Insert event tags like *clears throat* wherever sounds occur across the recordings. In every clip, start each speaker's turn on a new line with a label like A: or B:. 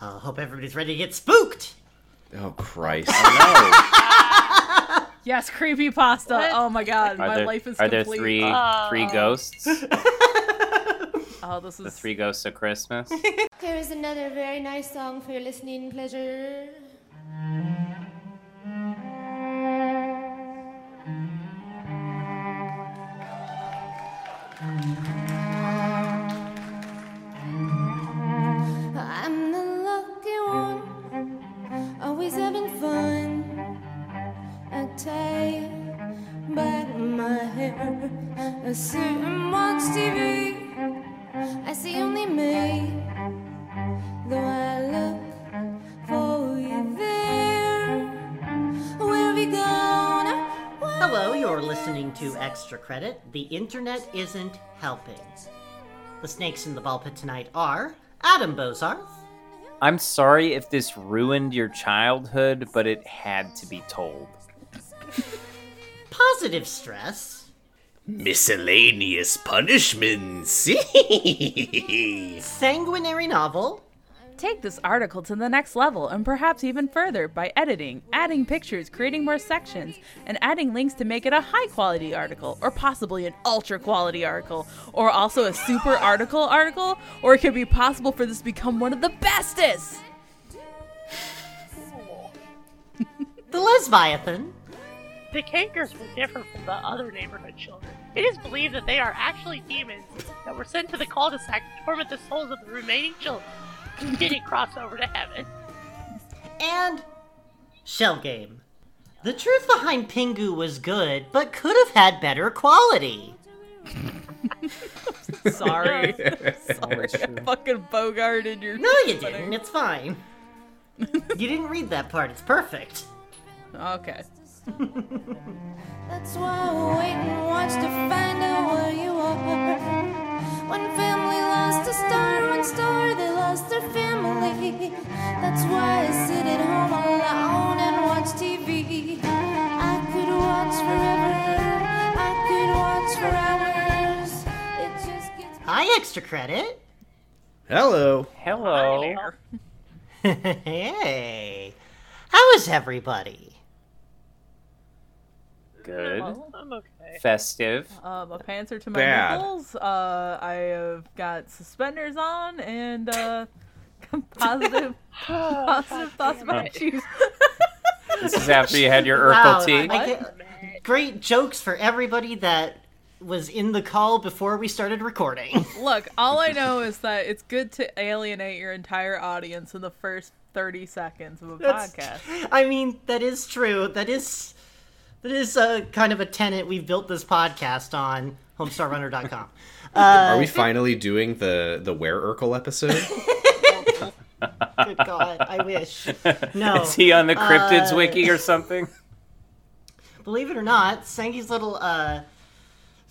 A: I Uh, hope everybody's ready to get spooked.
B: Oh Christ!
C: Yes, *laughs* creepy pasta.
D: What?
C: Oh my god,
E: Are
C: my
E: there,
C: life is
E: are there
C: complete.
E: three
D: Oh.
E: three ghosts?
C: Oh, this
E: The
C: is
E: three ghosts of Christmas.
F: Here is another very nice song for your listening pleasure. I'm the lucky one, always having fun. I tie back my hair. I sit and watch TV. I see only me, though I look for you there. Where we gonna?
A: Hello, you're listening to Extra Credit. The internet isn't helping. The snakes in the ball pit tonight are Adam Bozarth,
E: *laughs* I'm sorry if this ruined your childhood, but it had to be told.
A: Positive Stress,
B: Miscellaneous punishments. *laughs*
A: Sanguinary Novel,
C: Take this article to the next level and perhaps even further by editing, adding pictures, creating more sections, and adding links to make it a high quality article, or possibly an ultra quality article, or also a super article article, or it could be possible for this to become one of the bestest!
A: The Lesbiathan,
D: The Kankers were different from the other neighborhood children. It is believed that they are actually demons that were sent to the cul-de-sac to torment the souls of the remaining children who didn't cross over to heaven.
A: and Shell Game. The truth behind Pingu was good, but could have had better quality.
C: *laughs* Sorry. Sorry. I fucking bogarted your.
A: No, you didn't. It's fine. you didn't read that part. It's perfect.
C: Okay.
F: That's why I wait and watch to find out where you are. One family lost a star, one star they lost their family. That's why I sit at home alone and watch TV. I could watch forever. I could watch for hours. It just gets.
A: Hi, Extra Credit. *laughs*
B: Hello.
E: Hello.
A: hey. How is everybody?
E: Good.
D: I'm okay.
E: Festive.
C: Uh, my pants are to my
B: Bad.
C: nipples. Uh, I have got suspenders on and uh, *laughs* positive, positive thoughts about shoes.
E: This is after you had your
A: Wow,
E: Urkel tea.
A: I get- great jokes for everybody that was in the call before we started recording.
C: *laughs*
A: *laughs*
C: Look, all I know is that it's good to alienate your entire audience in the first 30 seconds of a podcast.
A: I mean, that is true. That is that is uh, kind of a tenet we've built this podcast on homestarrunner.com.
B: Are we finally doing the the Where
D: *laughs*
B: Urkel episode?
A: Good God, I
E: *laughs*
A: wish. No.
E: Is he on the
C: Uh,
E: cryptids wiki
C: *laughs*
E: or something? *laughs*
A: believe it or not, Sengi's little uh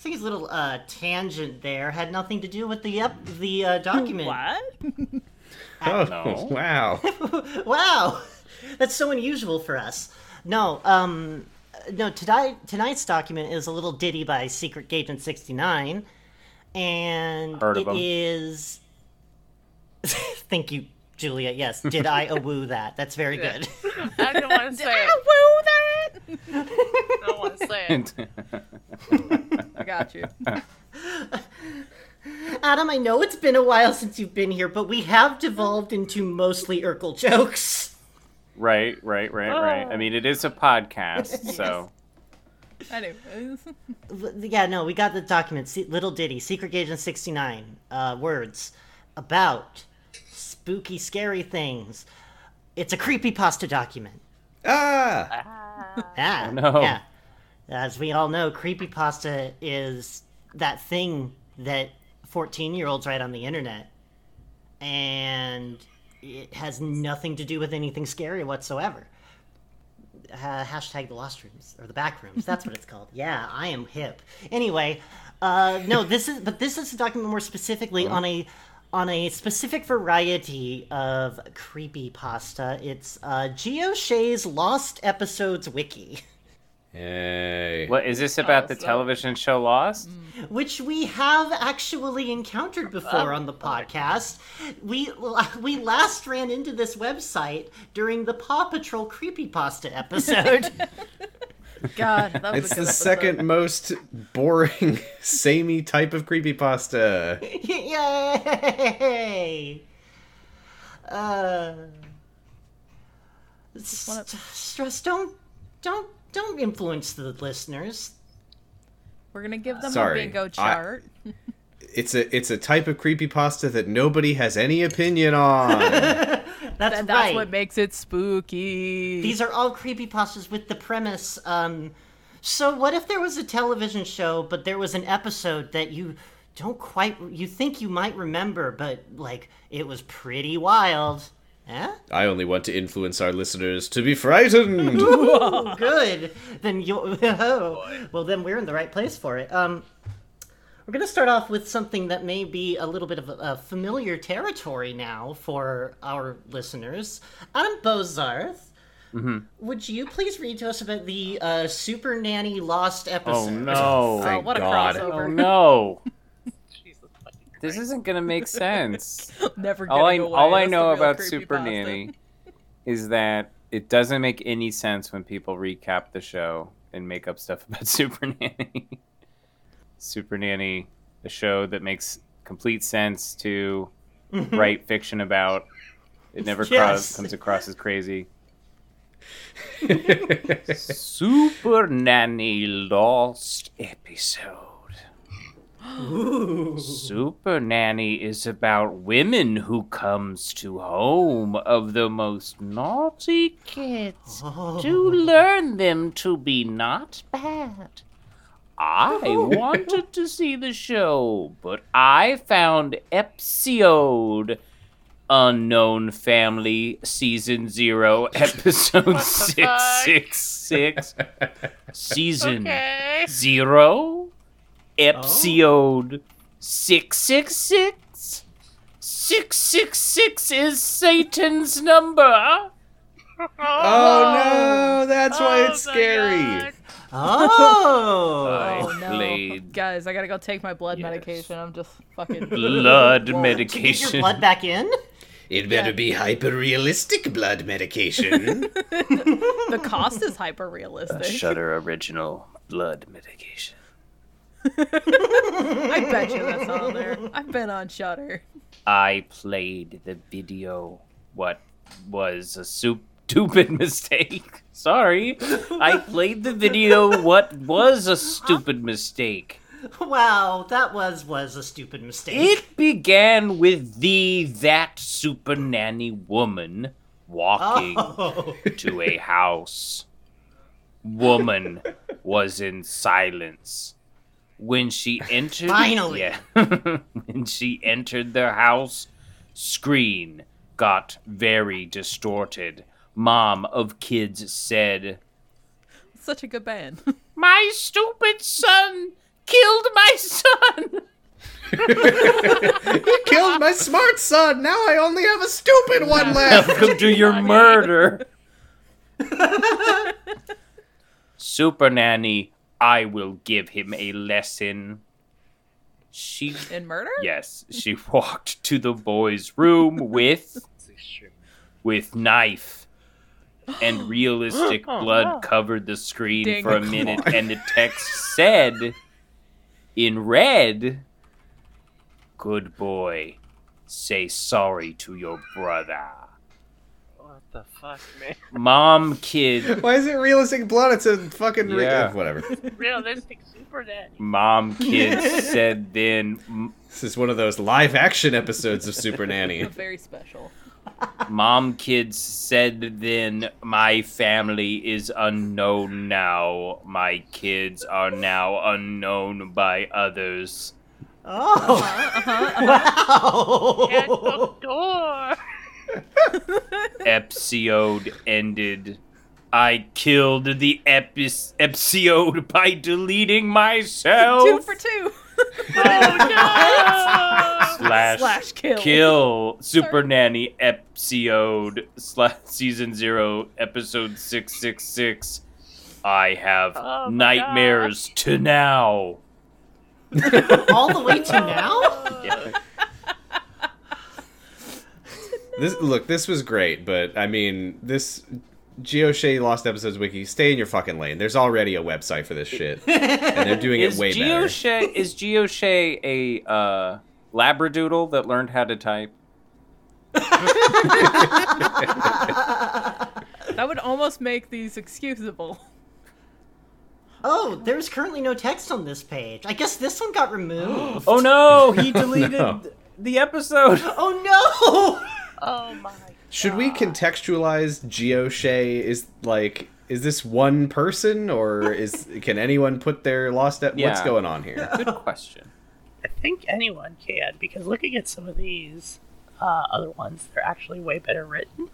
A: Sengi's little uh tangent there had nothing to do with the yep the
E: *laughs*
A: uh, document.
C: What?
B: *laughs* oh
E: No.
B: wow!
A: Wow. *laughs* That's so unusual for us. No, um no, today tonight's document is a little ditty by Secret Agent 69 and
E: Heard of
A: it
E: 'em.
A: is *laughs* Thank you, Julia. Yes, did
E: *laughs*
A: I awoo that? That's very good. *laughs*
D: I don't want to say
C: I
D: it.
C: woo that!
D: I don't want to say it.
C: I got
B: *laughs*
C: you.
A: Adam, I know it's been a while since you've been here, but we have devolved into mostly Urkel jokes.
E: right, right, right, right.
C: Oh.
E: I mean, it is a
C: *laughs*
E: podcast, so
C: Anyways,
A: L- Yeah, no, we got the document. Se- Little Diddy, Secret Agent 69, uh, words about spooky, scary things. It's a creepypasta document.
B: Ah,
A: Ah,
E: no.
A: yeah. As we all know, creepypasta is that thing that 14 year olds write on the internet. And it has nothing to do with anything scary whatsoever. Uh, hashtag the lost rooms or the back rooms. That's what it's called. *laughs* Yeah, I am hip. Anyway, uh, no, this is but this is a document more specifically on a on a specific variety of creepy pasta. It's uh, Geo Shea's Lost Episodes Wiki. *laughs*
B: Hey.
E: What is this about the
C: Oh, so- Mm.
E: television show Lost?
A: which we have actually encountered before on the podcast. We we last ran into this website during the Paw Patrol creepypasta episode.
C: God, that was
B: It's
C: a
D: *laughs*
C: good
B: the
C: episode.
B: second most boring, *laughs* samey type of creepypasta.
A: *laughs* Yay! Uh, st- stress. Don't don't don't influence the listeners.
C: We're gonna give them
B: Sorry,
C: a bingo
B: I-
C: chart.
B: It's a it's a type of creepypasta that nobody has any
D: *laughs*
B: opinion on.
A: That's
C: and that's
A: right.
C: what makes it spooky.
A: These are all creepypastas with the premise. Um, so what if there was a television show, but there was an episode that you don't quite you think you might remember, but like it was pretty wild. Eh?
B: I only want to influence our listeners to
D: *laughs*
B: be frightened.
A: Oh, good. Then you. *laughs* Oh, well, then we're in the right place for it. Um, we're gonna start off with something that may be a little bit of a, a familiar territory now for our listeners. Adam Bozarth,
E: Mm-hmm.
A: would you please read to us about the uh, Super Nanny Lost
E: Oh
A: episode?
E: no!
C: oh, what a
B: God.
E: Oh
C: crossover! *laughs*
E: no!
D: Jesus fucking
E: This isn't gonna make sense.
C: Never
E: all I
C: getting away.
E: all I
C: That's the
E: know
C: real
E: about Super
C: creepypasta.
E: Nanny is that it doesn't make any sense when people recap the show and make up stuff *laughs* about Super Nanny. Super Nanny, a show that makes complete sense to write fiction about. It never cro-
A: Yes.
E: comes across as crazy. Super Nanny Lost episode. Super Nanny is about women who comes to home of the most naughty kids to learn them to be not bad. I wanted to see the show, but I found Epsiode Unknown Family Season 0 Episode
D: fuck?
E: 666 Season
D: Okay.
E: zero episode six six six. Six six six is Satan's number.
B: oh no, that's why
D: Oh
B: it's
D: my
B: scary.
D: God.
E: *laughs*
A: Oh,
E: I
C: Oh no,
E: played
C: guys! I gotta go take my blood
E: Yes.
C: medication. I'm just fucking
E: blood
A: to
C: Whoa.
A: get your
E: medication.
A: blood back in. *laughs*
B: It better be hyper realistic
D: *laughs*
B: blood medication.
C: The cost is hyper realistic.
E: Shutter original blood medication.
C: I bet you that's on there. I've been on Shutter.
E: I played the video. What was a soup? Stupid *laughs* mistake. Sorry. I played the video. What was a stupid mistake?
A: Wow, that was was a stupid mistake.
E: It began with the that super nanny woman *laughs* walking
A: Oh.
E: to a house. Woman was in silence. When she entered
A: Finally.
E: Yeah. *laughs* when she entered the house, screen got very distorted. Mom of kids said
C: Such a good band.
E: my stupid son killed my son.
B: you killed my smart son. Now I only have a
D: *laughs*
B: stupid one left.
E: Welcome to your murder. Super Nanny, I will give him a lesson. She,
C: In murder?
E: yes, she walked to the boy's room with, with knife, and realistic blood covered the screen
C: Dang.
E: for a
C: Come
E: minute, and the text said, in red, "Good boy, say sorry to your brother."
D: What the fuck, man?
E: Mom kid,
B: *laughs* Why is it realistic blood? It's a fucking re-
E: Yeah.
B: uh, *laughs* whatever.
D: Realistic super nanny.
E: mom kid
C: *laughs*
E: said then m-
B: This is one of those live action episodes of Super
E: *laughs*
B: Nanny.
C: Very special.
E: mom kid said then my family is unknown now. My kids are now unknown by others.
A: Oh, *laughs*
D: At
A: wow.
D: the door.
E: Epsiode ended. I killed the Epis- Epsiode by deleting myself.
C: Two for two.
D: *laughs* Oh no!
E: Slash,
C: Slash kill.
E: Kill Super Nanny episode slash season zero episode six six six I have
D: Oh my
E: nightmares to now.
A: All the way
C: *laughs*
A: to now?
B: This look, this was great, but I mean, this GeoShay Lost Episodes wiki. Stay in your fucking lane. There's already a website for
E: *laughs*
B: this shit, and they're doing it
E: Is
B: way better.
E: Geoche is Geoche a uh, labradoodle that learned how to type?
C: That would almost make these excusable.
A: Oh, there's currently no text on this page. I guess this one got
C: *gasps*
A: removed.
E: Oh no,
B: *laughs*
E: he
B: No.
E: deleted the episode.
A: oh no!
D: Oh my.
B: Should we contextualize GeoShay? Is like, is this one person, or is can anyone put their lost? Ep- What's
E: Yeah.
B: going on here?
E: *laughs* Good question.
D: I think anyone can because looking at some of these uh, other ones, they're actually way better written.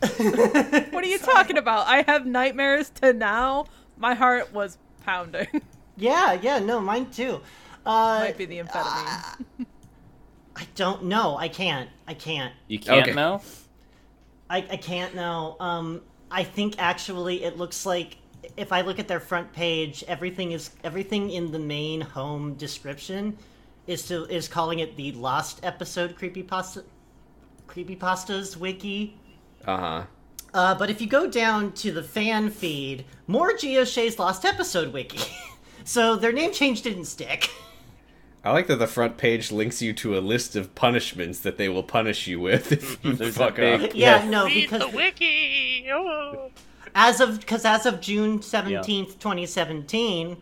C: What are you talking about? I have nightmares to now. My heart was pounding.
A: *laughs* Yeah, yeah, no, mine too. Uh,
C: Might be the amphetamine.
A: I don't know. I can't. I can't.
E: You can't
B: Okay.
E: know.
A: I, I can't know. Um, I think actually it looks like if I look at their front page, everything is everything in the main home description is to is calling it the lost episode creepypasta creepypastas wiki.
B: Uh huh.
A: Uh, but if you go down to the fan feed, more GeoShay's lost episode wiki. *laughs* so their name change didn't stick. *laughs*
B: I like that the front page links you to a list of punishments that they will punish you with if you
E: There's a
B: fuck
E: big-
B: up.
A: yeah,
E: Yes.
A: no,
D: Read
A: because
D: the wiki. Oh.
A: as of because as of June seventeenth, twenty seventeen,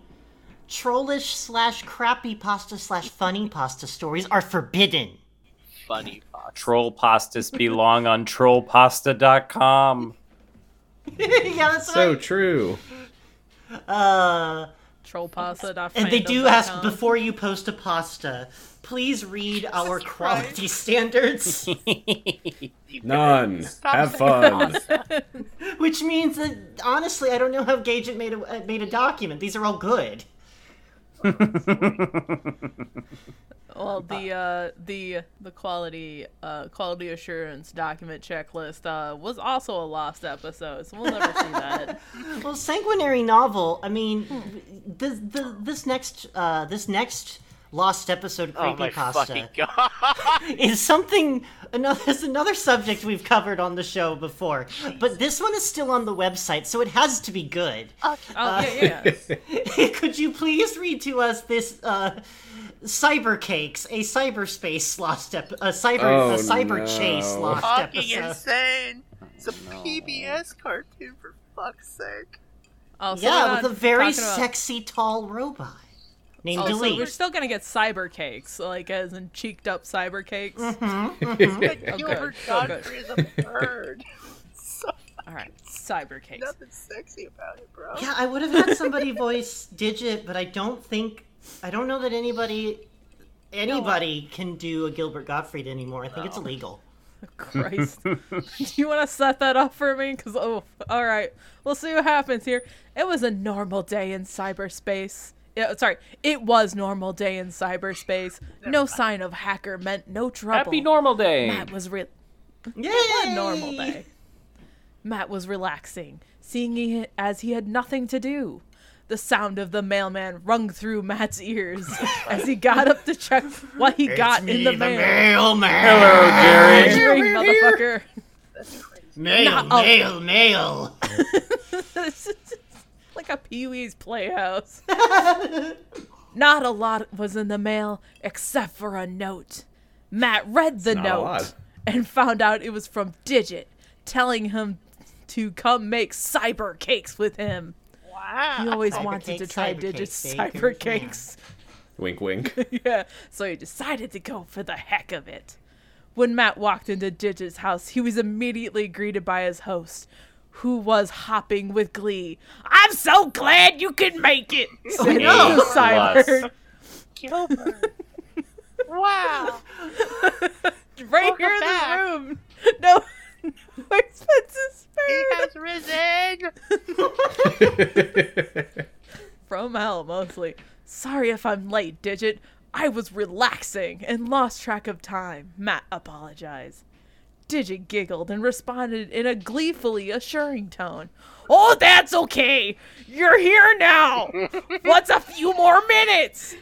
A: trollish slash crappy pasta slash funny pasta stories are forbidden. *laughs*
E: Funny Uh, troll pastas belong on trollpasta.com.
A: yeah, that's
B: So
A: right.
B: true.
A: Uh,
C: Trollpasta.
A: and they do ask before you post a pasta, please
D: *laughs*
A: read our quality standards,
B: None.
D: Stop
B: Have
D: saying
B: fun.
A: which means that honestly, I don't know how Gagent made a uh, made a document. These are all good.
C: Well, the uh, the the quality uh, quality assurance document checklist uh, was also a lost episode, so we'll never
A: *laughs*
C: see that.
A: Well, sanguinary novel. I mean, the, the, this next uh, this next lost episode
G: Oh my
A: creepypasta
G: fucking god!
A: is something another is another subject we've covered on the show before, but this one is still on the website, so it has to be good.
G: Uh,
C: Oh yeah,
A: Uh,
C: yeah.
A: *laughs* Could you please read to us this uh, cybercakes, a cyberspace lost ep- a cyber
B: Oh,
A: a cyber chase
B: no.
A: lost
D: Fucking
A: episode?
D: insane. It's a PBS cartoon for fuck's sake.
C: Also,
A: Yeah, with a very sexy tall robot named
C: Oh, so
A: Delete.
C: we're still gonna get cyber cakes, like as in cheeked up cyber cakes.
A: Mm. Mm-hmm,
B: *laughs*
D: But you
C: good.
D: heard
C: Oh, good.
D: Godfrey is a bird. *laughs* so
C: All right, cyber cakes.
D: nothing sexy about it, bro.
A: Yeah, I would have had somebody voice Digit, but I don't think I don't know that anybody anybody can do a Gilbert Gottfried anymore. I think it's illegal.
C: Christ. *laughs* Do you want to set that up for me? Because, oh, all right. We'll see what happens here. It was a normal day in cyberspace. Yeah, sorry. It was normal day in cyberspace. No sign of hacker meant no trouble.
E: Happy normal day.
C: Matt was real.
A: Yeah,
C: a normal day. Matt was relaxing, seeing it as he had nothing to do. The sound of the mailman rung through Matt's ears as he got up to check what he got in the mail.
A: mail,
E: Jerry.
C: Drink, motherfucker.
A: mail,
C: oh.
A: mail, mail.
C: *laughs* like a Pee Wee's Playhouse. Not a lot was in the mail except for a note. Matt read the
B: not a
C: note
B: lot.
C: and found out it was from Digit, telling him to come make cyber cakes with him.
D: Wow.
C: He always
A: Cyber
C: wanted to
A: cakes,
C: try
A: cyber
C: Digit's
A: cakes,
C: cyber
A: bakers, yeah.
C: cakes. *laughs*
B: wink, wink. *laughs*
C: Yeah, so he decided to go for the heck of it. When Matt walked into Digit's house, he was immediately greeted by his host, who was hopping with glee. I'm so glad you could make it, said
E: no.
C: the cyber.
D: Gilbert. wow.
C: *laughs* Right
D: Welcome
C: here in
D: back.
C: this room. *laughs* No, no expenses
D: He
C: spared.
D: has risen.
C: From hell, mostly. Sorry if I'm late, Digit. I was relaxing and lost track of time, Matt apologized. Digit giggled and responded in a gleefully assuring tone. Oh, that's okay. You're here
A: *laughs*
C: now. What's a few more minutes?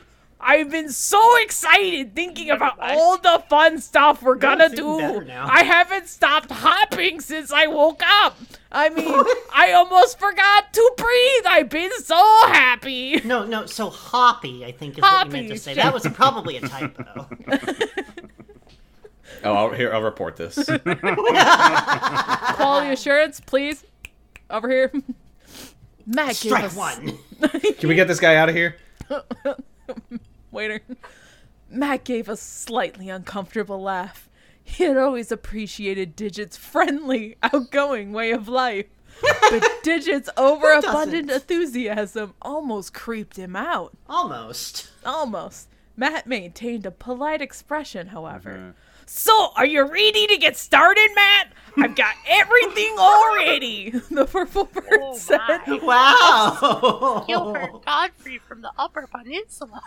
C: I've been so excited thinking about all the fun stuff we're gonna
A: it's even better
C: do.
A: now.
C: I haven't stopped hopping since I woke up. I
A: *laughs*
C: mean, I almost forgot to breathe. I've been so happy.
A: *laughs* No, no. So hoppy, I think is what you meant to
C: Hoppy,
A: say.
C: sure.
A: That was probably a
C: *laughs*
A: typo.
B: Oh, I'll, here I'll report this.
C: Quality assurance, please. Over here. *laughs* Matt gave
A: Strike
C: us-
A: one.
B: Can we get this guy out of here?
C: Waiter. Matt gave a slightly uncomfortable laugh. He had always appreciated Digit's friendly, outgoing way of life. But
D: *laughs*
C: Digit's overabundant enthusiasm almost creeped him out.
A: Almost.
C: Almost. Matt maintained a polite expression, however. So, are you ready to get started, Matt? I've got
D: *laughs*
C: everything already, *laughs* the purple bird
D: Oh
C: said.
D: my.
A: Wow.
C: *laughs*
D: Gilbert Godfrey from the Upper Peninsula.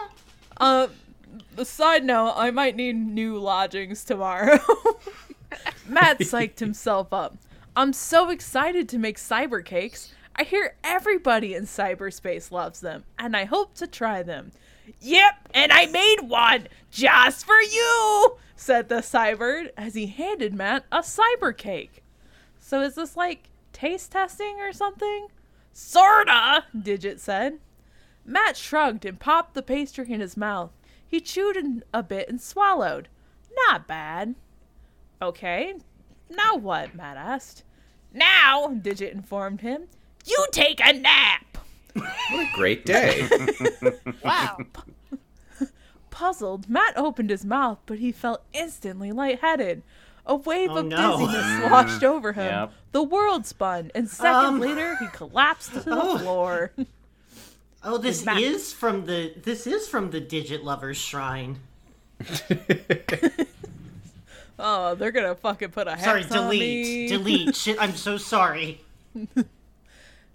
D: *laughs*
C: Uh, the side note, I might need new lodgings tomorrow. *laughs* Matt psyched himself up. I'm so excited to make cyber cakes. I hear everybody in cyberspace loves them, and I hope to try them. Yep, and I made one just for you, said the cyber as he handed Matt a cyber cake. So is this like taste testing or something? Sorta, Digit said. Matt shrugged and popped the pastry in his mouth. He chewed in a bit and swallowed. Not bad. Okay, now what? Matt asked. Now, Digit informed him, you take a nap!
B: Great day.
D: Wow.
C: Puzzled, Matt opened his mouth, but he felt instantly lightheaded. A wave
A: Oh,
C: of
A: no.
C: dizziness washed over him.
E: Yep.
C: The world spun, and seconds
A: Um.
C: later, he collapsed to the
A: Oh.
C: floor. *laughs*
A: Oh, this
C: Matt.
A: is from the this is from the Digit Lovers Shrine.
C: Oh, they're gonna fucking put a
A: Sorry,
C: hex on me. *laughs*
A: delete, delete. Shit, I'm so sorry.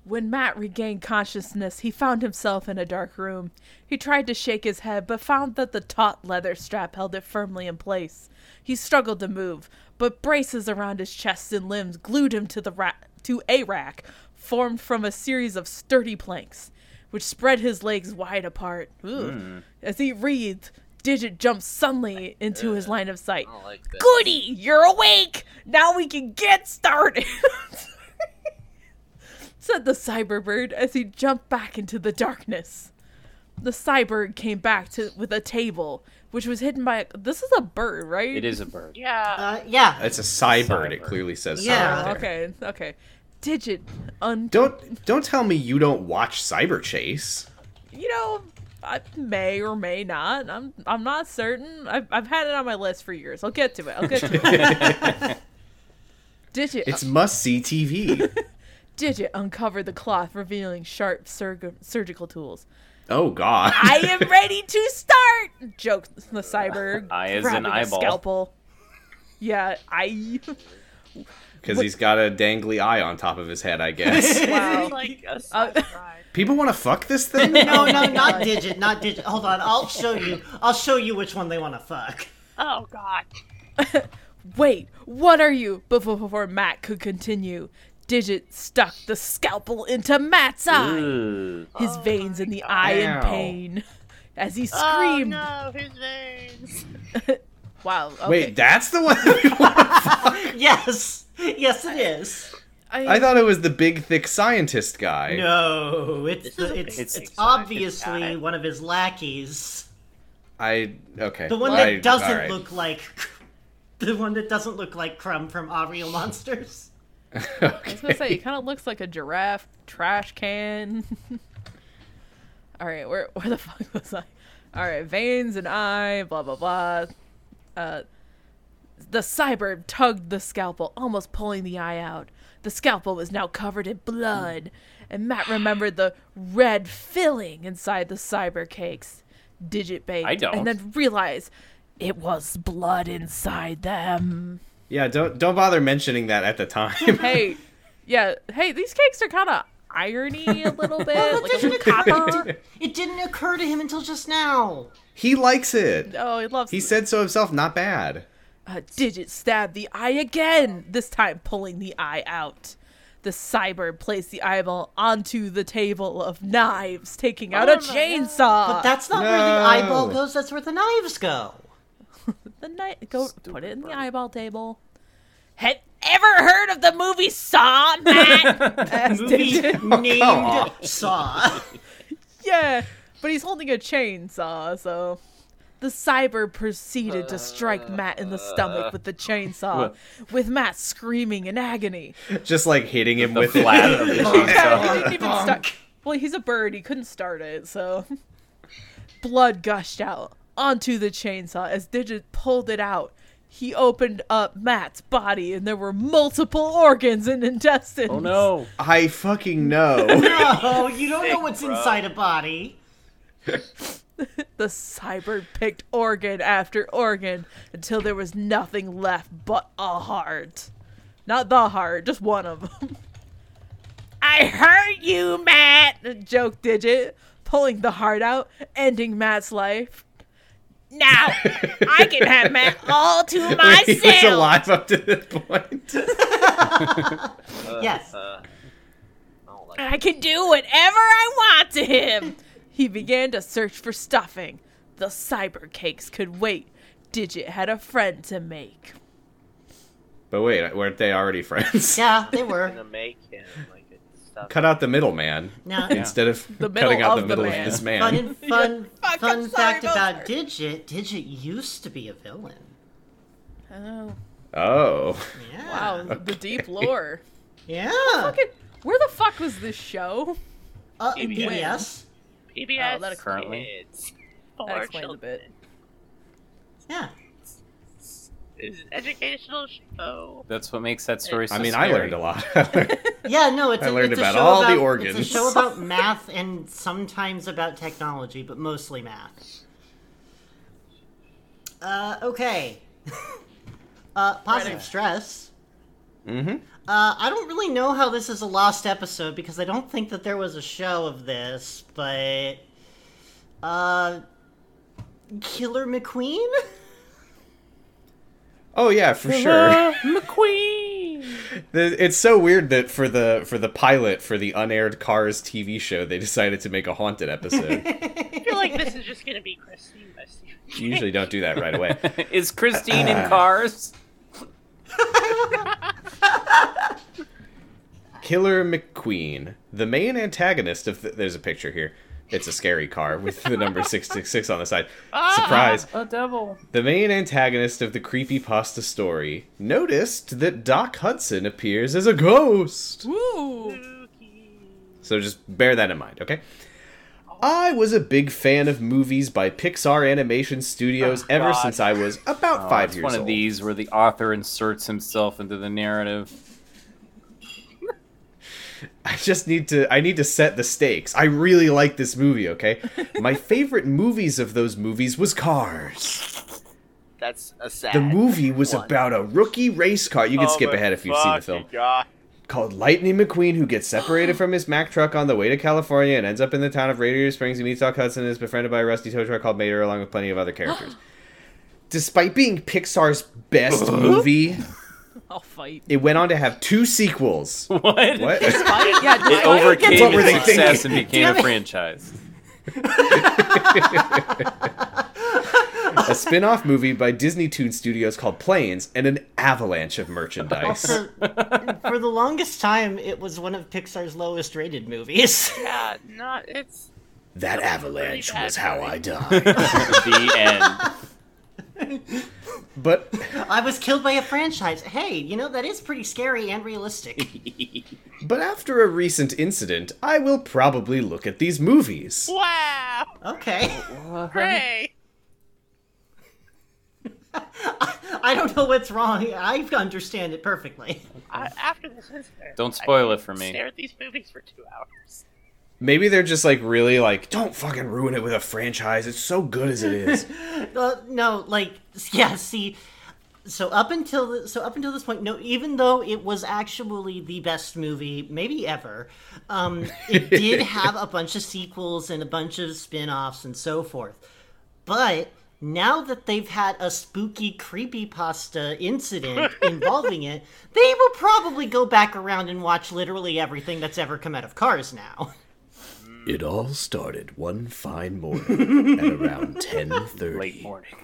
C: When Matt regained consciousness, he found himself in a dark room. He tried to shake his head, but found that the taut leather strap held it firmly in place. He struggled to move, but braces around his chest and limbs glued him to the ra- to a rack formed from a series of sturdy planks, which spread his legs wide apart. Ooh. As he wreathed, Digit jumped suddenly into his line of sight.
H: like that.
C: Goody, you're awake! Now we can get started! *laughs* said the cyberbird as he jumped back into the darkness. The cyber came back to with a table, which was hidden by this is a bird, right?
E: It is a bird.
D: Yeah.
A: Uh, yeah.
B: It's a cybird. It
E: Cybird.
B: clearly says.
A: Yeah.
B: cyber there.
C: Okay, okay. Digit un
B: Don't don't tell me you don't watch Cyber Chase.
C: you know, I may or may not. I'm I'm not certain. I've I've had it on my list for years. I'll get to it. I'll get to it. *laughs* Digit
B: It's must see TV.
C: Digit uncovered the cloth, revealing sharp surg- surgical tools.
B: Oh God.
C: I
B: *laughs*
C: am ready to start, joked the cyber.
E: *laughs* Eye is an
C: grabbing a
E: eyeball.
C: Scalpel. Yeah, I.
B: Because he's got a dangly eye on top of his head, I
D: *laughs*
B: guess.
D: It's
C: Wow.
D: like a
C: Uh,
D: ride.
B: People want to fuck this thing?
A: No, no,
D: *laughs*
A: not Digit, not Digit. Hold on, I'll show you. I'll show you which one they want to fuck. *laughs*
D: Oh god.
C: *laughs* Wait, what are you? Before, before Matt could continue, Digit stuck the scalpel into Matt's
E: *laughs*
C: eye,
E: Ooh.
C: his veins in the eye in
B: Ow.
C: pain, *laughs* as he
D: Oh
C: screamed.
D: no, his veins.
C: Wow. Okay.
B: Wait, that's the one. we want?
A: Yes, yes, it is.
C: I,
B: I thought it was the big, thick scientist guy.
A: No, it's
D: is a
A: the, it's
D: big
A: it's,
E: thing, so I can die.
A: obviously one of his lackeys.
B: I okay.
A: The one
B: I-
A: that doesn't
B: alright.
A: look like *laughs* the one that doesn't look like Crumb from Aureal
D: *laughs*
A: Monsters.
C: I was gonna say, it kind of looks like a giraffe trash can. *laughs* All right, where where the fuck was I? All right, veins and eye, blah blah blah. Uh, the cyber tugged the scalpel, almost pulling the eye out. The scalpel was now covered in blood, and Matt remembered the red filling inside the cyber cakes. Digit baked,
E: I don't.
C: and then realized it was blood inside them.
B: Yeah, don't don't bother mentioning that at the time. *laughs*
C: hey, yeah, hey, these cakes are kind of irony
A: *laughs*
C: a little bit.
A: Well, that
C: like a
A: doesn't
C: little cop-out.
A: occur. It didn't occur to him until just now.
B: He likes it.
C: Oh, he loves.
B: He said so himself. Not bad.
C: A digit stabbed the eye again, this time pulling the eye out. The cyber placed the eyeball onto the table of knives, taking out
A: Oh
C: a
A: my God.
C: chainsaw.
A: But that's not where the eyeball goes. That's where the knives go.
C: The knife. Go put it in the eyeball table. Have ever heard of the movie Saw,
B: *laughs*
C: Matt? Asked
A: Movie
C: Digit.
B: Oh,
A: named Saw.
C: Yeah, but he's holding a chainsaw, so. The cyber proceeded to strike Matt in the stomach with the chainsaw, with Matt screaming
E: *laughs*
C: in agony.
B: Just like hitting him with
E: flat of the
B: *laughs* it.
C: yeah, he didn't even
B: Bonk.
C: start. Well, he's a bird. He couldn't start it, so. Blood gushed out onto the chainsaw as Digit pulled it out. He opened up Matt's body, and there were multiple organs and intestines.
E: Oh no.
B: I fucking
A: *laughs*
B: know.
A: No, Oh, you don't know what's
E: bro.
A: inside a body.
C: The cyber picked organ after organ until there was nothing left but a heart. Not the heart, just one of them. *laughs* I hurt you, Matt! Joke Digit, pulling the heart out, ending Matt's life. Now, I can
B: *laughs*
C: have Matt all to
B: he was alive up to this point. *laughs*
A: Yes.
D: Uh,
C: I can do whatever I want to him. He began to search for stuffing. The cyber cakes could wait. Digit had a friend to make.
B: But wait, weren't they already friends?
A: Yeah, they
G: gonna
D: *laughs*
A: were.
G: make him like a stuff.
B: Cut out the middleman
A: Now,
B: instead of
C: The middle
B: cutting out
C: of
B: the
C: the
B: middle
C: man.
B: of this
A: fun
B: man.
A: and fun
C: Fuck,
A: fun
C: I'm sorry,
A: fact
C: Mozart.
A: about Digit. Digit used to be a villain.
C: Oh,
B: Oh,
A: Yeah.
C: wow. The deep lore.
A: Yeah.
C: Fucking, where the fuck was this show?
A: Uh,
G: PBS.
A: PBS.
G: PBS
C: Oh, that ex-
E: Currently.
G: Kids.
C: That
G: For
C: explains a bit.
A: Yeah.
G: It's an *laughs* educational show.
E: That's what makes that story so
B: I mean, I
E: scary.
B: learned a lot. *laughs*
A: Yeah, no, it's
B: I
A: a-
B: learned
A: it's a
B: about
A: show
B: all the
A: about-
B: organs.
A: It's a show about math and sometimes about technology, but mostly math. Uh, okay. *laughs* uh, positive stress.
B: mm-hmm.
A: Uh, I don't really know how this is a lost episode because I don't think that there was a show of this, but uh, Killer McQueen.
B: Oh yeah, for *laughs* sure.
E: McQueen.
B: The- It's so weird that for the for the pilot for the unaired Cars TV show, they decided to make a
E: *laughs*
B: haunted episode.
G: I feel like this is just gonna be Christine by Stephen
B: *laughs* you usually don't do that right away.
E: *laughs* Is Christine in
B: *sighs*
E: cars?
B: Killer McQueen, the main antagonist of. The, there's a picture here. It's a scary car with the
E: *laughs*
B: number six six six on the side. Surprise!
E: Ah, A devil.
B: The main antagonist of the creepypasta story noticed that Doc Hudson appears as a ghost.
C: Woo!
G: Dookie.
B: So just bear that in mind, okay? I was a big fan of movies by Pixar Animation Studios ever
E: Oh, God.
B: since I was about
E: Oh,
B: five
E: it's
B: years
E: one
B: old.
E: of these where the author inserts himself into the narrative.
B: *laughs*
E: *laughs*
B: I just need to I need to set the stakes. I really like this movie, okay?
E: *laughs*
B: My favorite movies of those movies was Cars.
G: That's a sad.
B: The movie was
G: one.
B: about a rookie race car.
E: Oh
B: You can skip ahead if you've seen the film. called Lightning McQueen, who gets *gasps* separated from his Mack truck on the way to California and ends up in the town of Radiator Springs. He meets Doc Hudson and is befriended by a rusty tow truck called Mater, along with plenty of *gasps* other characters. Despite being Pixar's *laughs* best movie,
C: I'll fight.
B: it went on to have two sequels.
E: What?
B: *laughs*
C: Yeah,
B: What?
G: *laughs*
E: It
C: just
B: What
E: overcame
B: were
E: its
B: they
E: success
B: thinking?
E: and became a franchise. *laughs*
B: *laughs* a spin off movie by Disney Toon Studios called Planes and an avalanche of *laughs* merchandise.
A: Also, for the longest time, it was one of Pixar's lowest rated movies.
G: Yeah, not it's.
B: That avalanche
G: bad
B: was how
G: movie.
B: I died.
E: the end.
B: But
A: I was killed by a franchise. Hey, you know, that is pretty scary and realistic.
B: but after a recent incident, I will probably look at these movies.
G: Wow,
A: Okay. *laughs*
G: great.
A: I don't know what's wrong. I understand it perfectly.
G: I, after this incident,
E: Don't spoil it for
G: I
E: me.
G: stare at these movies for two hours.
B: Maybe they're just like really like, don't fucking ruin it with a franchise. It's so good as it is.
A: *laughs* Uh, no, like, yeah, see, so up until so up until this point, no, even though it was actually the best movie maybe ever, um, it did have a bunch of sequels and a bunch of spin-offs and so forth. But now that they've had a spooky creepy pasta incident involving it, they will probably go back around and watch literally everything that's ever come out of Cars now.
B: *laughs* It all started one fine morning at *laughs* around ten thirty.
E: Late morning.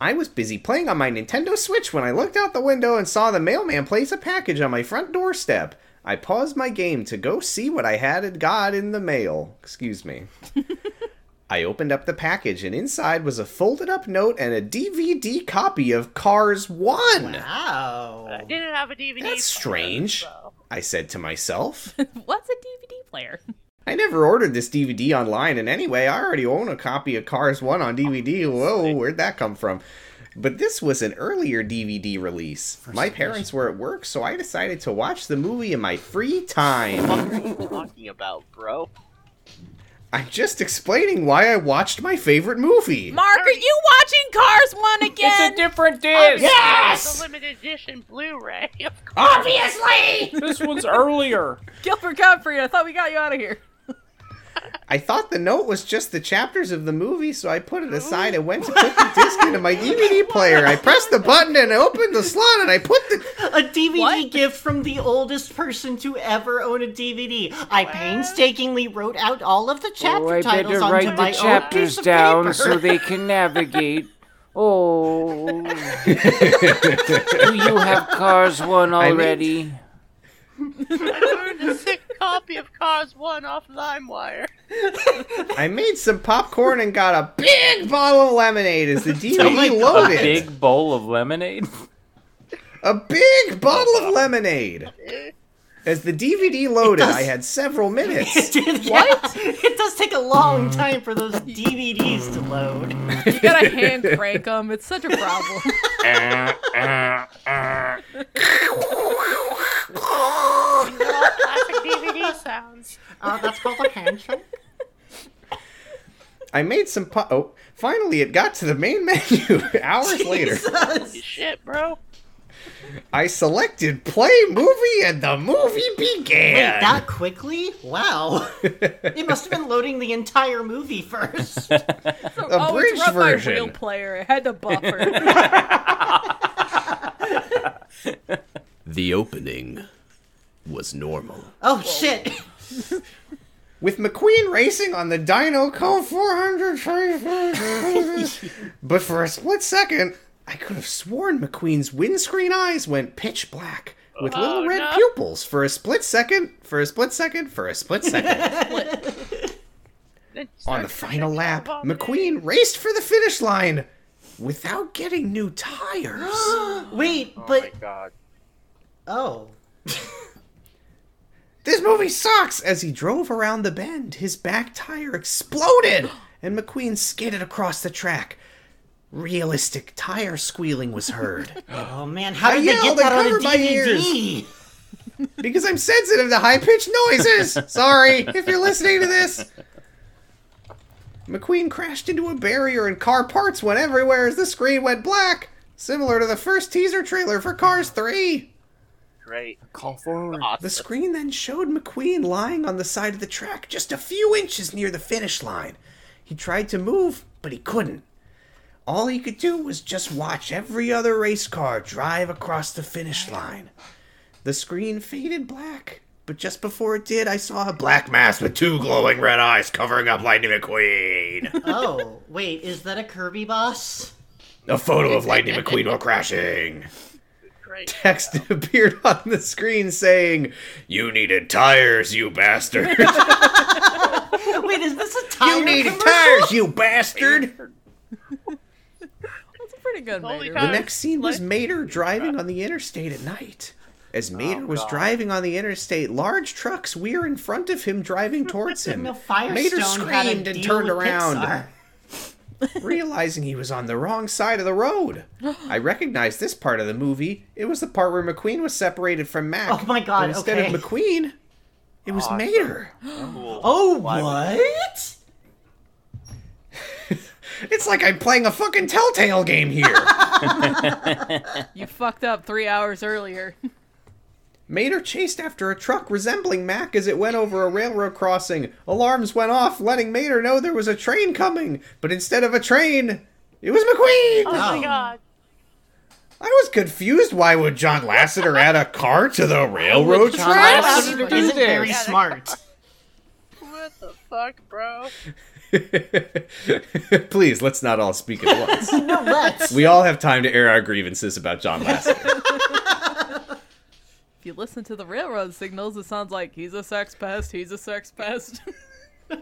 B: I was busy playing on my Nintendo Switch when I looked out the window and saw the mailman place a package on my front doorstep. I paused my game to go see what I had had got in the mail.
E: *laughs*
B: Excuse me. I opened up the package, and inside was a folded up note and a DVD copy of Cars 1.
A: Wow.
G: I didn't have a DVD.
B: Oh. That's strange, I said to myself.
C: What's a DVD player?
B: I never ordered this DVD online, and anyway, I already own a copy of Cars 1 on DVD. Whoa, where'd that come from? But this was an earlier DVD release. My parents were at work, so I decided to watch the movie in my free time.
G: What are you talking about, bro?
B: I'm just explaining why I watched my favorite movie.
C: Mark, are you watching Cars *laughs* 1
E: It's a
C: again?
E: different disc.
G: It's a limited edition Blu-ray. Of course.
B: Obviously!
E: This one's earlier.
C: Gilbert Godfrey, I thought we got you out of here.
B: I thought the note was just the chapters of the movie, so I put it aside and went to put the disc into my DVD player. I pressed the button and I opened the slot and I put the.
A: A DVD
C: What?
A: gift from the oldest person to ever own a DVD. I painstakingly wrote out all of the chapter
E: Oh, I
A: titles
E: better
A: onto
E: write
A: my
E: the
A: own
E: chapters
A: piece of
E: down
A: paper.
E: so they can *laughs* navigate. Oh. Do you have Cars 1
B: I mean-
E: already?
G: I learned a sick copy of Cars One off LimeWire.
B: I made some popcorn and got a big bottle of lemonade as
A: *laughs*
B: the DVD loaded.
E: *laughs* A big bowl of lemonade?
B: A big bottle of lemonade. As the DVD loaded,
A: does-
B: I had several
A: *laughs* *laughs* It
B: minutes.
A: did, what? *laughs* It does take a long
E: Hmm.
A: time for those DVDs to load.
C: You *laughs* gotta hand crank them. It's such a problem. *laughs*
G: Classic DVD sounds.
A: Uh, that's called a *laughs* handshake.
B: I made some po- oh, finally it got to the main *laughs* menu hours later.
A: Jesus.
G: Shit, bro.
B: I selected play movie and the movie began.
A: Wait, that quickly? Wow.
B: *laughs*
A: it must have been loading the entire movie first.
E: *laughs*
C: So
B: A
C: always
B: bridge
C: run
B: version.
C: My real player. It had to *laughs* buffer.
H: The opening was normal.
A: Oh, shit.
B: With McQueen racing on the Dino Co 400 But for a split second, I could have sworn McQueen's windscreen eyes went pitch black with
G: Oh,
B: little red pupils for a split second, for a split second, for a split second.
G: *laughs* Then
B: on the
G: start
B: final
G: projectile
B: lap,
G: vomiting.
B: McQueen raced for the finish line without getting new
G: *gasps*
B: tires. *laughs*
A: Wait, but.
E: God.
A: Oh.
B: This movie sucks! As he drove around the bend, his back tire exploded and McQueen skidded across the track. Realistic tire squealing was heard.
A: Oh, man. How
B: I
A: did they get
B: yelled,
A: that
B: I
A: on a
B: covered my ears.
A: DVD?
B: because I'm sensitive to high pitched noises! Sorry if you're listening to this! McQueen crashed into a barrier and car parts went everywhere as the screen went black, similar to the first teaser trailer for Cars 3.
G: Great.
E: Call forward.
B: The screen then showed McQueen lying on the side of the track, just a few inches near the finish line. He tried to move, but he couldn't. All he could do was just watch every other race car drive across the finish line. The screen faded black, but just before it did, I saw a black mass with two glowing red eyes covering up Lightning McQueen.
A: Oh, wait. Is that a Kirby boss?
B: a photo of Lightning McQueen while crashing.
G: Great.
B: Text appeared on the screen saying, You needed tires, you bastard.
A: *laughs* Wait, is this a tire
B: You needed
A: commercial?
B: tires, you bastard!
C: It's a pretty good
G: Holy
C: movie.
G: cow.
B: The next scene was Mater driving on the interstate at night. As Mater was driving on the interstate, large trucks were in front of him driving towards him.
A: *laughs* No, Firestone
B: Mater
A: had a
B: screamed and
A: deal
B: turned
A: with
B: around. *laughs*
A: Pixar.
B: realizing he was on the wrong side of the road. I recognized this part of the movie. It was the part where McQueen was separated from Mac.
A: Oh my God,
B: But instead
A: okay.
B: of McQueen, it was Mater.
A: Oh, what?
B: *laughs* It's like I'm playing a fucking Telltale
A: *laughs*
B: game here.
C: You fucked up three hours earlier.
B: Mater chased after a truck resembling Mac as it went over a railroad crossing. Alarms went off, letting Mater know there was a train coming. But instead of a train, it was McQueen.
G: Oh my god.
B: I was confused. Why would John Lasseter add a car to the railroad
A: John
B: tracks?
A: Lasseter isn't very
G: Yeah, that-
A: smart.
G: What the fuck, bro?
B: *laughs* Please, let's not all speak at once.
A: No, let's.
B: We all have time to air our grievances about John Lasseter.
C: If you listen to the railroad signals, it sounds like he's a sex pest, he's a sex pest.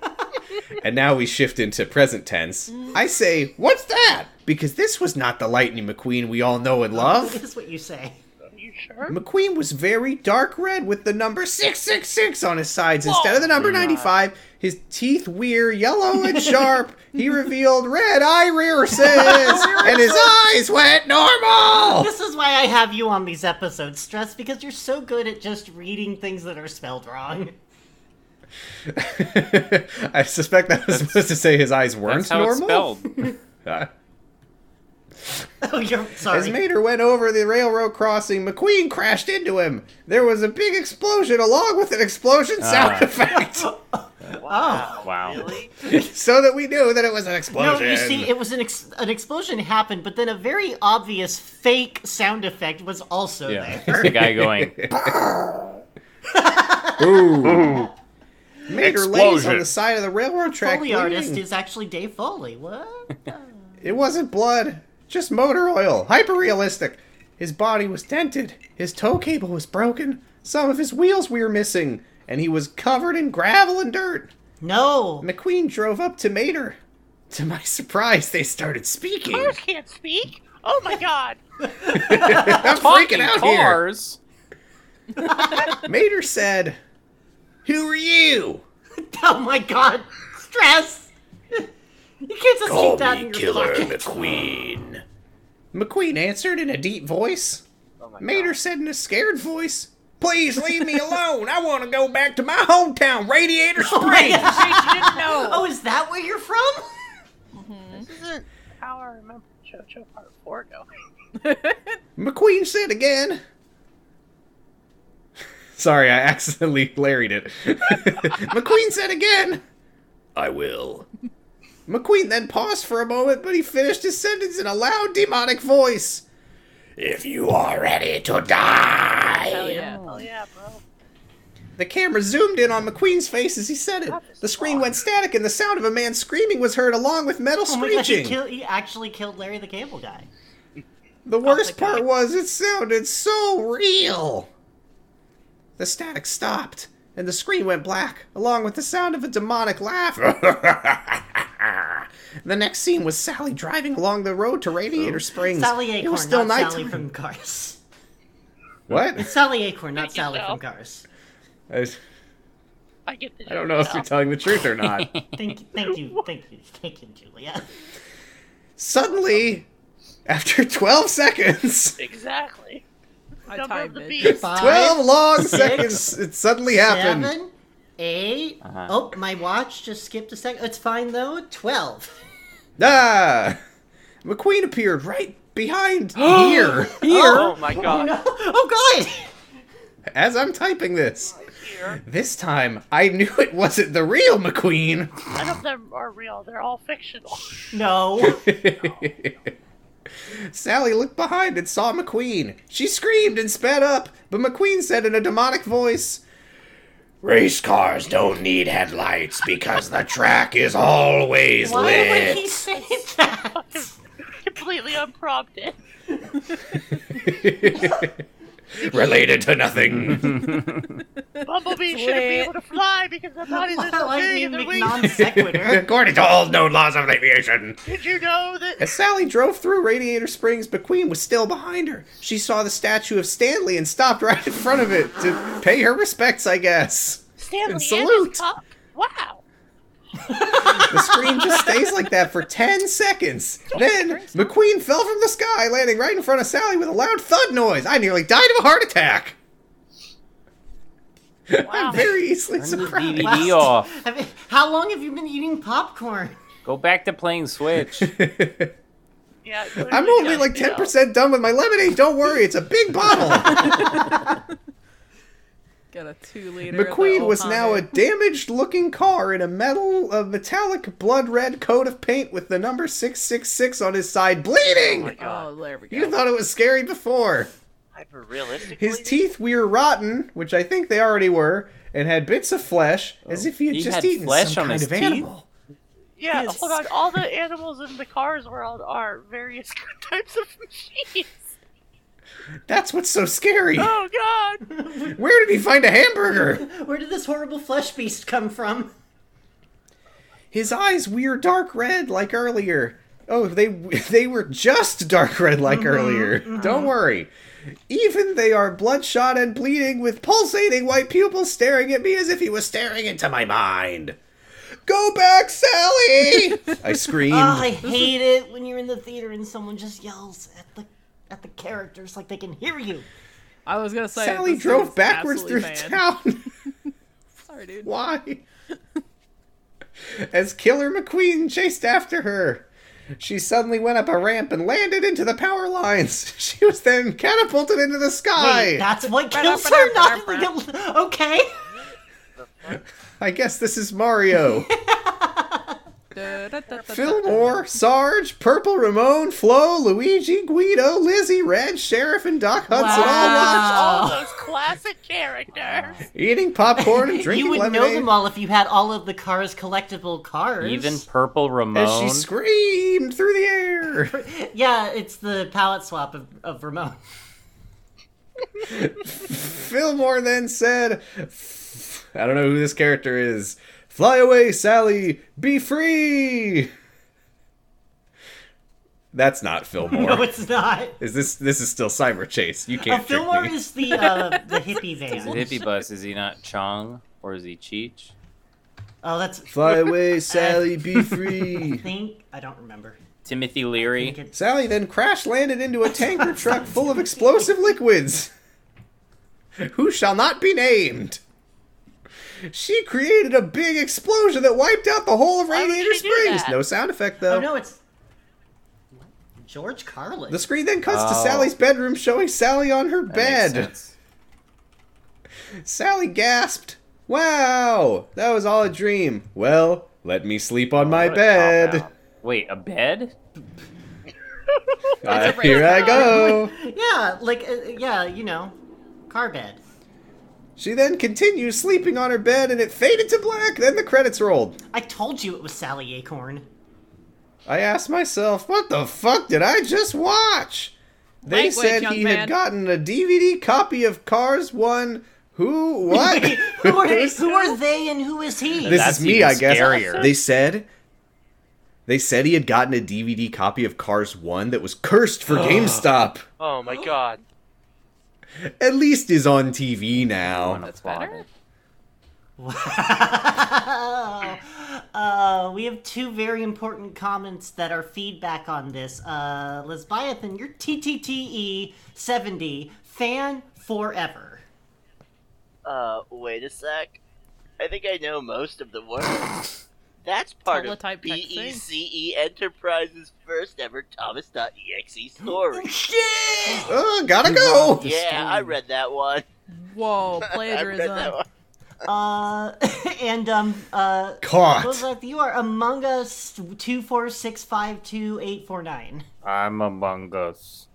C: *laughs*
B: and now we shift into present tense. I say, what's that? Because this was not the Lightning McQueen we all know and love.
A: This *laughs* is what you say.
G: You sure?
B: McQueen was very dark red with the number 666 on his sides instead of the number 95. His teeth were yellow and sharp. he revealed red irises and his eyes went normal. *laughs*
A: This is why I have you on these episodes, Stress, because you're so good at just reading things that are spelled wrong. *laughs*
B: I suspect that was supposed to say his eyes weren't
E: That's how
B: normal.
E: it's spelled. *laughs*
B: Uh,
A: Oh, you're
B: As
A: sorry.
B: Mater went over the railroad crossing, McQueen crashed into him. There was a big explosion along with an explosion sound effect *laughs*
A: Oh.
E: Wow.
B: so that we knew that it was an
A: No,
B: explosion.
A: you see, it was an ex- an explosion happened, but then a very obvious fake sound effect was also
E: Yeah.
A: there.
E: It's the guy
B: *laughs*
E: going,
B: Mater lays on
E: Explosion.
B: the side of the railroad track.
A: Foley artist
B: bleeding.
A: is actually Dave Foley. What?
B: It wasn't blood, just motor oil. Hyper realistic. His body was dented, his tow cable was broken, some of his wheels were missing, and he was covered in gravel and dirt.
A: No.
B: McQueen drove up to Mater. To my *laughs* surprise, they started speaking.
G: Cars can't speak? Oh my god.
B: I'm freaking
E: "Fucking
B: out here.
E: cars.
B: Mater said, Who are you?
A: *laughs* Oh my god. Stress. *laughs* You can't just
H: Call
A: keep that
H: me
A: in your
H: Killer
A: *laughs* pocket.
H: McQueen.
B: McQueen answered in a deep voice. Mater said in a scared voice, Please leave me alone. I want to go back to my hometown,
H: *laughs*
B: Radiator Springs.
A: *laughs* Oh, is that where you're
B: Oh
A: from?
G: This isn't how I remember JoJo Part 4 going.
B: McQueen said again. Sorry, I accidentally larried it. *laughs* McQueen said again.
H: I will.
B: McQueen then paused for a moment, but he finished his sentence in a loud, demonic voice.
H: If you are ready to die.
C: Hell yeah.
G: Oh yeah, bro.
B: The camera zoomed in on McQueen's face as he said it. The screen went static, and the sound of a man screaming was heard along with metal
A: Oh my god, *laughs* he,
B: screeching.
A: kill- he actually killed Larry the Cable Guy.
B: The
A: Oh,
B: worst part was it sounded so real. The static stopped, and the screen went black, along with the sound of a
A: *laughs*
B: demonic laugh. the next scene was Sally driving along the road to Radiator Springs.
A: Oh. Sally
B: it
A: Acorn,
B: was still
A: not
B: nighttime.
A: Sally
B: *laughs*
A: from Cars. *laughs*
B: What?
A: Sally Acorn, not Sally from Cars.
B: I,
G: I get the
B: I don't know if you're telling the truth or
G: *laughs*
B: not.
A: Thank, thank you, thank you, thank you, Julia.
B: Suddenly, after 12 seconds,
G: Exactly.
C: I
G: Number of
C: timed
G: the
C: it.
G: beast.
A: Five,
B: 12 long seconds, it suddenly happened.
A: seven, eight. Oh, my watch just skipped a second. It's fine though. Twelve.
B: Ah! McQueen appeared right behind here.
E: Here.
I: Oh my god.
A: No. *laughs* Oh
B: *laughs*
A: god.
B: as I'm typing this. This time, I knew it wasn't the real McQueen. *laughs*
G: None of them are real. They're all fictional.
A: No.
B: Sally looked behind and saw McQueen. She screamed and sped up, but McQueen said in a demonic voice,
H: Race cars don't need headlights because the track is always
A: Why would he
H: lit.
A: say that?
G: Completely unprompted.
H: Related to
B: *laughs*
H: nothing.
G: Bumblebee shouldn't be able to fly because their bodies
A: *laughs*
G: are so
A: Well, I
G: big
A: mean,
G: and their
A: Mc-
G: wings.
A: non sequitur.
H: According to all known laws of aviation.
G: Did you know that?
B: As Sally drove through Radiator Springs, McQueen was still behind her. She saw the statue of Stanley and stopped right in front of it to pay her respects, I guess.
G: Stanley and
B: salute.
G: his cup. Wow.
B: The screen just stays like that for 10 seconds. Then McQueen fell from the sky, landing right in front of Sally with a loud thud noise. I nearly died of a heart attack. I'm very easily
E: Turn the
B: surprised.
E: DVD off.
A: I mean, how long have you been eating popcorn? *laughs*
E: Go back to playing Switch.
D: Yeah, it
B: *laughs* I'm
D: literally
B: only
D: does,
B: like
D: you know.
B: 10% done with my lemonade. Don't worry, it's a big bottle.
C: Got a two liter. of the
B: McQueen
C: old
B: was now a
C: Honda.
B: damaged looking car in a metal a metallic blood red coat of paint with the number 666 on his side bleeding.
C: Oh, there we go.
B: You thought it was scary before.
G: Hyper realistic.
B: His teeth were rotten, which I think they already were, and had bits of flesh as if he had
E: Oh, He
B: just
E: had
B: eaten
E: flesh
B: some
E: on
B: kind
E: his
B: of
E: teeth?
B: animal.
G: Yeah, hold on. All the animals in the Cars world are various *laughs* types of machines.
B: That's what's
E: *gasps*
B: so scary.
G: Oh
C: *laughs*
G: God!
B: Where did he find a hamburger?
A: Where did this horrible flesh beast come from?
B: His eyes were dark red like earlier. Oh, they they were just dark red like earlier. Don't worry. Even they are bloodshot and bleeding with pulsating white pupils staring at me as if he was staring into my mind. Go back, Sally! I screamed.
A: Oh, I hate it when you're in the theater and someone just yells at the at the characters like they can hear you.
C: I was gonna say
B: Sally
C: this
B: drove
C: is
B: backwards through
C: absolutely banned.
B: town.
C: Sorry, dude.
B: Why? As Killer McQueen chased after her, she suddenly went up a ramp and landed into the power lines. *laughs* She was then catapulted into the
A: Wait,
B: sky.
A: that's what kills her, not the- okay.
B: I guess this
A: *laughs*
B: is Mario.
C: Da-da-da-da-da.
B: Fillmore, Sarge, Purple Ramon, Flo, Luigi, Guido, Lizzie, Red, Sheriff, and Doc Hudson all
C: Oh.
G: All those classic characters.
B: watched, eating popcorn and
A: *laughs*
B: drinking
A: you would know
B: lemonade.
A: them all if you had all of the cars collectible cars.
E: Even Purple
B: as she
E: Ramon.
B: screamed through the air.
A: yeah, it's the palette swap of, of Ramon. *laughs*
B: Fillmore then said, I don't know who this character is. Fly away, Sally! Be free! That's not Fillmore.
A: *laughs* No, it's not.
B: Is this this is still Cyber Chase? You
A: Uh,
B: can't trick
A: Fillmore
B: me.
A: is the uh, the hippie van.
E: the hippie bus, is he not Chong or is he Cheech?
A: Oh, that's. I
B: Fly away, Sally!
A: *laughs*
B: Be free!
A: think I don't remember.
E: Timothy Leary.
A: Think it-
B: Sally then crash landed into a tanker truck full of explosive liquids. Who shall not be named? She created a big explosion that wiped out the whole of
G: would
B: Radiator
G: she do
B: Springs.
G: that?
B: No sound effect though.
A: Oh no, it's George Carlin.
B: The screen then cuts to
E: Oh.
B: Sally's bedroom, showing Sally on her
E: That makes
B: bed.
E: sense.
B: Sally gasped, Wow, that was all a dream. Well, let me sleep on my
E: What a
B: bed.
E: cop-out. Wait, a bed?
B: Uh, here I go.
A: Yeah, like uh, yeah, you know, car bed.
B: She then continues sleeping on her bed and it faded to black. Then the credits rolled.
A: I told you it was Sally Acorn.
B: I asked myself, What the fuck did I just watch? They
C: Language,
B: said
C: young
B: he
C: man.
B: had gotten a DVD copy of Cars 1. Who? What?
A: who
B: *laughs*
A: are who are they and who is he?
B: this
E: That's
B: is me,
E: even
B: I guess.
E: scarier.
B: They said they said he had gotten a DVD copy of Cars One that was
E: *gasps*
B: cursed for GameStop.
G: Oh my God!
B: At least is on TV now.
C: That's better.
A: Wow. *laughs* Uh, we have two very important comments that are feedback on this. Uh, Lesbiathan, you're TTTE 70 E fan forever.
G: *laughs* Uh, wait a sec. I think I know most of the words. That's part of
C: Teletype text thing.
G: BECE E Enterprises' first ever Thomas.exe
C: *laughs*
G: story.
B: Oh, gotta go.
G: yeah, I read that one.
C: Whoa,
G: I read that
C: plagiarism.
G: one.
A: Uh, *laughs* and um, uh,
B: Caught.
A: Elizabeth, you are among us 2465289.
E: I'm among us.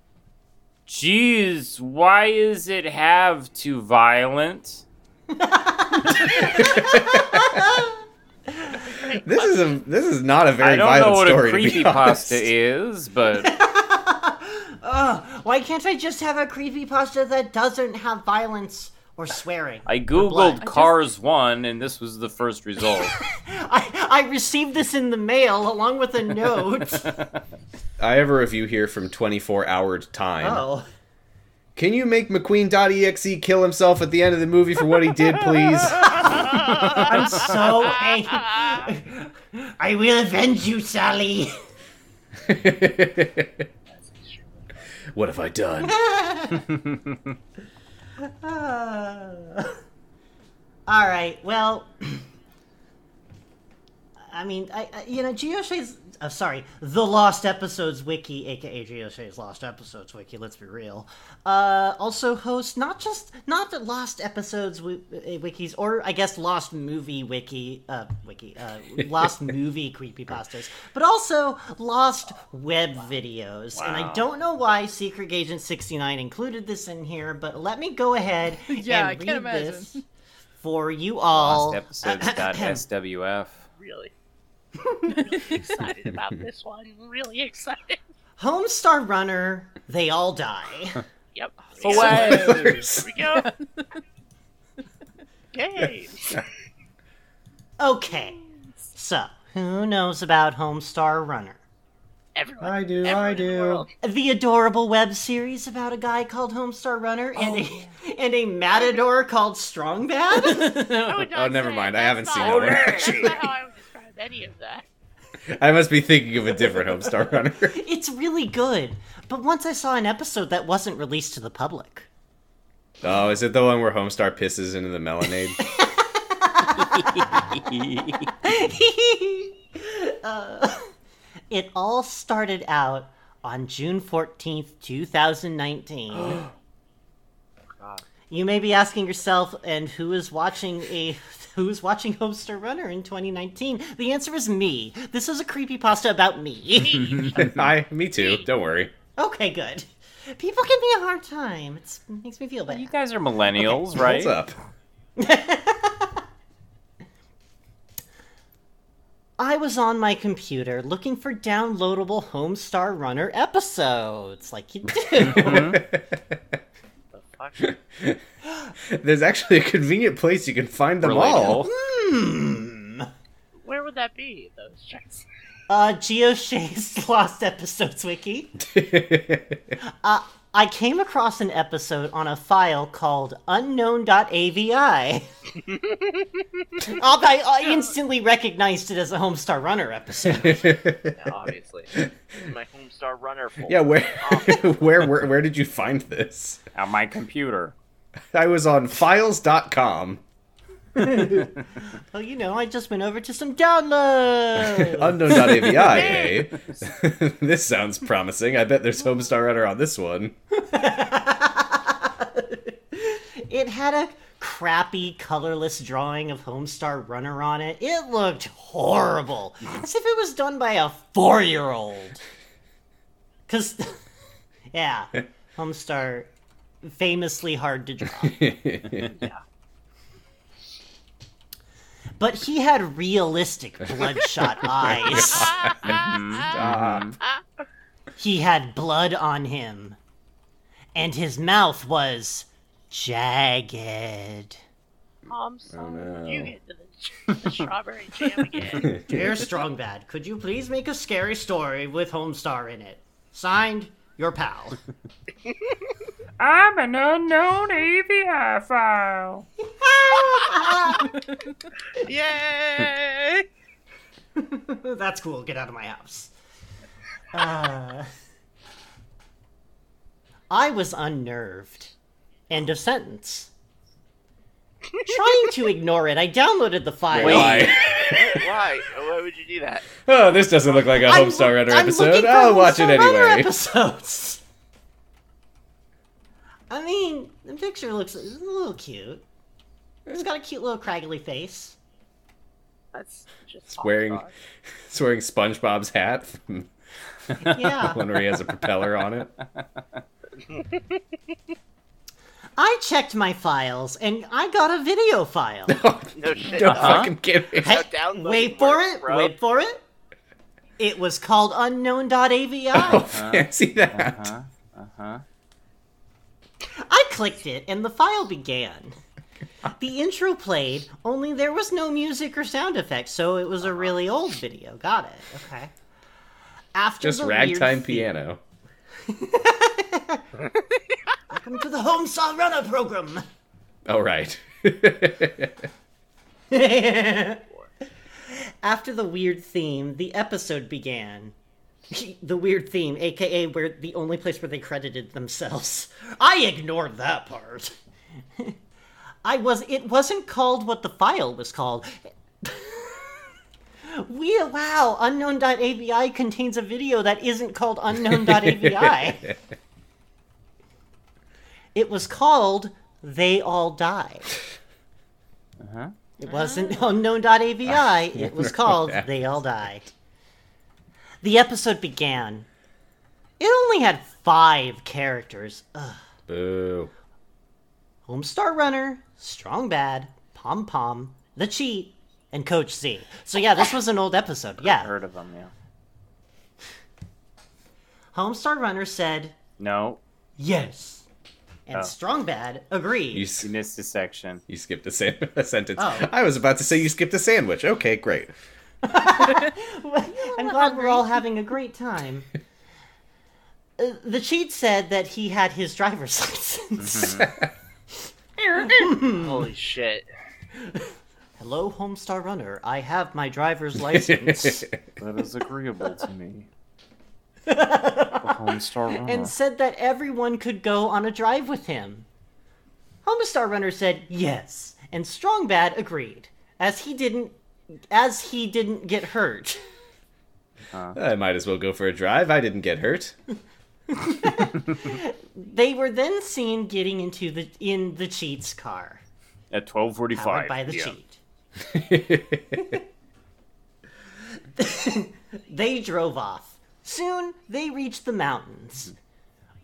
E: Jeez, why is it have to violent?
B: This is a this is not a
E: I
B: very
E: don't
B: violent
E: know what a
B: story. to be honest.
E: creepypasta is,
B: *laughs*
E: but
A: Why can't I just have a creepypasta that doesn't have violence or swearing? blood. I
E: I googled
A: just-
E: Cars 1 and this was the
A: *laughs*
E: first result.
A: I, I received this in the mail along with a note.
B: I have a review here from 24 Hour Time.
A: oh.
B: Can you make McQueen.exe kill himself at the end of the movie for what he did,
E: *laughs*
B: please? *laughs*
A: I'm so angry. I will avenge you, Sally.
B: what have I done?
A: Uh, all right. Well, *clears throat* I mean, I, I you know, Geoche's. Oh, sorry, the Lost Episodes Wiki, aka Geoche's Lost Episodes Wiki. Let's be real. Uh, also hosts not just not the Lost Episodes wi- uh, wikis, or I guess Lost Movie Wiki, uh, Wiki, uh,
C: *laughs*
A: Lost Movie creepypastas, but also Lost Web videos. And I don't know why Secret Agent sixty nine included this in here, but let me go ahead
C: *laughs* Yeah, I
A: and
C: can't
A: read
C: imagine.
A: this for you all. *clears throat*
E: Last episodes.swf.
D: Really.
C: *laughs*
D: excited about this one. Really excited.
A: Homestar Runner, they all die.
D: Yep.
C: Oh,
E: Away!
D: Here we go.
C: *laughs*
D: Yay.
A: Okay, so who knows about Homestar Runner?
D: Everyone.
B: I do,
D: everyone
B: I
D: in the
B: do.
D: world.
A: The adorable web series about a guy called Homestar Runner and a and a matador called Strong
D: *laughs*
A: Bad.
D: I would
B: Oh,
D: not
B: never
D: say
B: mind. I
D: that's
B: haven't seen
D: not-
B: that one.
D: That's
B: Actually,
D: not *laughs* how I would describe any of that.
B: I must be thinking of a different Homestar Runner.
A: it's really good, but once I saw an episode that wasn't released to the public.
B: oh, is it the one where Homestar pisses into the melonade?
A: *laughs* Uh, it all started out on June 14th, 2019. you may be asking yourself, and who is watching a *laughs* who is watching Homestar Runner in 2019? The answer is me. This is a creepypasta about me.
B: *laughs* I, me too. Don't worry.
A: okay, good. People give me a hard time. It's, it makes me feel bad.
E: You guys are millennials, right?
B: What's up?
A: *laughs* I was on my computer looking for downloadable Homestar Runner episodes, like you
B: *laughs*
A: do.
B: There's actually a convenient place you can find them all.
E: Relatable. *laughs*
A: hmm.
D: Where would that be? Those
A: *laughs*
D: checks.
A: Uh, Geoche's *laughs* Lost Episodes Wiki. I came across an episode on a file called unknown.avi. I, I instantly recognized it as a Homestar Runner episode.
B: *laughs*
G: Yeah, obviously. This is my Homestar
A: *laughs*
G: runner for.
B: yeah, where, *laughs* where, where, where did you find this?
E: On my computer.
B: I was on files.com.
A: Oh, you know, I just went over to some downloads.
B: Unknown.avi,
A: *laughs*
B: eh? *laughs* this sounds promising. I bet there's Homestar Runner on this one. *laughs*
A: it had a crappy, colorless drawing of Homestar Runner on it. It looked horrible, as if it was done by a four year old. Because, *laughs* yeah, Homestar, famously hard to draw. But he had realistic bloodshot eyes. Um, He had blood on him, and his mouth was jagged.
D: I'm
A: oh,
D: sorry. You get to the, the strawberry jam again.
A: *laughs*
E: *laughs*
A: Dear Strong Bad, could you please make a scary story with Homestar in it? Signed, your pal.
E: *laughs* I'm an unknown AVI
A: *laughs*
E: file.
D: Yay!
A: *laughs* That's cool. Get out of my house. Uh, I was unnerved. End of
E: *laughs*
A: sentence. Trying to ignore it, I downloaded the file.
B: Why?
G: Why? Why would you do that?
B: *laughs* Oh, this doesn't look like a
A: I'm
B: Homestar
A: loo-
B: Runner
A: I'm looking
B: episode.
A: for
B: I'll watch it
A: Homestar Runner
B: anyway.
A: Episodes. *laughs* I mean, the picture looks a little cute. It's got a cute little craggly face.
D: That's just
B: It's *laughs* wearing,
D: awesome.
B: it's wearing SpongeBob's hat from
A: Yeah. *laughs*
B: one where he has a propeller on it.
A: I checked my files and I got a video *laughs* file.
G: No shit.
B: Don't
G: dog.
B: fucking kid me.
A: Hey,
G: download
A: wait for
G: works,
A: it.
G: bro.
A: Wait for it. It was called unknown.avi. *laughs*
B: Oh, *laughs* fancy that.
E: Uh-huh. Uh-huh.
A: I clicked it and the file began. The intro played, only there was no music or sound effects, so it was
B: Uh-huh.
A: a really old video. Got it. Okay. After
B: Just
A: the
B: ragtime
A: weird theme-
B: piano.
A: Welcome to the Home Saw Runner program.
B: Oh, right. *laughs*
A: *laughs* After the weird theme, the episode began. *laughs* the weird theme, aka where the only place where they credited themselves. I ignored that part. *laughs* I was it wasn't called what the file was called. *laughs* We wow, unknown.avi contains a video that isn't called unknown.avi. it was called They All Die.
E: Uh-huh.
A: It wasn't
E: *laughs*
A: unknown.avi, it was called They All Die. The episode began. It only had five characters. Ugh.
B: Boo.
A: Homestar Runner, Strong Bad, Pom Pom, The Cheat, and Coach Z. So yeah, this was an old episode.
E: I've
A: Yeah.
E: heard of them, yeah.
A: Homestar Runner said
E: No,
A: yes. And
E: Oh.
A: Strong Bad agreed.
B: You,
E: you
B: s-
E: missed a section.
B: you skipped a, san- *laughs* a sentence.
A: Oh.
B: I was about to say you skipped a sandwich. Okay, great.
A: *laughs* I'm glad we're all having a great
E: *laughs*
A: time. Uh, the cheat said that he had his driver's *laughs*
E: Mm-hmm.
A: license.
G: Holy shit.
A: Hello, Homestar Runner. I have my *laughs* driver's
B: *laughs*
A: license.
E: That is agreeable to
A: *laughs*
E: me. The Homestar Runner.
A: and said that everyone could go on a drive with him. Homestar Runner said yes, and Strong Bad agreed, as he didn't as he didn't get hurt.
B: I might as well go for a drive. I didn't get hurt.
A: They were then seen getting into the in the cheat's car,
E: At twelve
A: powered
E: forty-five.
A: by the
E: yeah.
A: cheat. They drove off. Soon they reached the mountains.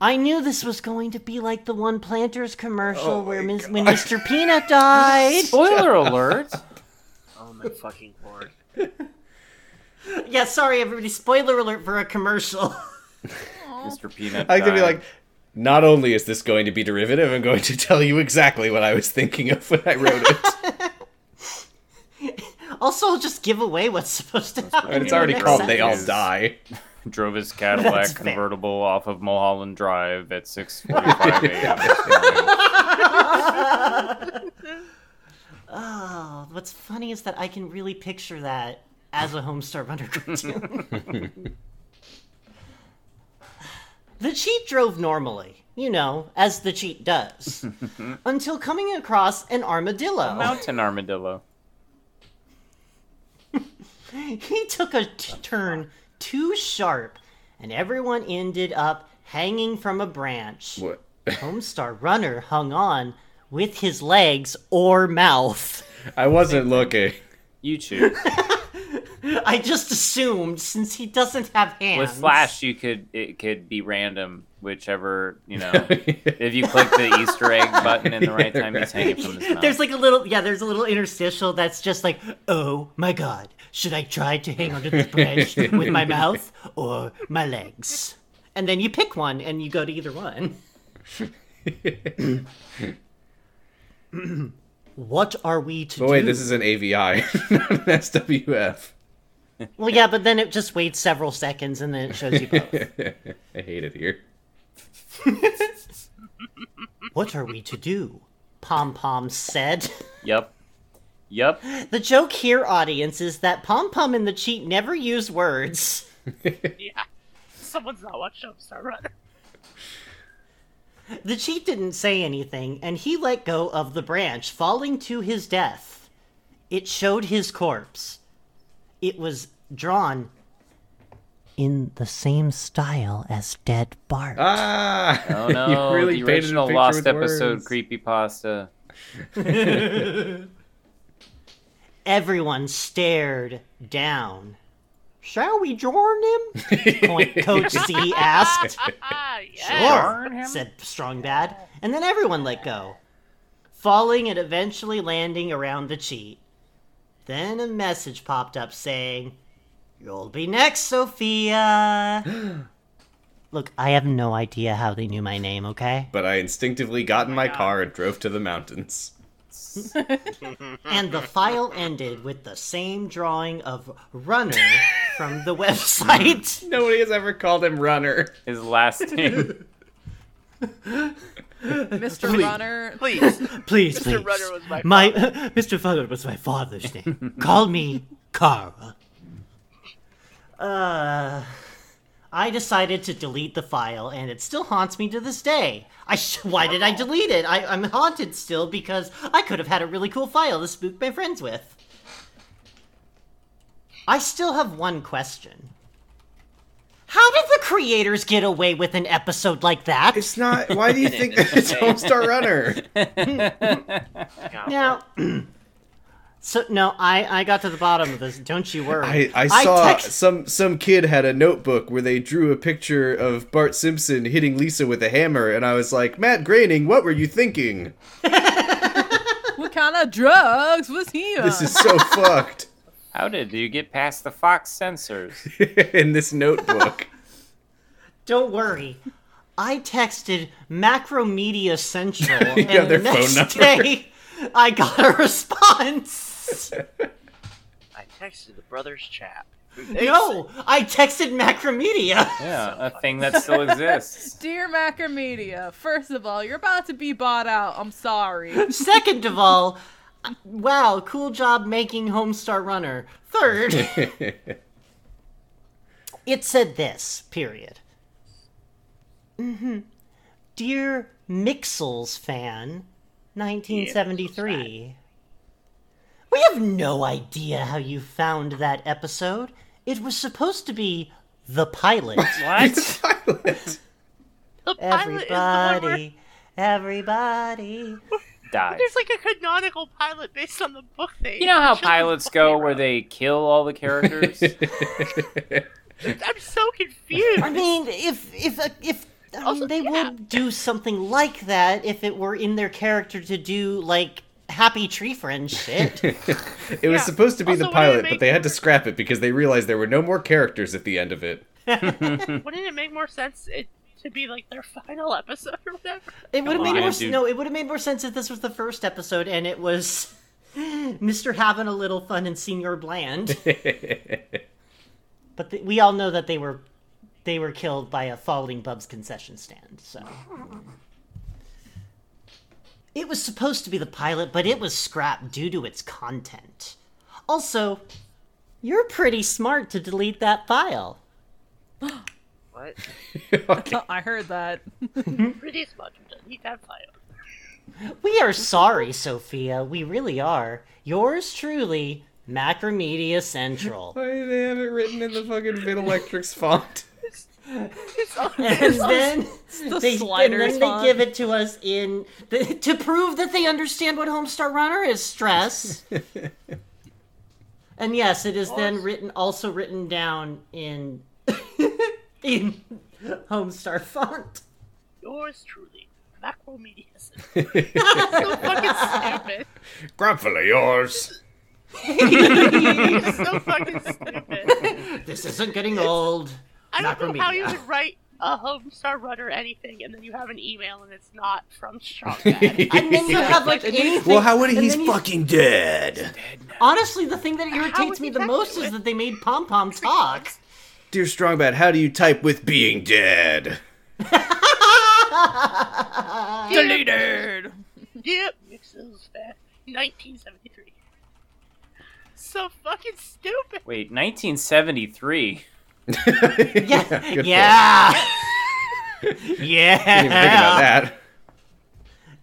A: I knew this was going to be like the one planters commercial where Ms. when Mr. Peanut died.
E: Spoiler alert!
G: Oh my fucking lord.
A: yeah, sorry everybody, spoiler alert for a commercial. *laughs*
E: Mr. Peanut.
B: I like to be
E: died.
B: like, not only is this going to be derivative, I'm going to tell you exactly what I was thinking of when I wrote
E: *laughs*
B: it.
A: Also, just give away what's supposed to happen.
B: and it's
A: in
B: already
A: the next
B: called They All
A: sentence.
B: Die.
E: drove his Cadillac
A: That's fair.
E: convertible off of Mulholland Drive at
B: *laughs*
E: 6:45 a.m. this morning.
A: Oh, what's funny is that I can really picture that as a Homestar Runner *laughs* cartoon.
B: *laughs*
A: the cheat drove normally, you know, as the cheat
B: *laughs*
A: does, until coming across an armadillo.
E: Mountain armadillo.
A: *laughs* he took a t- turn too sharp, and everyone ended up hanging from a branch.
B: What?
A: Homestar Runner hung on with his legs or mouth.
B: I wasn't looking. *laughs*
A: *laughs*
E: You choose.
A: I just assumed since he doesn't have hands.
E: With Flash, you could it could be random, whichever you
B: *laughs*
E: know. if you click the Easter egg button in the right time, he's hanging from his
A: *laughs*
E: mouth.
A: There's like a little yeah, there's a little interstitial that's just like, "Oh my god, should I try to hang onto
E: *laughs*
A: this branch with my mouth or my legs?" And then you pick one and you go to either
E: *laughs*
A: one. what are we to
B: But wait,
A: do?
B: this is an AVI, not an SWF.
A: Well, yeah, but then it just waits several seconds and then it shows you both.
B: I hate it here.
A: what are we to do? Pom Pom said. *laughs*
E: Yep. Yep.
A: The joke here, audience, is that Pom Pom and the Cheat never use words.
D: *laughs* Yeah. Someone's not watching Homestar Runner.
A: The Cheat didn't say anything, and he let go of the branch, falling to his death. It showed his corpse. It was drawn in the same style as Dead Bart.
B: Ah!
E: Oh no!
B: *laughs* you really
E: the
B: painted a
E: original
B: picture
E: lost
B: with
E: episode
B: words.
E: creepypasta.
A: Everyone stared down. Shall we join him? Point Coach Z asked.
D: Ah, yeah.
A: Sure, said Strong Bad, and then everyone let go, falling and eventually landing around the cheat. Then a message popped up saying, You'll be next, Sophia. Look, I have no idea how they knew my name, okay?
B: But I instinctively got in my car and drove to the mountains.
A: And the file ended with the same drawing of Runner from the website.
B: Nobody has ever called him Runner.
E: His last
A: *laughs*
E: name.
C: Mr. Runner.
G: Please,
A: Please, please.
G: Mr. Runner was my.
A: My *laughs* Mr. Fuller was my father's name. Call me Carl. Uh, I decided to delete the file, and it still haunts me to this day. I sh- why did I delete it? I- I'm haunted still because I could have had a really cool file to spook my friends with. I still have one question. How did the creators get away with an episode like that?
B: It's not. Why
E: *laughs*
B: do you think it's Home Star Runner?
A: Now, *clears throat* so no, I I got to the bottom of this. Don't you worry.
B: I, I saw
A: text-
B: some some kid had a notebook where they drew a picture of Bart Simpson hitting Lisa with a hammer, and I was like, Matt Groening, what were you thinking?
C: What kind of drugs was he on?
B: This
D: *laughs*
B: is so fucked.
E: How did you get past the Fox censors?
B: *laughs* In this *laughs* notebook.
A: Don't worry. I texted Macromedia Central, and
B: *laughs* Yeah,
A: the
B: their phone
A: next
B: number.
A: day I got a response. *laughs*
G: I texted the brothers chap.
A: no, I texted Macromedia.
E: *laughs* Yeah, *laughs* a thing that still *laughs* exists.
C: Dear Macromedia, first of all, you're about to be bought out. I'm sorry.
A: Second of all, wow, cool job making Homestar Runner.
D: *laughs*
A: Third, it said this, period. Mm-hmm. Dear Mixels fan, 1973. We have no idea how you found that episode. It was supposed to be the
D: *laughs*
A: pilot.
E: What?
B: Pilot.
D: The pilot is the one where
A: Everybody, everybody.
E: Died.
D: there's like a canonical pilot based on the book thing.
E: You know how pilots go where they kill all the *laughs* characters?
D: I'm so confused.
A: I mean, if if uh, if I mean,
D: Also,
A: they
D: yeah.
A: would do something like that if it were in their character to do like happy tree friend
E: *laughs*
A: shit.
B: It was supposed to be
D: Also,
B: the
D: what do they
B: pilot,
D: make
B: but they had to
D: for-
B: scrap it because they realized there were no more characters at the end of it. *laughs*
D: Wouldn't it make more sense it, to be like their final episode or whatever?
A: it would have made
E: on,
A: more s-
E: dude.
A: no. It would have made more sense if this was the first episode and it was *laughs* Mister having a little fun and Senior Bland. but th- we all know that they were they were killed by a falling Bub's concession stand. So. It was supposed to be the pilot, but it was scrapped due to its content. Also, you're pretty smart to delete that file.
G: What?
C: I heard that.
D: Pretty smart. Doesn't need that file.
A: We are sorry, Sophia. We really are. Yours truly, Macromedia Central.
B: Why do they have it written in the fucking Electrics font?
A: and then *laughs* they, and
C: sliders
A: then
C: font.
A: they give it to us in to prove that they understand what Homestar Runner is
D: *laughs*
A: stress. and yes, it is then written also written down in *laughs* in Homestar font. *laughs*
D: Yours truly, Macromedia. *laughs* That's so fucking stupid.
H: Grumpfully yours.
D: It's so fucking stupid.
A: This isn't getting old.
D: I don't know how you
A: Macromedia.
D: would write a Homestar Run or anything, and then you have an email and it's not from
B: *laughs*
D: Strongman.
A: And then you have
D: *laughs*
A: like anything.
H: Well, how would he?
A: and
H: He's
A: then you-
H: fucking dead.
A: Honestly, the thing that irritates
D: would
A: me
D: he
A: the
D: text
A: most
D: you?
A: is that they made Pom Pom talk.
H: Dear Strongbat, how do you type with being dead?
A: *laughs*
C: Deleted.
D: yep, Mixels fan, 1973. So fucking stupid.
E: Wait, 1973.
A: *laughs*
B: *laughs*
A: Yeah.
B: Good
A: Yeah.
B: point. *laughs* Didn't even
A: *laughs*
B: think
A: yeah.
B: about that.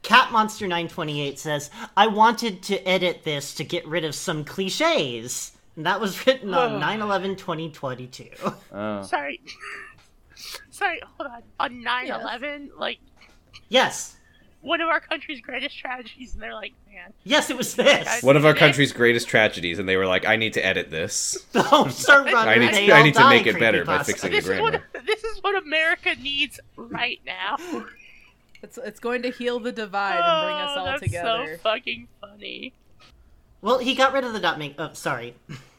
A: Cat Monster 928 says, "I wanted to edit this to get rid of some clichés." And that was written on 9/11/2022.
E: Oh.
D: Sorry. *laughs* Sorry, hold on. On 9 11, like,
A: *laughs* yes.
D: one of our country's greatest tragedies, and they're like, man,
A: Yes, it was this.
B: One of our country's greatest tragedies, and they were like, "I need to edit this."
A: The Homestar Runner.
B: I need
A: they
B: to- I
A: all
B: need to
A: die
B: make it better by
A: creepypasta.
B: fixing it.
D: this is, what,
B: grammar.
D: *laughs* this is what America needs right now.
C: It's it's going to heal the divide and bring us
D: Oh,
C: all
D: that's
C: together.
D: so fucking funny.
A: Well, he got rid of the dot make. Oh, sorry. *laughs*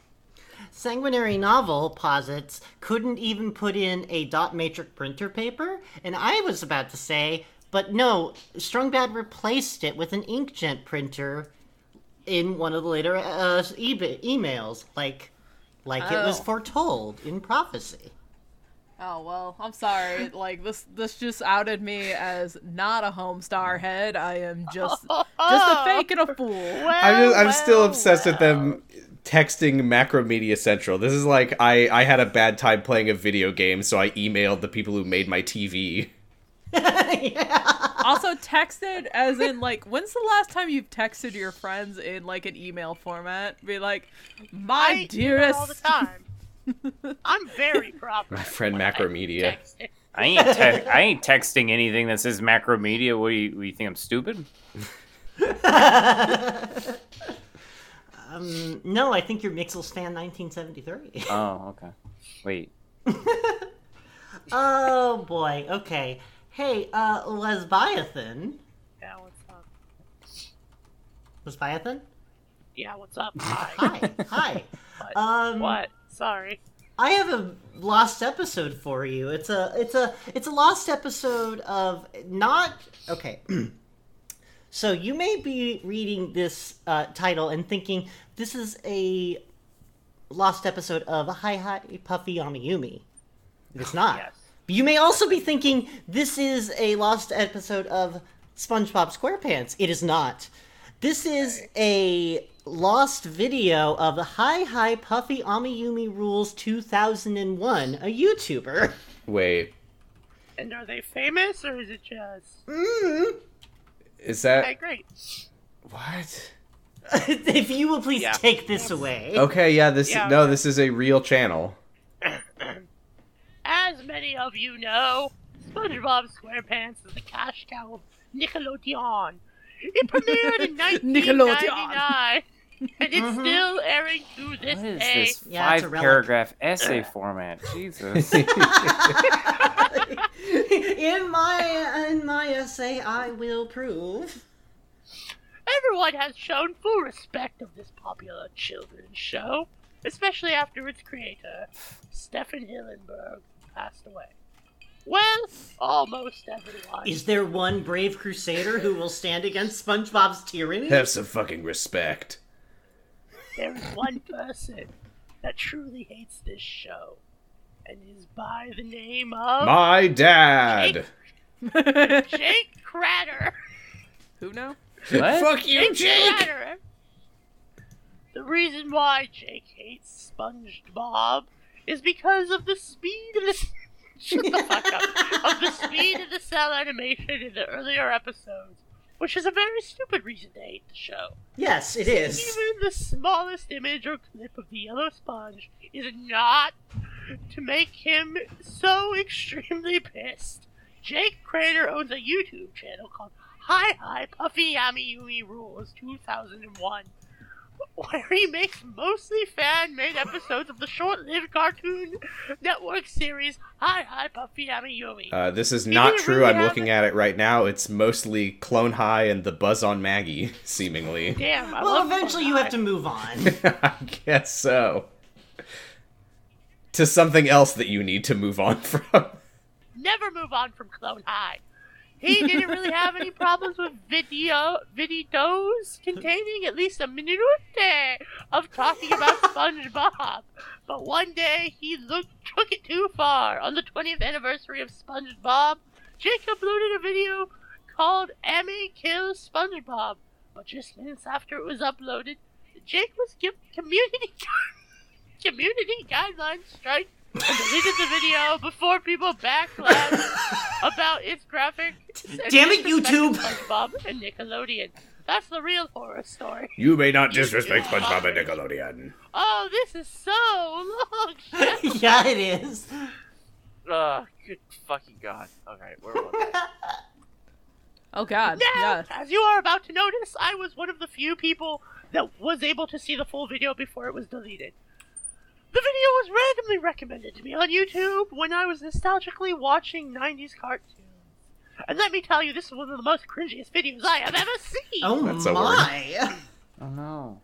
A: Sanguinary novel posits couldn't even put in a dot matrix printer paper, and I was about to say, but no, Strongbad replaced it with an inkjet printer in one of the later uh, e- emails, like, like it was
C: Oh.
A: foretold in prophecy. *laughs*
C: oh well, I'm sorry. Like this this just outed me as not a Homestar head. I am just just a fake and a fool.
B: I'm, just, I'm still obsessed with them texting Macromedia Central. This is like I I had a bad time playing a video game, so I emailed the people who made my TV.
A: yeah. *laughs*
C: also texted as in like when's the last time you've texted your friends in like an email format be like my
D: I do that
C: dearest
D: all the time. I'm very proper.
B: *laughs* My friend
D: when I
B: Macromedia.
D: text it.
E: I ain't te- I ain't texting anything that says macromedia. What do you, what do you think I'm stupid?
A: um, no, I think you're Mixels fan 1973.
E: Oh, okay. Wait.
A: oh boy. Okay. Hey, uh, Lesbiathan.
D: Yeah, what's up?
A: Lesbiathan.
D: Yeah, what's up?
E: *laughs*
D: Hi.
A: Hi. Hi.
D: *laughs* What?
A: Um,
D: what? Sorry.
A: I have a lost episode for you. It's a it's a it's a lost episode of not okay. so you may be reading this uh, title and thinking this is a lost episode of Hi Hi Puffy Amiyumi. It's not.
D: Yes.
A: But you may also be thinking this is a lost episode of SpongeBob SquarePants. It is not. This is a lost video of Hi Hi Puffy Amiyumi Rules 2001, a YouTuber. *laughs*
B: Wait,
D: And are they famous or is it just
A: Mm.
B: is that
D: okay? Great.
B: what?
A: *laughs* if you will please
G: Yeah.
A: take this away.
B: Okay, yeah, this
D: Yeah,
B: no,
D: okay.
B: this is a real channel.
D: As many of you know, SpongeBob SquarePants is the cash cow of Nickelodeon. It
E: *laughs*
D: premiered in 1999, and it's still airing to this
E: Mm-hmm. What is
D: day.
E: this
A: Yeah, it's a
E: five
A: relic.
E: paragraph essay format? *laughs* Jesus.
A: in my in my essay, I will prove.
D: Everyone has shown full respect of this popular children's show, especially after its creator, Stefan Hillenberg, passed away. Well, almost everyone.
A: Is there one brave crusader who will stand against SpongeBob's tyranny?
H: Have some fucking respect.
D: There is one person that truly hates this show, and is by the name
A: Oh.
D: of
B: My dad.
D: Jake Cratter.
C: *laughs* who know
E: what?
H: Fuck you, Jake!
D: Cratter. The reason why Jake hates SpongeBob is because of the speed of the *laughs* shut the fuck up of the speed of the cell animation in the earlier episodes, which is a very stupid reason to hate the show.
A: Yes, it is.
D: Even the smallest image or clip of the yellow sponge is not to make him so extremely pissed. Jake Crater owns a YouTube channel called Hi Hi Puffy Yami Yumi Rules 2001, where he makes mostly fan made episodes of the short lived Cartoon Network series Hi Hi Puffy Yami Yumi.
B: Uh, this is not
D: didn't
B: true.
D: really
B: I'm
D: have
B: looking
D: it.
B: at it right now. It's mostly Clone High and the Buzz on Maggie, *laughs* seemingly.
D: Damn, I
A: Well,
D: love
A: eventually you
D: Hi.
A: have to move on.
B: *laughs* I guess so. To something else that you need to move on *laughs* from.
D: never move on from Clone High. He didn't really have any problems with video videos containing at least a minute of talking about *laughs* SpongeBob. But one day he looked took it too far. On the 20th anniversary of SpongeBob, Jake uploaded a video called Emmy Kills SpongeBob. But just minutes after it was uploaded, Jake was given community *laughs* community guidelines strike and deleted the video before people
A: *laughs*
D: backlash about its graphic.
A: Damn it, YouTube.
D: SpongeBob and Nickelodeon. That's the real horror story.
H: You may not disrespect SpongeBob and Nickelodeon.
D: Oh, this is so long. Jeff.
A: yeah, it is.
G: Ugh, good fucking god. Alright, where was I?
C: oh god yeah
D: now, as you are about to notice, I was one of the few people that was able to see the full video before it was deleted. The video was randomly recommended to me on YouTube when I was nostalgically watching 90s cartoons. And let me tell you, this is one of the most cringiest videos I have ever seen!
A: Oh
B: That's a word.
A: my.
E: Oh no.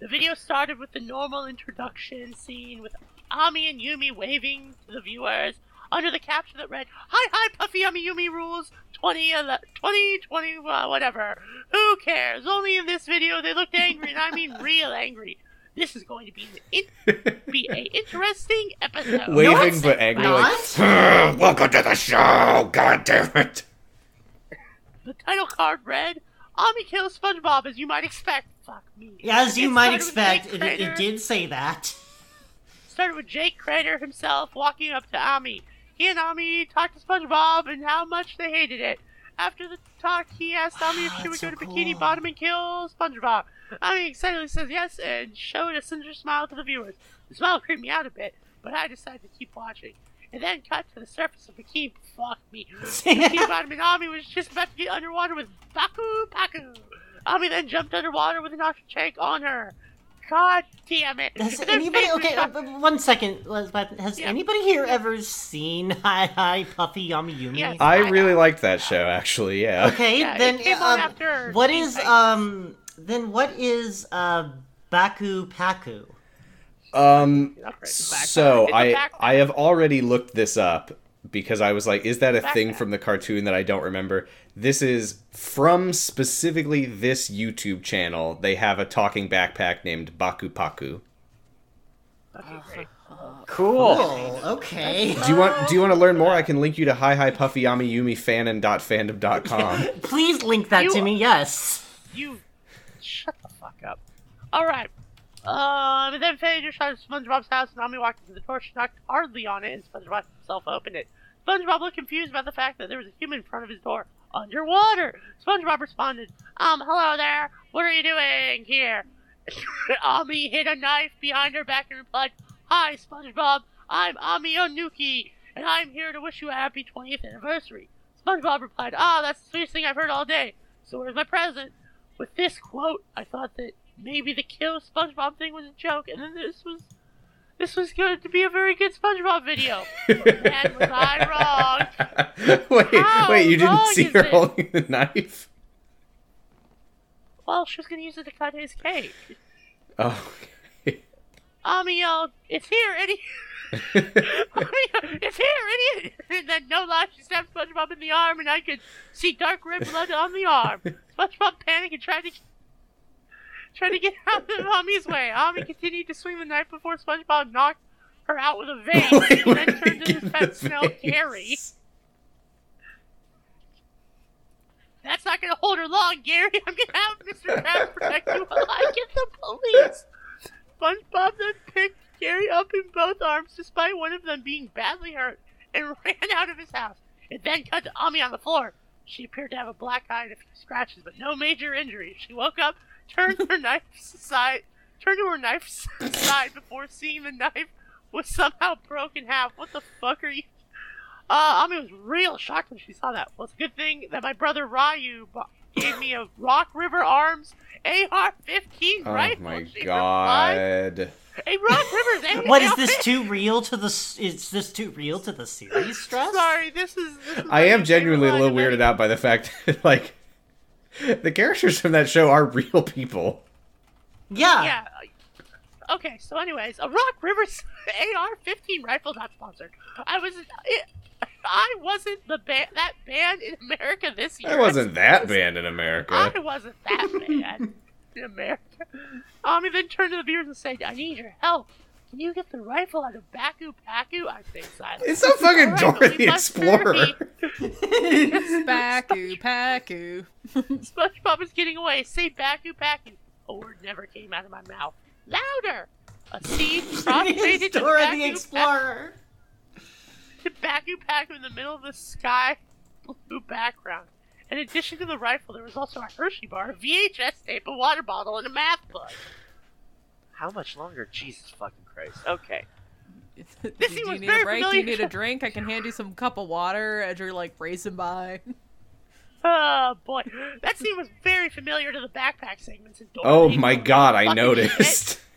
D: The video started with the normal introduction scene with Ami and Yumi waving to the viewers under the caption that read, Hi, hi, Puffy Ami Yumi rules 2011 2020, uh, whatever. Who cares? Only in this video they looked angry, and I mean real angry. This is going to be an in- be a interesting episode.
B: Waving but angry. Like,
H: *laughs*
A: Not?
H: Welcome to the show! God damn it!
D: The title card read, Ami kills SpongeBob as you might expect. Fuck me.
A: As you
D: It
A: might
D: started with Jake
A: expect, it, it-
D: Crater-
A: it did say
D: *laughs*
A: that.
D: started with Jake Crater himself walking up to Ami. He and Ami talked to SpongeBob and how much they hated it. After the talk, he asked Tommy if she would
A: Ah, That's
D: go
A: so
D: to Bikini
A: cool.
D: Bottom and kill SpongeBob. Tommy excitedly says yes and showed a sinister smile to the viewers. The smile creeped me out a bit, but I decided to keep watching. And then cut to the surface of Bikini. Fuck me.
A: *laughs*
D: Bikini Bottom and Ami was just about to get underwater with Baku Baku. Ami then jumped underwater with an ostrich tank on her. God damn it.
A: Has
D: Their
A: anybody?
D: faces
A: Okay,
D: got-
A: uh, uh, one second. Liz, but Has
D: Yeah.
A: anybody here ever seen Hi Hi Puffy Yummy Yumi?
D: Yes. I
B: I really liked that show, actually. Yeah.
A: Okay,
D: Yeah, it
A: then
D: came out
A: um,
D: after
A: what
D: Teen
A: is
D: Titans.
A: um then what is uh Baku Paku?
B: Um.
D: Not right.
B: So
D: It's a
B: I
D: back-
B: I have already looked this up because I was like, is that a thing
D: Backpack.
B: from the cartoon that I don't remember? This is from specifically this YouTube channel. They have a talking backpack named Baku Paku.
E: Cool.
A: Oh, okay.
B: Do you want Do you want to learn more? I can link you to Hi Hi Puffy Yami Yumi
D: *laughs*
B: Fanon.fandom.com.
A: *laughs* Please link that to
D: You-
A: me. Yes.
D: You shut the fuck up. All right. Um, and then Faye just shot SpongeBob's house, and Nami walked into the door. She knocked hardly on it, and SpongeBob himself opened it. SpongeBob looked confused by the fact that there was a human in front of his door, underwater. SpongeBob responded, "Um, hello there. What are you doing here?" *laughs* Ami hid a knife behind her back and replied, "Hi, SpongeBob. I'm Ami Onuki, and I'm here to wish you a happy 20th anniversary." SpongeBob replied, "Ah, that's the sweetest thing I've heard all day. So where's my present?" with this quote, I thought that maybe the kill SpongeBob thing was a joke, and then this was this was going to be a very good SpongeBob video.
B: *laughs*
D: and was I wrong?
B: wait,
D: How
B: wait! You didn't
D: long
B: see
D: is
B: her
D: it?
B: holding the knife?
D: Well, she was going to use it to cut his cake.
B: Oh. *laughs*
D: Ami yelled, "It's here, idiot!" *laughs* Ami, yelled, it's here, idiot! And then no lie, she stabbed SpongeBob in the arm, and I could see dark red blood on the
B: *laughs*
D: arm. SpongeBob panicked and tried to. Trying to get out of Ami's way. Ami continued to swing the knife before SpongeBob knocked her out with a vase,
B: *laughs* Wait,
D: and
B: where
D: then
B: did
D: turned
B: he
D: to his
B: get
D: pet
B: the
D: snail,
B: vase?
D: Gary. That's not gonna hold her long, Gary. *laughs* I'm gonna have Mr. Krabs protect you while I get the police. SpongeBob then picked Gary up in both arms, despite one of them being badly hurt, and *laughs* ran out of his house. It then cut to Ami on the floor. She appeared to have a black eye and a few scratches, but no major injuries. She woke up, turned her knife aside, turned to her knife aside before seeing the knife was somehow broken in half. What the fuck are you? Uh, Ami was real shocked when she saw that. Well, it's a good thing that my brother Ryu bo- gave me a Rock River Arms AR-15
B: Oh
D: rifle.
B: my
D: she replied.
B: god.
D: A Rock River's
A: *laughs*
D: AR-15.
A: What is this too real to the? s- Is this too real to the series? Stress.
D: Sorry, this is. This is
B: I
D: my
B: am
D: favorite
B: genuinely a
D: line
B: little
D: of
B: weirded
D: any-
B: out by the fact *laughs* that, like, the characters from that show are real people.
A: Yeah. *laughs*
D: Yeah. Okay, so anyways, a Rock River's *laughs* AR-15 rifle not sponsored. I was. It, I wasn't the ba- that band in America this year.
B: That wasn't that banned in America.
D: I wasn't that bad in America. Ami then turned to the viewers and said, I need your help. Can you get the rifle out of Baku Baku? I say silent.
B: It's not fucking
D: All right,
B: Dora
D: we
B: the
D: must
B: Explorer.
D: hurry.
C: Paku, Paku.
D: SpongeBob is getting away. Say Baku Baku. A word never came out of my mouth. Louder! A
B: *laughs*
D: seed prostrated to
A: Dora
D: Baku
A: the Explorer.
D: to *laughs* Baku Baku in the middle of the sky blue background. In addition to the rifle, there was also a Hershey bar, a VHS tape, a water bottle, and a math book.
G: How much longer? Jesus fucking Christ.
D: Okay.
C: Do
D: This
C: you
D: was
C: need
D: very
C: a break? Do
D: familiar.
C: you need a drink? I can hand you some cup of water as you're like racing by.
D: Oh boy, that scene was very familiar to the backpack segments in Dora.
B: Oh
D: the
B: my
D: Explorer.
B: god, I
D: Fucking
B: noticed. *laughs*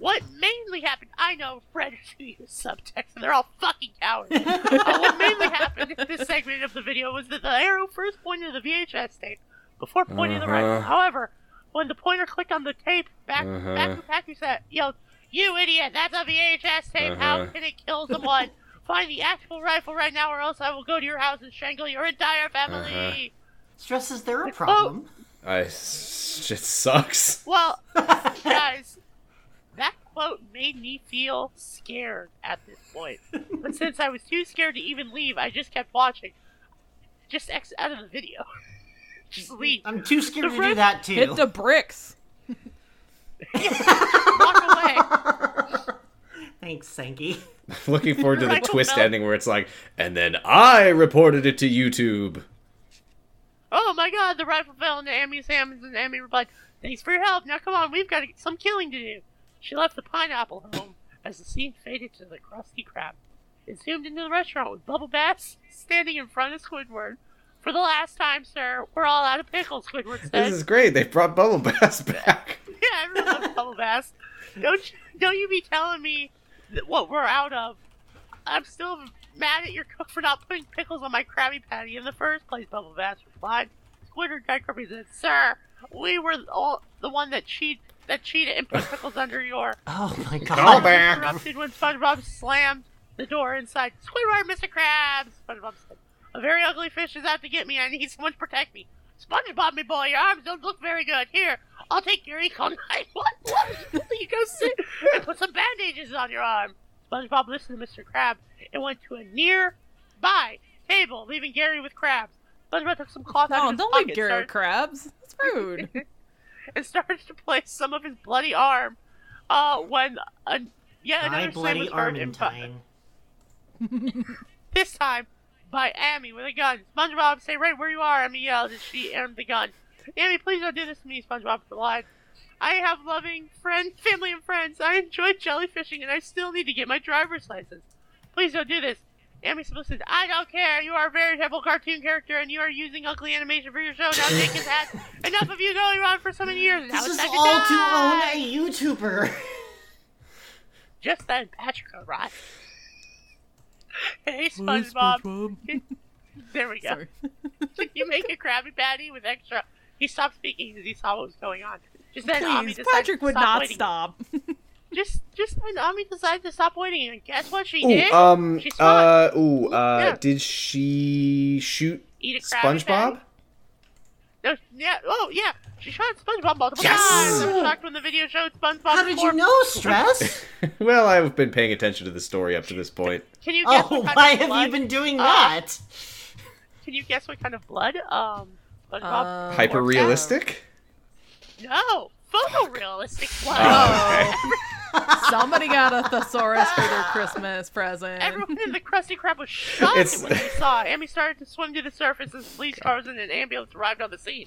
D: What mainly happened, I know Fred is going to use subtext, and they're all fucking cowards. Uh, what mainly happened in this segment of the video was that the arrow first pointed to the VHS tape before pointing to the rifle.
B: Uh-huh.
D: However, when the pointer clicked on the tape, back
B: Uh-huh.
D: back Packer said, yelled, "You idiot! That's a VHS tape. How
B: Uh-huh.
D: can it kill
B: *laughs*
D: someone? Find the actual rifle right now, or else I will go to your house and strangle your entire family."
B: Uh-huh.
A: Stress is there a problem?
B: I s- shit sucks. *laughs*
D: Well, guys, that quote made me feel scared at this point. But since I was too scared to even leave, I just kept watching. Just exit out of the video. *laughs* just leave.
A: I'm too scared
D: The
A: to
D: rest-
A: do that too.
C: Hit the bricks.
D: Walk away.
A: *laughs* Thanks, Sankey.
D: *laughs*
B: Looking forward to the
D: Michael
B: twist
D: Bell.
B: ending where it's like, and then I reported it to YouTube.
D: Oh my god, the rifle fell into Amy's hands, and Amy replied, Thanks for your help. Now come on, we've got some killing to do. She left the pineapple home as the scene faded to the crusty crab. It zoomed into the restaurant with Bubble Bass standing in front of Squidward. For the last time, sir, we're all out of pickles, Squidward said.
B: This is great. They brought Bubble Bass *laughs* back.
D: *laughs* Yeah, I really love Bubble Bass. Don't you, don't you be telling me that what we're out of. I'm still mad at your cook for not putting pickles on my Krabby Patty in the first place, Bubble Bass replied. Squidward Gregory said, Sir, we were all the one that cheat that cheated and put pickles under your
A: Oh *laughs* my
H: Go
A: god.
H: back.
D: interrupted when SpongeBob slammed the door inside. Squidward, Mr. Krabs! SpongeBob said, A very ugly fish is out to get me. I need someone to protect me. SpongeBob, me boy, your arms don't look very good. Here, I'll take your eco knife. *laughs* What? What? you go sit and put some bandages on your arm. SpongeBob listened to Mr. Krabs and went to a nearby table, leaving Gary with Krabs. SpongeBob took some cloth out
C: No,
D: of his
C: Oh, don't leave
D: pocket and
C: Gary
D: started- *laughs*
C: Krabs. That's rude.
D: and started to place some of his bloody arm uh, when uh, yet another
A: My
D: slam
A: bloody
D: was heard in front-
A: Armentine.
D: This time by Amy with a gun. SpongeBob, stay right where you are, Amy yelled as she aimed the gun. Amy, please don't do this to me, SpongeBob replied. I have loving friends, family and friends. I enjoy jellyfishing and I still need to get my driver's license. Please don't do this. Amy said, I don't care. You are a very terrible cartoon character and you are using ugly animation for your show. Now take
A: *laughs*
D: his hat. Enough of you going around for so many years. Now
A: This
D: it's
A: is
D: time to
A: all to own
D: die."
A: a YouTuber. *laughs*
D: Just then, Patrick arrived. *laughs* Hey, SpongeBob. *laughs* There we go.
C: Sorry.
D: Can you make a Krabby Patty with extra? He stopped speaking because he saw what was going on. Just then, Ami
C: Please,
D: decided
C: Patrick
D: to
C: would
D: stop
C: not
D: waiting.
C: stop.
D: Just, just then, Ami decided to stop waiting, and guess what she
B: Ooh,
D: did?
B: um,
D: She's
B: uh, ooh, uh,
D: Yeah.
B: did she shoot
D: Eat a Krabby
B: SpongeBob?
D: Patty. No, yeah, oh yeah, she shot SpongeBob multiple
H: Yes!
D: times. I was shocked when the video showed SpongeBob.
A: How did
D: before.
A: you know, Stress?
B: Well, I've been paying attention to the story up to this point.
A: *laughs*
D: Can you guess
A: Oh,
D: what kind
A: why
D: of
A: have
D: blood?
A: you been doing
D: Uh,
A: that?
D: Can you guess what kind of blood? Um, SpongeBob.
A: Uh,
C: Um,
B: Hyper realistic?
D: no, photorealistic blood.
A: Oh.
C: Somebody got a thesaurus for their Christmas present.
D: Everyone in the Krusty Krab was shocked
B: It's-
D: when
B: *laughs*
D: they saw it. Amy started to swim to the surface as police cars and an ambulance arrived on the scene.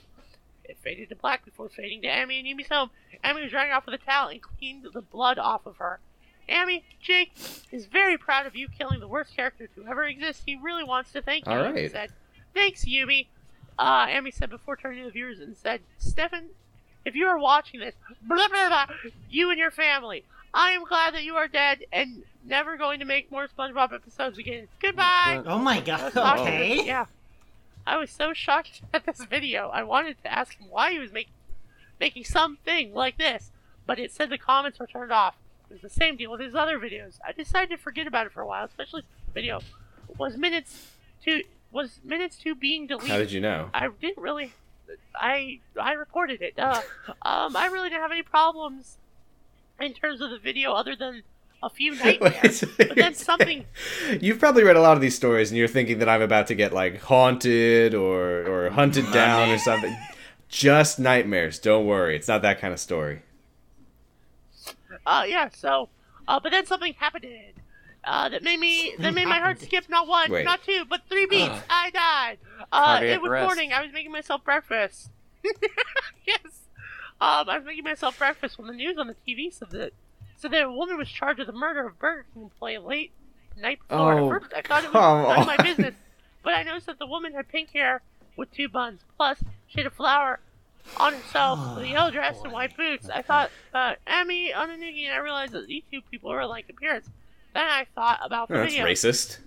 D: It faded to black before fading to Amy and Amy's home. Amy was running off with a towel and cleaned the blood off of her. Amy, Jake is very proud of you killing the worst character to ever exist. He really wants to thank you.
B: All
D: Amy
B: right.
D: said, Thanks, Yumi. Uh, Amy said before turning to the viewers and said, Stefan, if you are watching this, blah, blah, blah, you and your family, I am glad that you are dead and never going to make more SpongeBob episodes again. Goodbye.
A: Oh my god.
D: Shocked at this-
A: Okay.
D: Yeah. I was so shocked *laughs* at this video. I wanted to ask him why he was making making something like this, but it said the comments were turned off. It was the same deal with his other videos. I decided to forget about it for a while, especially this video was minutes to was minutes to being deleted.
B: How did you know?
D: I didn't really. I I reported it. Uh, um, I really didn't have any problems in terms of the video, other than a few
B: *laughs*
D: nightmares. but then something.
B: You've probably read a lot of these stories, and you're thinking that I'm about to get like haunted or or hunted down or something. Just nightmares. Don't worry, it's not that kind of story.
D: Uh, yeah. So, uh, but then something happened. Uh, that made me that made my heart
A: happened?
D: skip not one,
B: Wait.
D: not two, but three beats. I died. Uh,
E: Cardiac
D: it was
E: arrest.
D: morning. I was making myself breakfast. *laughs* yes. Um, I was making myself breakfast when the news on the TV said that said that a woman was charged with the murder of Burger King employee late night before.
B: Oh,
D: At first, I thought it
B: come
D: was none of my
B: on.
D: business, but I noticed that the woman had pink hair with two buns. Plus, she had a flower on herself with a yellow dress and white boots. I thought, uh, Emmy, Onanugi, and I realized that these two people were alike in appearance. Then I thought about the
B: Oh, that's
D: video.
B: racist.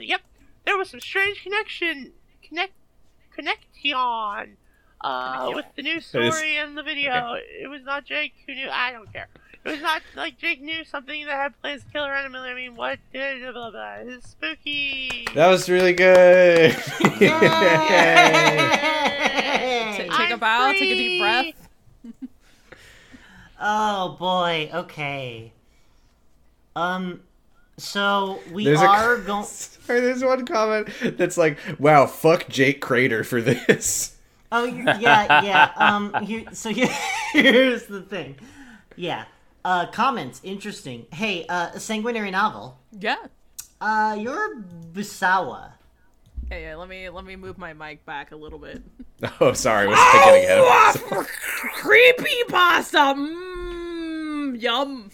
D: Yep, there was some strange connection, connect, connection, uh, with the news
B: It is-
D: story and the video. It was not Jake who knew. I don't care. It was not like Jake knew something that had plans to kill her enemy. I mean, what? Blah blah blah. blah. It's spooky.
B: That was really good. *laughs* Yay.
C: Take
D: I'm
C: a bow, take a deep
D: free.
C: breath.
A: *laughs* Oh boy. Okay. Um. So we
B: There's a- *laughs*
A: are going.
B: Sorry, there's one comment that's like, "Wow, fuck Jake Crater for this." *laughs*
A: Oh you- yeah, yeah. Um, here, so *laughs* here, here's the thing. Yeah. Uh, comments. Interesting. Hey, uh, sanguinary novel.
C: Yeah.
A: Uh, you're Busawa.
C: Hey, yeah, let me let me move my mic back a little bit. Oh,
B: Oh, sorry, I was thinking again.
C: *laughs* Creepy pasta. Mmm, yum.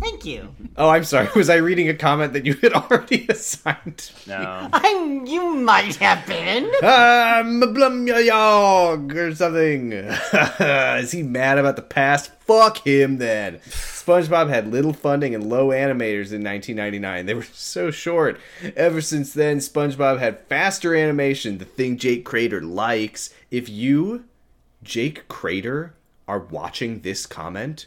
A: Thank you. *laughs*
B: Oh, I'm sorry. *laughs* Was I reading a comment that you had *laughs* already assigned?
E: *laughs* No.
A: I'm. You might have been.
B: Um, Blumyog or something. *laughs* Is he mad about the past? Fuck him then. SpongeBob had little funding and low animators in 1999. They were so short. Ever since then, SpongeBob had faster animation, the thing Jake Crater likes. If you, Jake Crater, are watching this comment,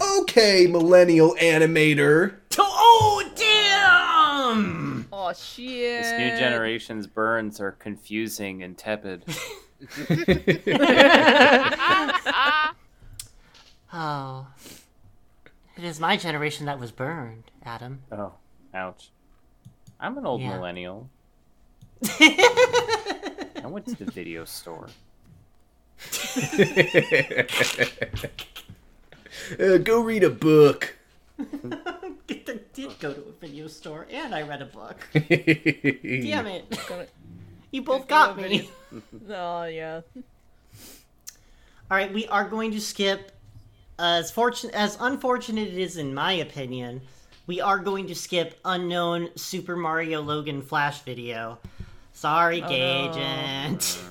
B: okay, millennial animator. *laughs*
A: Oh damn!
C: Oh shit.
E: This new generation's burns are confusing and *laughs* tepid.
A: Oh, it is my generation that was burned, *laughs* Adam.
E: Oh, ouch. I'm an old
A: Yeah.
E: millennial. I went to the *laughs* video store.
B: *laughs* Uh, go read a book.
A: I did go to a video store and I read a book.
B: Damn
A: Damn it!
C: Gonna-
A: You both
C: gonna
A: got
C: go
A: me.
C: video- Oh yeah.
A: All right, we are going to skip. As fortunate as unfortunate it is, in my opinion, we are going to skip unknown Super Mario Logan Flash video. Sorry, Gage. and- *laughs*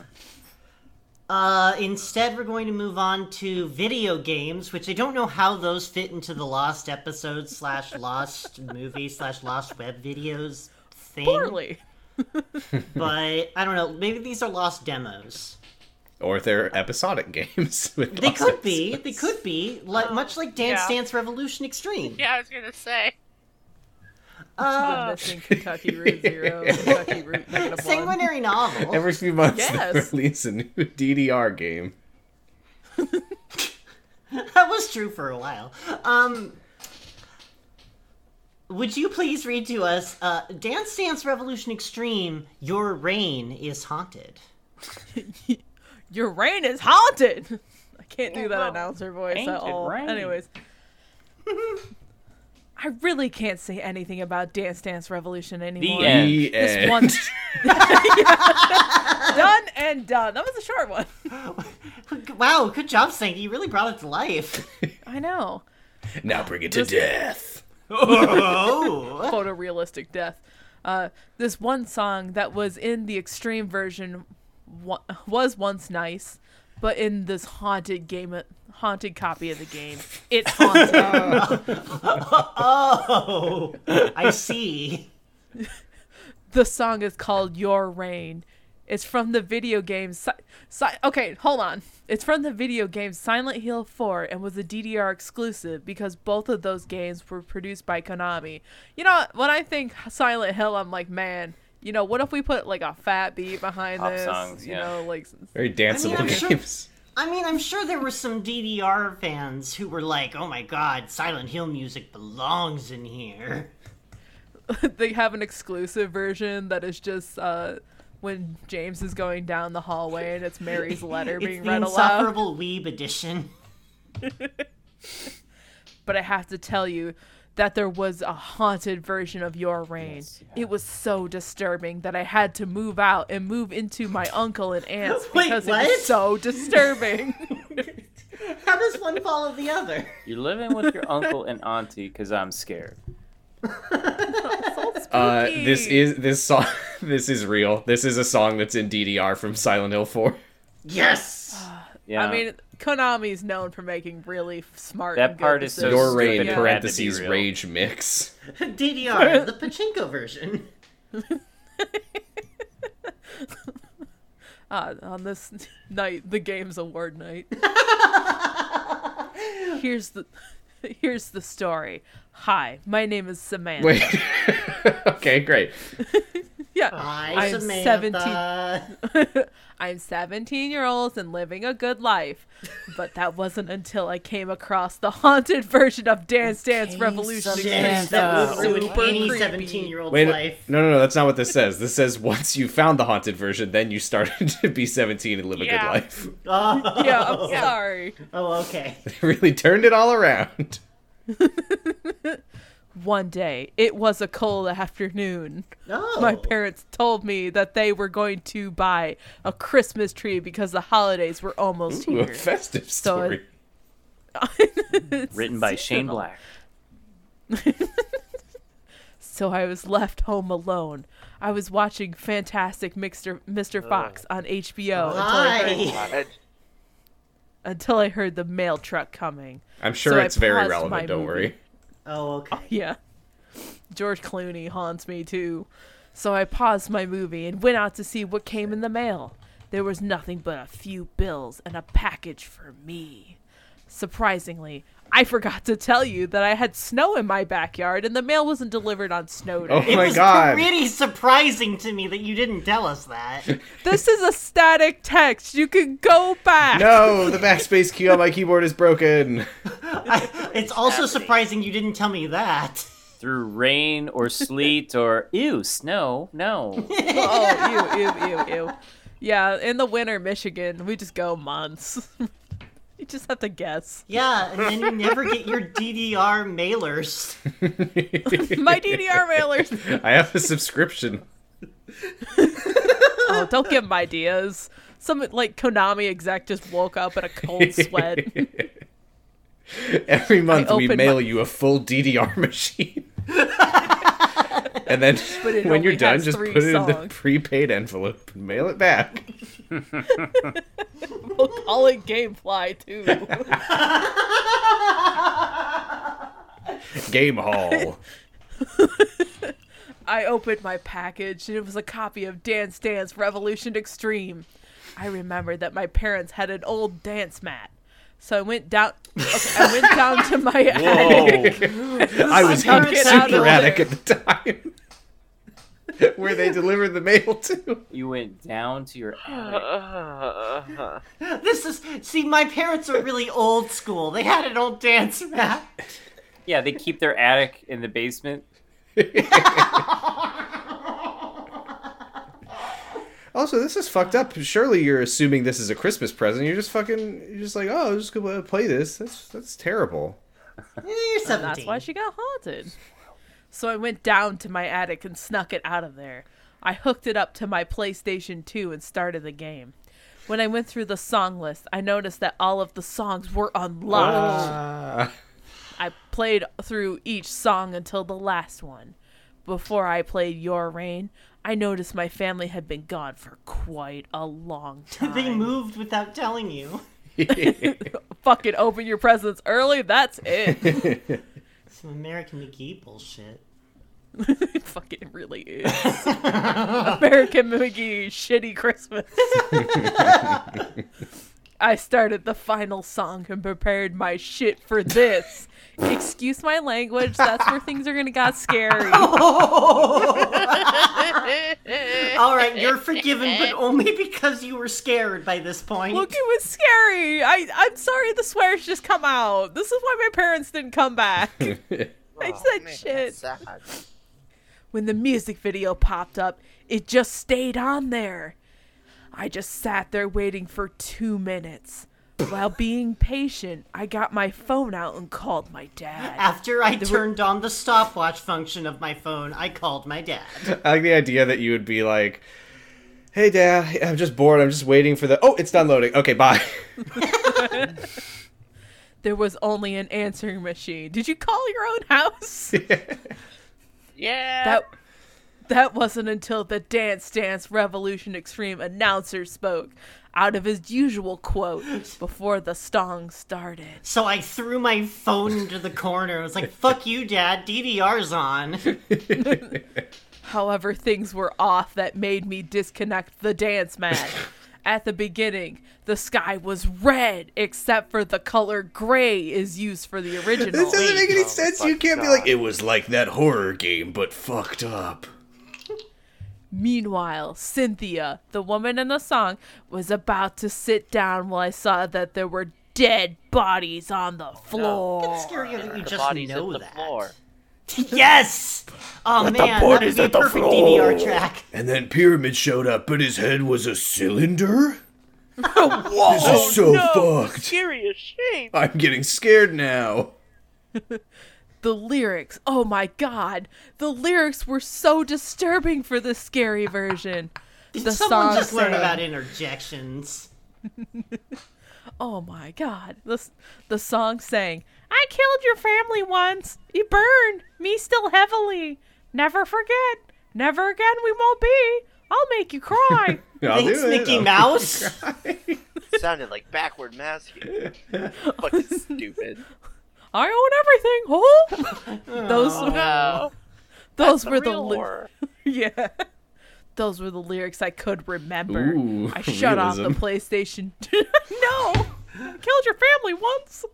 A: Uh, instead, we're going to move on to video games, which I don't know how those fit into the lost episodes slash lost movie slash lost web videos thing.
C: Poorly.
A: But I don't know. Maybe these are lost demos.
B: Or they're episodic games. *laughs* With
A: They
B: lots
A: could
B: of-
A: be. They could be. Like much like Dance
D: Um, yeah.
A: Dance Revolution Extreme.
D: Yeah, I was gonna say.
A: Uh,
C: The missing Kentucky *laughs* Route Zero, Kentucky Route *laughs* Negative One.
A: sanguinary novel.
B: *laughs* Every few months,
C: Yes.
B: they release a new *laughs* DDR game.
A: *laughs* that was true for a while. Um, would you please read to us uh, Dance Dance Revolution Extreme? Your reign is haunted.
C: Your rain is haunted. *laughs* I can't do that announcer voice at
E: Painted
C: all.
E: rain. *laughs*
C: Anyways. I really can't say anything about Dance Dance Revolution anymore.
E: end. And
B: The
C: This *laughs*
B: end.
C: one. done and done. That was a short one.
A: Wow, good job, Sankey. You really brought it to life. *laughs*
C: I know.
B: *laughs* Now bring it to death.
A: oh,
C: Photorealistic death. Uh, this one song that was in the extreme version wa- was once nice, but in this haunted game, haunted copy of the game, *laughs* it's haunted.
A: oh, I see.
C: the song is called Your Rain. It's from the video game. Si- si- okay, hold on. It's from the video game Silent Hill 4 and was a DDR exclusive because both of those games were produced by Konami. You know, when I think Silent Hill, I'm like, man, you know, what if we put like a fat beat behind
E: Pop
C: this?
E: songs,
C: you
E: yeah.
C: know, like *laughs*
B: Very danceable
A: I mean, I'm sure-
B: games.
A: I mean, I'm sure there were some DDR fans who were like, "Oh my God, Silent Hill music belongs in here."
C: they have an exclusive version that is just uh when James is going down the hallway and it's Mary's letter being
A: *laughs* It's the
C: read aloud.
A: insufferable weeb edition.
C: but I have to tell you that there was a haunted version of your reign. It was so disturbing that I had to move out and move into my
A: *laughs*
C: uncle and aunt's
A: Wait,
C: because it
A: what?
C: was
A: *laughs*
C: so disturbing.
A: How does one follow the other?
E: You're living with your uncle and auntie because I'm scared.
B: Uh,
C: Spooky.
B: this is this song. *laughs* This is real. This is a song that's in DDR from Silent Hill 4.
A: *laughs* *laughs* Yes.
E: Yeah.
C: I mean, Konami's known for making really f- smart.
E: Uh, That
C: and good
E: part is so
C: decisions.
B: Your rain
E: Yeah. Had
B: parentheses
E: to be real.
B: rage mix. *laughs*
A: DDR, the pachinko version.
C: uh, on this *laughs* night, the games
A: *laughs*
C: award night. here's the *laughs* here's the story. Hi, my name is Samantha.
B: Wait. *laughs* okay, great.
C: Yeah.
A: Oh. I
C: I'm
A: Samantha.
C: *laughs* I'm 17 year olds and living a good life. But that wasn't until I came across the haunted version of Dance Dance Revolution.
A: Yes,
C: Extreme
A: that
C: that
A: would ruin
C: was super
A: any
C: creepy.
A: seventeen-year-old's
B: Wait,
A: life. *laughs*
B: no, no, no. That's not what this says. This says once you found the haunted version, then you started *laughs* to be 17 and live a good
D: Yeah.
B: life. *laughs*
A: Oh,
C: Yeah, I'm sorry.
A: oh, okay.
B: really turned it all around.
C: one day. It was a cold afternoon.
A: *laughs* Oh.
C: My parents told me that they were going to buy a Christmas tree because the holidays were almost
B: Ooh, a
C: here. So
B: festive story.
C: It's
E: Written by Shane
C: seasonal.
E: Black.
C: So I was left home alone. I was watching Fantastic Mr. Mr. Fox
B: Oh.
C: on HBO until I, heard,
A: Why?
D: *sighs*
G: God.
C: until I heard the mail truck coming.
B: I'm sure
C: So I
B: it's very
C: paused my
B: relevant. Don't
C: movie.
B: worry.
A: *laughs* Oh, okay.
C: Yeah. George Clooney haunts me too. So I paused my movie and went out to see what came in the mail. There was nothing but a few bills and a package for me. Surprisingly, I forgot to tell you that I had snow in my backyard and the mail wasn't delivered on snow day.
B: Oh
A: It
B: my
A: was
B: god.
A: pretty surprising to me that you didn't tell us
B: *laughs*
A: that.
C: This is a static text. You can go back.
B: *laughs* No, the backspace key on my keyboard is
C: *laughs*
B: broken.
A: I, it's also surprising you didn't tell me that.
E: Through rain or sleet or *laughs* ew, snow. No.
C: Oh, *laughs* ew, ew, ew, ew. Yeah, in the winter, Michigan, we just go months. *laughs* you just have to guess.
A: Yeah, and then you never get your DDR mailers.
C: My DDR mailers.
B: *laughs* I have
C: *laughs*
B: a subscription.
C: Oh, don't give my ideas. Some like Konami exec just woke up in a cold
B: *laughs*
C: sweat.
B: Every month
C: I
B: we
C: opened
B: mail
C: my-
B: you a full DDR
C: *laughs*
B: *laughs* machine. and then
C: it
B: when you're
C: only
B: done,
C: has
B: just
C: three
B: put it in the
C: songs.
B: prepaid envelope and mail it back.
C: we'll call it Gamefly too. *laughs*
B: Game Hall. *laughs*
C: I opened my package and it was a copy of Dance Dance Revolution Extreme. I remembered that my parents had an old dance mat. So I went down okay, I went down to my attic.
E: Whoa.
B: I was
C: how
B: in
C: to get out
B: super
C: of
B: attic at the time. *laughs* Where they delivered the mail to.
E: you went down to *laughs* your attic.
G: Uh,
A: *laughs* This is see, my parents are really old school. They had an old dance mat. *laughs*
E: Yeah, they keep their attic in the basement.
B: Also, this is fucked up. Surely you're assuming this is a Christmas present. You're just fucking. You're just like, oh, I'm just gonna play this. That's that's terrible.
A: Eh, You're
C: And that's
A: seventeen.
C: why she got haunted. *laughs* So I went down to my attic and snuck it out of there. I hooked it up to my PlayStation 2 and started the game. When I went through the song list, I noticed that all of the songs were unlocked.
B: *laughs* Ah.
C: I played through each song until the last one. Before I played Your Rain, I noticed my family had been gone for quite a long time.
A: *laughs* they moved without telling you.
C: Fucking open your presents early, that's it. *laughs*
A: Some American McGee bullshit. *laughs*
C: it fucking really is. American McGee, shitty Christmas. I started the final song and prepared my shit for this. Excuse my language, that's where things are gonna got scary.
A: Oh, All right, you're forgiven, but only because you were scared by this point.
C: Look, it was scary. I, I'm sorry the swears just come out. This is why my parents didn't come back. I said shit.
G: sad.
C: When the music video popped up, it just stayed on there. I just sat there waiting for two minutes. While being patient, I got my phone out and called my dad.
A: After I turned on the stopwatch function of my phone, I called my dad.
B: I like the idea that you would be like, "Hey, Dad, I'm just bored. I'm just waiting for the. Oh, it's done loading. Okay, bye." *laughs*
C: There was only an answering machine. Did you call your own house?
D: Yeah.
C: that that wasn't until the Dance Dance Revolution Extreme announcer spoke out of his usual quote before the song started.
A: So I threw my phone into the corner. I was like, fuck you, dad. DDR's on.
C: However, things were off that made me disconnect the
A: *laughs*
C: dance mat. At the beginning, the sky was red except for the color gray is used
A: *laughs*
C: for the original.
B: this doesn't make any sense. You can't be like,
H: It was like that horror game, but fucked up.
C: Meanwhile, Cynthia, the woman in the song, was about to sit down while I saw that there were dead bodies on the floor.
A: It's scarier that you just
G: bodies
A: know
G: at the
A: that.
G: floor.
A: *laughs* Yes! Oh man,
H: board
A: that would
H: is
A: be a
H: at the
A: perfect
H: floor.
A: DDR track.
H: And then Pyramid showed up, but his head was a
B: *laughs*
H: cylinder? This is so fucked.
D: Serious shame.
B: "I'm getting scared now."
C: the lyrics. Oh my god, the lyrics were so disturbing for the
A: *laughs*
C: scary version. The
A: Someone
C: song
A: just learn
C: saying-
A: about interjections.
C: Oh my god. The, s- the song sang, I killed your family once. You burned me still heavily. Never forget. Never again we won't be. I'll make you cry.
B: I'll
A: Thanks,
B: do it.
A: Mickey
H: Oh,
B: I'll-
A: Mouse.
G: *laughs* Sounded like backward masking. Fucking stupid.
C: I own everything. Oh. *laughs* those
D: No.
C: those were the
D: Oh, real
C: ly-
D: horror.
C: *laughs* yeah. Those were the lyrics I could remember.
B: Ooh,
C: I shut off the
B: realism.
C: PlayStation. *laughs* no. I Killed your family once.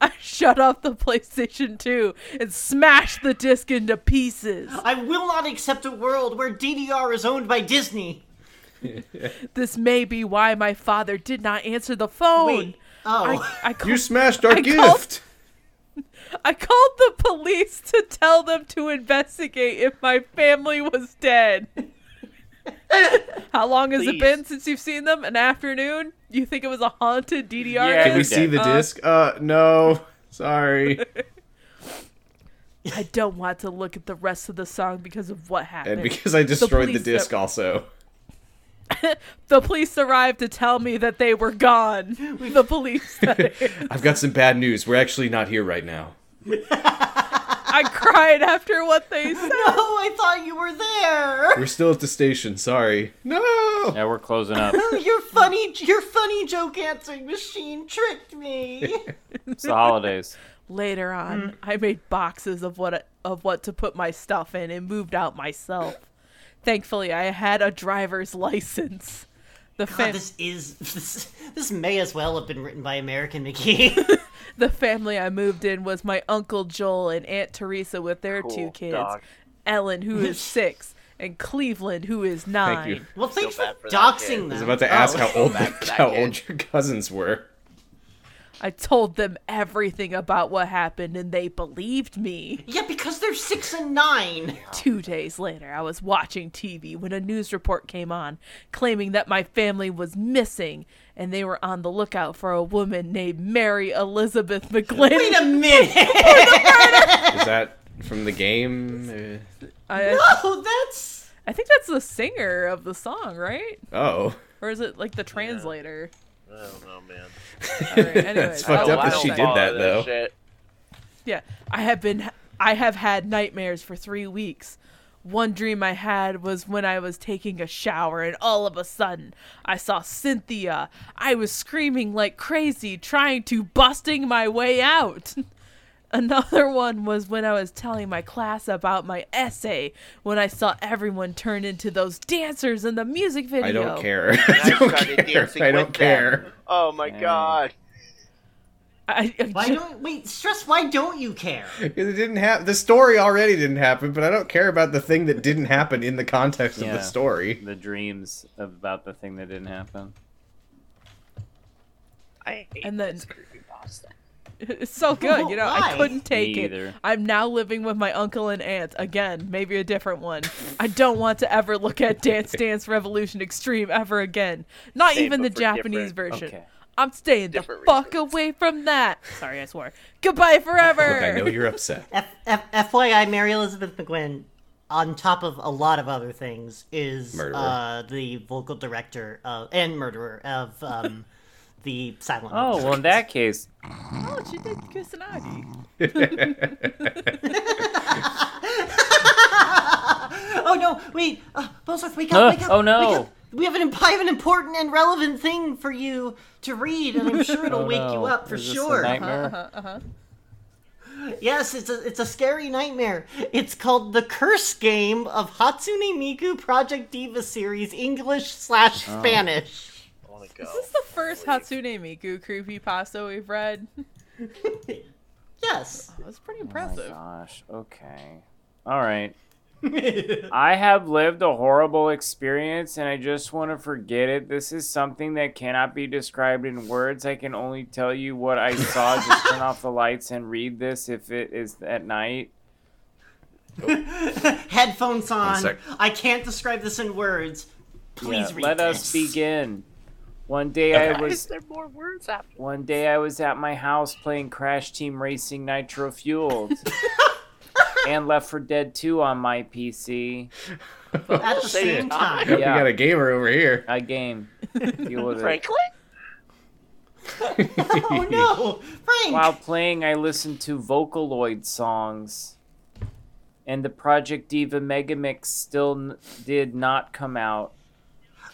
C: I shut off the PlayStation 2 and smashed the disc into pieces.
A: I will not accept a world where DDR is owned by Disney.
C: This may be why my father did not answer the phone.
A: Wait. Oh. *laughs*
C: I, I, call,
B: You smashed our
C: I
B: gift.
C: called- I called the police to tell them to investigate if my family was dead. How long has it
G: Please.
C: been since you've seen them? An afternoon? You think it was a haunted DDR?
E: Yeah.
C: disc?
B: Can we see the
C: Uh,
B: disc? Uh, no. Sorry.
C: I don't want to look at the rest of the song because of what happened.
B: And because I destroyed the,
C: police
B: disc
C: that-
B: also.
C: the police arrived to tell me that they were gone. The police. that is.
B: I've got some bad news. We're actually not here right now.
C: I cried after what they said.
A: Oh, I thought you were there.
G: *laughs*
B: We're still at the station. Sorry. No.
E: Now we're closing up.
A: Your funny, your funny joke answering machine tricked me. *laughs*
E: It's the holidays.
C: Later on, I made boxes of what of what to put my stuff in and moved out myself. Thankfully, I had a driver's license. The
A: God,
C: fam-
A: this is *laughs* this, this may as well have been written by American McGee.
C: the family I moved in was my uncle Joel and Aunt Teresa with their two
G: Cool,
C: kids,
G: dog.
C: Ellen who is 6 and Cleveland who is 9.
B: Thank you.
A: well, thanks for
G: bad for that kid.
A: doxing them.
B: I was about to ask how old *laughs*
G: Back
B: how
G: back
B: old your cousins were.
C: I told them everything about what happened and they believed me.
A: Yeah, because they're six and nine. *laughs*
C: 2 days later, I was watching TV when a news report came on claiming that my family was missing and they were on the lookout for a woman named Mary Elizabeth McGlynn.
A: Wait a minute.
B: Is that from the game?
C: I,
A: Oh, that's
C: I think that's the singer of the song, right?
B: Uh, oh.
C: Or is it like the translator?
G: I don't know, man.
C: All right, anyways,
B: *laughs* It's fucked
C: I
B: up
C: was
B: that she
C: gonna
B: did
C: say-
B: that,
G: Follow
B: though.
G: shit.
C: Yeah, I have been. I have had nightmares for three weeks. One dream I had was when I was taking a shower, and all of a sudden, I saw Cynthia. I was screaming like crazy, trying to busting my way out. *laughs* Another one was when I was telling my class about my essay, when I saw everyone turn into those dancers in the music video.
B: I don't care. *laughs* I don't care.
G: started dancing
B: I
G: with
B: don't
G: them.
B: care. *laughs*
G: Oh my god.
C: I, I
A: why
C: ju-
A: don't wait stress. Why don't you care?
B: Because it didn't happen. The story already didn't happen, but I don't care about the thing that didn't happen in the context of
E: Yeah.
B: the story.
E: The dreams about the thing that didn't happen.
G: I hate
C: And then-
G: this creepypasta.
C: It's so good, you know. I
A: Why?
C: couldn't take
E: Me
C: it.
E: either.
C: I'm now living with my uncle and aunt again, maybe a different one. I don't want to ever look at Dance Dance Revolution Extreme ever again. Not
G: Same,
C: even the
G: but for
C: Japanese version.
E: Okay.
C: I'm staying the
G: Different
C: fuck
G: reasons.
C: away from that. Sorry, I swore. Goodbye forever.
B: Look, I know you're *laughs* upset.
A: F- F- FYI, Mary Elizabeth McGuinn, on top of a lot of other things, is
B: Murderer.
A: uh, the vocal director of, and murderer of um, the Silent
E: Oh,
A: Night.
E: well, in that case,
C: Oh, she did Kusanagi.
A: Oh no! Wait, uh, Bozarth, wake
E: Huh?
A: up! Wake up!
E: Oh, no.
A: wake up. We have an imp- I have an important and relevant thing for you to read, and I'm sure it'll
E: *laughs* oh,
A: wake
E: no.
A: you up for
E: Is this a
A: sure.
E: nightmare?
A: *laughs* Yes, it's a it's a scary nightmare. It's called the Curse Game of Hatsune Miku Project Diva series, English slash
E: Oh.
A: Spanish. *laughs*
G: I wanna go.
C: This is the first Hatsune Miku creepypasta we've read. *laughs*
E: *laughs*
A: Yes.
C: That's pretty
E: my
C: impressive.
E: gosh. Okay. All right. I have lived a horrible experience and I just want to forget it. This is something that cannot be described in words. I can only tell you what I saw. just turn off the lights and read this if it is at night.
A: Headphones on.
B: sec.
A: I can't describe this in words. Please
E: Yeah,
A: read
E: Let
A: this.
E: us begin. One day I
D: Why is
E: was
D: there more words after?
E: one day I was at my house playing Crash Team Racing Nitro
A: *laughs*
E: Fueled. and Left for Dead 2 on my PC.
A: At the same time. *laughs*
E: *laughs*
B: We
E: Yeah.
B: got a gamer over here.
E: I game. Deal with it.
D: Franklin?
A: Oh no, Frank!
E: While playing, I listened to Vocaloid songs. And the Project Diva Megamix still n- did not come out.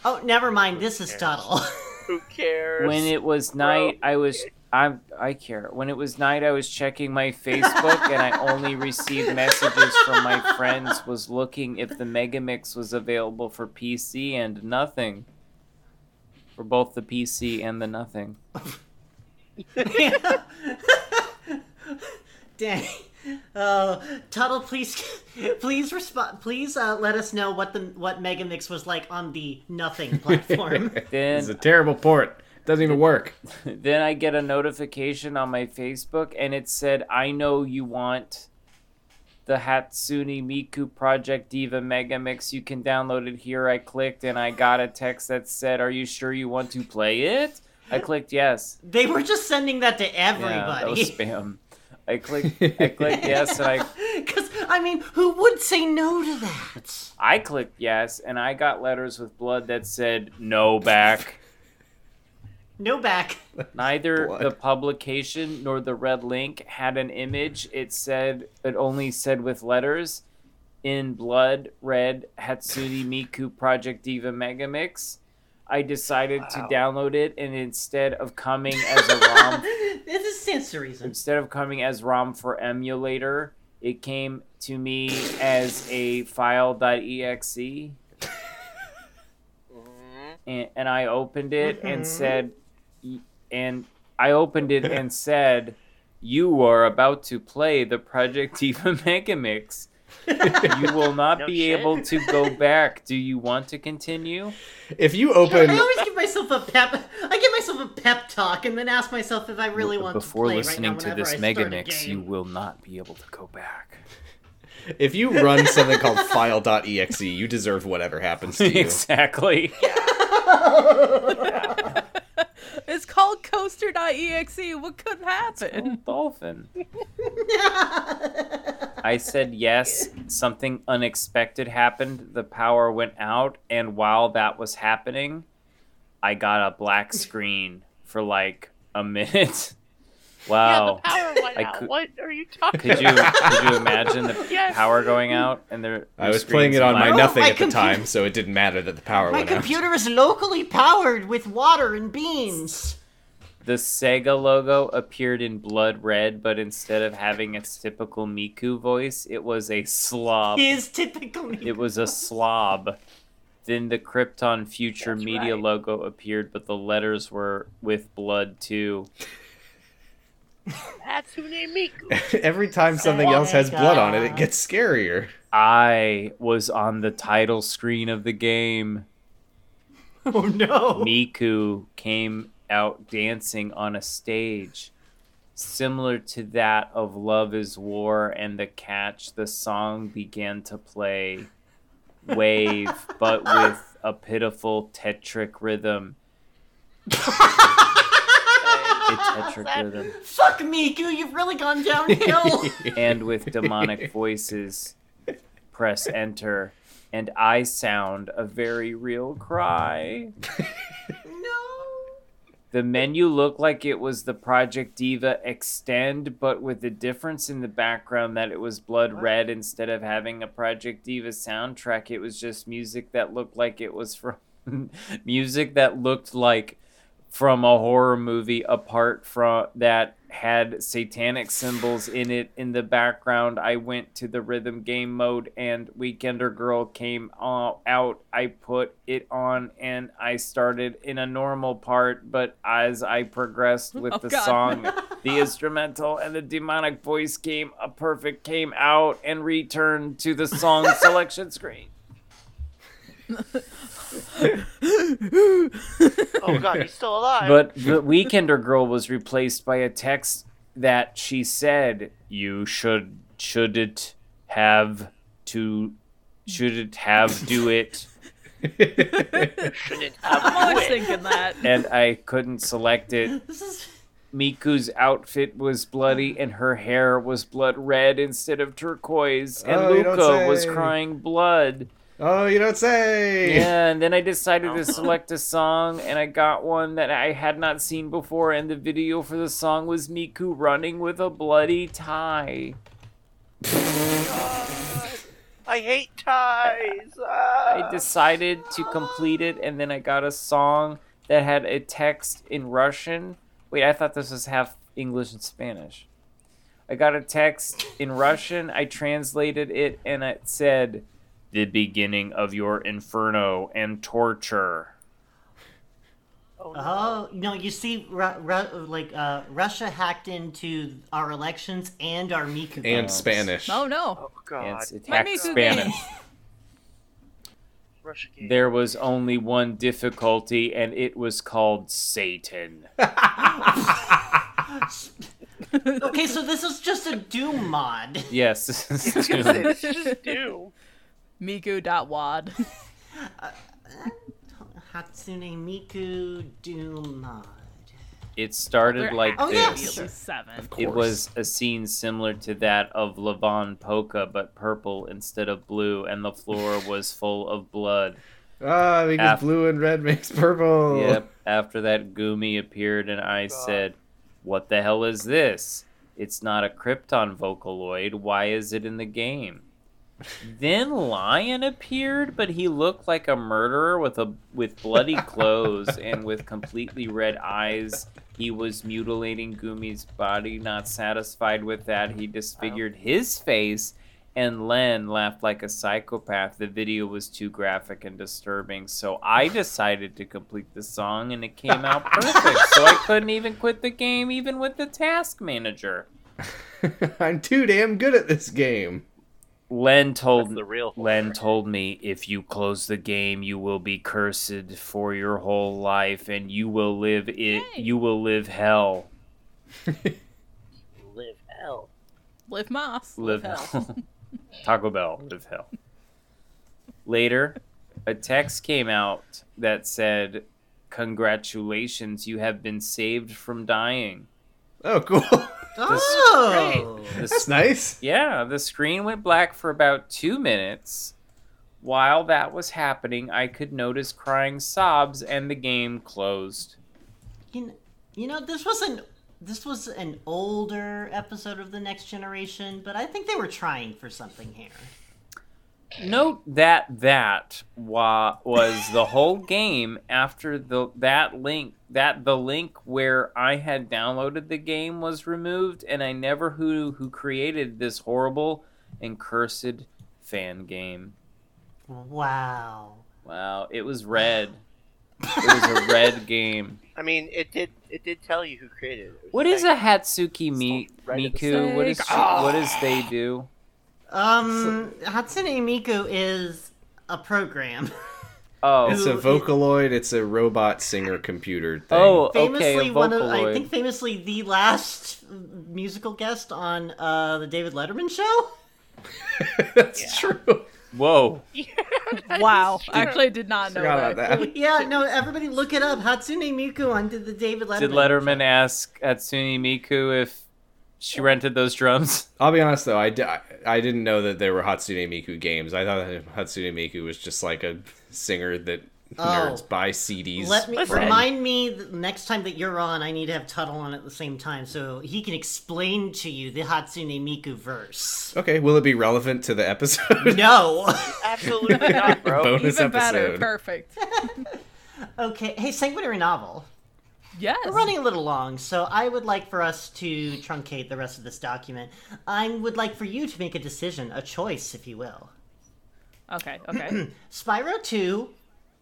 A: Oh, never mind. This is Tuttle. *laughs*
G: Who cares?
E: When it was night, I was I'm I care. When it was night, I was checking my Facebook and I only received messages from my friends was looking if the Megamix was available for PC and nothing. For both the PC and the nothing.
A: Dang. Oh, Tuttle, please, please respond. Please uh, let us know what the what Megamix was like on the
E: *laughs*
A: nothing platform.
E: Then
B: *laughs* It's a terrible port. Doesn't even work.
E: Then I get a notification on my Facebook and it said, I know you want the Hatsune Miku Project Diva Mega Mix. You can download it here. I clicked and I got a text that said, Are you sure you want to play it? I clicked yes.
A: they were just sending that to
E: Yeah, that was
A: everybody.
E: *laughs* spam. I clicked I clicked yes and I
A: *laughs* Because I mean, who would say no to that?
E: I clicked yes and I got letters with blood that said no back.
A: No back.
E: Neither
B: Blood.
E: the publication nor the red link had an image. It said it only said with letters in blood red Hatsune Miku Project Diva Megamix. I decided to download it and instead of coming as a ROM
A: *laughs* this is sense to reason.
E: instead of coming as ROM for emulator, it came to me as a file.exe. and,
G: Mm-hmm.
E: and I opened it
A: Mm-hmm.
E: and said, y- and I opened
A: *laughs*
E: it and said, you are about to play the Project *laughs* Diva Megamix. *laughs* you will not
G: No
E: be
G: shit.
E: able to
A: *laughs*
E: go back. Do you want to continue?
B: *laughs* If you open,
A: I always give myself a pep. I give myself a pep talk and then ask myself if I really want
E: Before
A: to play
E: listening
A: right now
E: to
A: whenever
E: this
A: I start a
E: Megamix,
A: game.
E: you
A: *laughs*
E: will not be able to go back. *laughs*
B: if you run something called file.exe, you deserve whatever happens to
A: *laughs*
B: you.
E: exactly.
C: It's called coaster.exe. What could happen?
E: dolphin. I said yes. Something unexpected happened. The power went out, and while that was happening, I got a black screen for like a minute. *laughs* Wow.
D: Yeah, the power went
E: I
D: out.
E: could-
D: What are you talking
E: could you could you imagine the
D: Yes.
E: power going out and there?
B: I
E: the
B: was playing
E: screen's
B: it on my
E: black?
A: no-
B: nothing
A: my
B: at the
A: computer-
B: time, so it didn't matter that the power
A: My
B: went out.
A: computer is locally powered with water and beans.
E: The Sega logo appeared in blood red, but instead of having its typical Miku voice, it was a slob.
A: Is typically
E: Oh. It was a slob. Then the Krypton Future Media logo appeared, but the letters were with blood too.
D: about? Hatsune Miku.
B: *laughs* Every time something
A: Oh
B: else has
A: my
B: blood on it,
A: God.
B: it gets scarier. *laughs*
E: I was on the title screen of the game.
A: *laughs* oh no.
E: Miku came out dancing on a stage, similar to that of Love is War and the Catch. The song began to play wave, but with a pitiful tetric rhythm. a tetric rhythm.
A: *laughs* Fuck Miku, you've really gone
E: *laughs*
A: downhill.
E: and with demonic voices press enter and i sound a very real cry
A: no.
E: the menu looked like it was the project diva extend but with the difference in the background that it was blood red instead of having a project diva soundtrack it was just music that looked like it was from *laughs* music that looked like from a horror movie apart from that had satanic symbols in it in the background i went to the rhythm game mode and weekender girl came all out i put it on and i started in a normal part but as i progressed with
C: Oh,
E: the
C: God.
E: song
C: *laughs*
E: the instrumental and the demonic voice came a perfect came out and returned to the song
C: *laughs*
E: selection screen
G: *laughs* Oh god, he's still alive.
A: *laughs*
E: But the Weekender girl was replaced by a text that she said, "You should should it have to should it have do it
G: Shouldn't have
C: I'm always
G: quit.
C: thinking that.
E: and I couldn't select
A: *laughs*
E: it.
A: This is
E: Miku's outfit was bloody and her hair was blood red instead of turquoise, and
B: Oh, you don't
E: Luca was
B: say.
E: crying blood.
B: oh, you don't say.
E: Yeah, and then I decided to select a song, and I got one that I had not seen before, and the video for the song was Miku running with a bloody tie.
G: I hate ties.
E: I decided to complete it, and then I got a song that had a text in Russian. Wait, I thought this was half English and Spanish. I got a text in Russian. I translated it, and it said, "The beginning of your inferno and torture."
A: Oh no! You see, Ru- Ru- like uh, Russia hacked into our elections and our Miku.
B: And
A: votes.
B: Spanish.
C: Oh no.
G: Oh god.
E: And it
C: My
E: hacked
C: Miku
E: Spanish.
C: game.
G: Russia game.
E: There was only one difficulty, and it was called Satan.
A: Okay, so this is just a Doom mod.
E: Yes, *laughs* this is Doom.
G: It's just do.
A: *laughs*
C: Miku.wad.
A: Hatsune Miku Doom mod.
E: it started like
A: Oh,
E: this.
A: yeah.
C: Seven.
E: It was a scene similar to that of Levon Polka, but purple instead of blue, and the floor was full of blood.
B: Ah, because
E: Af-
B: blue and red makes purple.
E: Yep. After that, Gumi appeared, and I said, What the hell is this? It's not a Krypton Vocaloid. Why is it in the game? Then Lion appeared, but he looked like a murderer with a with bloody clothes and with completely red eyes. He was mutilating Gumi's body. Not satisfied with that, he disfigured his face and Len laughed like a psychopath. The video was too graphic and disturbing, so I
G: *laughs*
E: decided to complete the song and it came out perfect. so I couldn't even quit the game, even with the task manager.
B: *laughs* I'm too damn good at this game.
E: Len told
G: That's the real horror.
E: Len told me if you close the game, you will be cursed for your whole life, and you will live it. You will live hell.
G: Live hell.
C: Live Moss.
E: Live hell. *laughs* Taco Bell, live hell. Later, a text came out that said, Congratulations, you have been saved from dying. *laughs*
B: Oh, cool.
A: Oh,
E: The
B: That's nice.
E: Yeah, the screen went black for about two minutes. While that was happening, I could notice crying sobs and the game closed.
A: you know, you know this wasn't. This was an older episode of the Next Generation, but I think they were trying for something here.
E: Note that that wa- was the whole game after the that link that the link where I had downloaded the game was removed, and I never who who created this horrible and cursed fan game.
A: Wow.
E: Wow, it was red. It
A: *laughs*
E: was a
G: *laughs*
E: red game.
G: I mean, it did. It did tell you who created it. it. was
E: What is
G: like-
E: a Hatsuki Mi-
G: Right at the Ah.
E: Miku? What is what does they do?
A: Um, Hatsune Miku is a program.
E: Oh,
B: It's a Vocaloid. It's a robot singer computer thing.
E: oh, *laughs* okay,
A: famously
E: a
A: one of I
E: Vocaloid.
A: think famously the last musical guest on uh, the David Letterman show.
B: *laughs*
A: *laughs*
B: that's true.
E: Whoa.
C: Wow. I actually did not know
B: Forgot about
C: that.
B: that.
A: Yeah, no, everybody look it up. Hatsune Miku on the David Letterman.
E: Did Letterman ask Atsuni Miku if she rented those drums?
B: I'll be honest though, I, di- I- I didn't know that they were Hatsune Miku games. I thought Hatsune Miku was just like a singer that nerds
A: Oh.
B: buy CDs.
A: Let me
B: from.
A: remind me the next time that you're on. I need to have Tuttle on at the same time so he can explain to you the Hatsune Miku verse.
B: Okay, will it be relevant to the *laughs* episode?
A: No.
G: Absolutely not, bro.
B: Bonus
C: Even better.
B: episode.
C: Perfect.
A: *laughs* okay. Hey, sanguinary novel.
C: Yes.
A: We're running a little long, so I would like for us to truncate the rest of this document. I would like for you to make a decision, a choice, if you will. *clears throat*
C: Okay. Okay.
A: Spyro 2,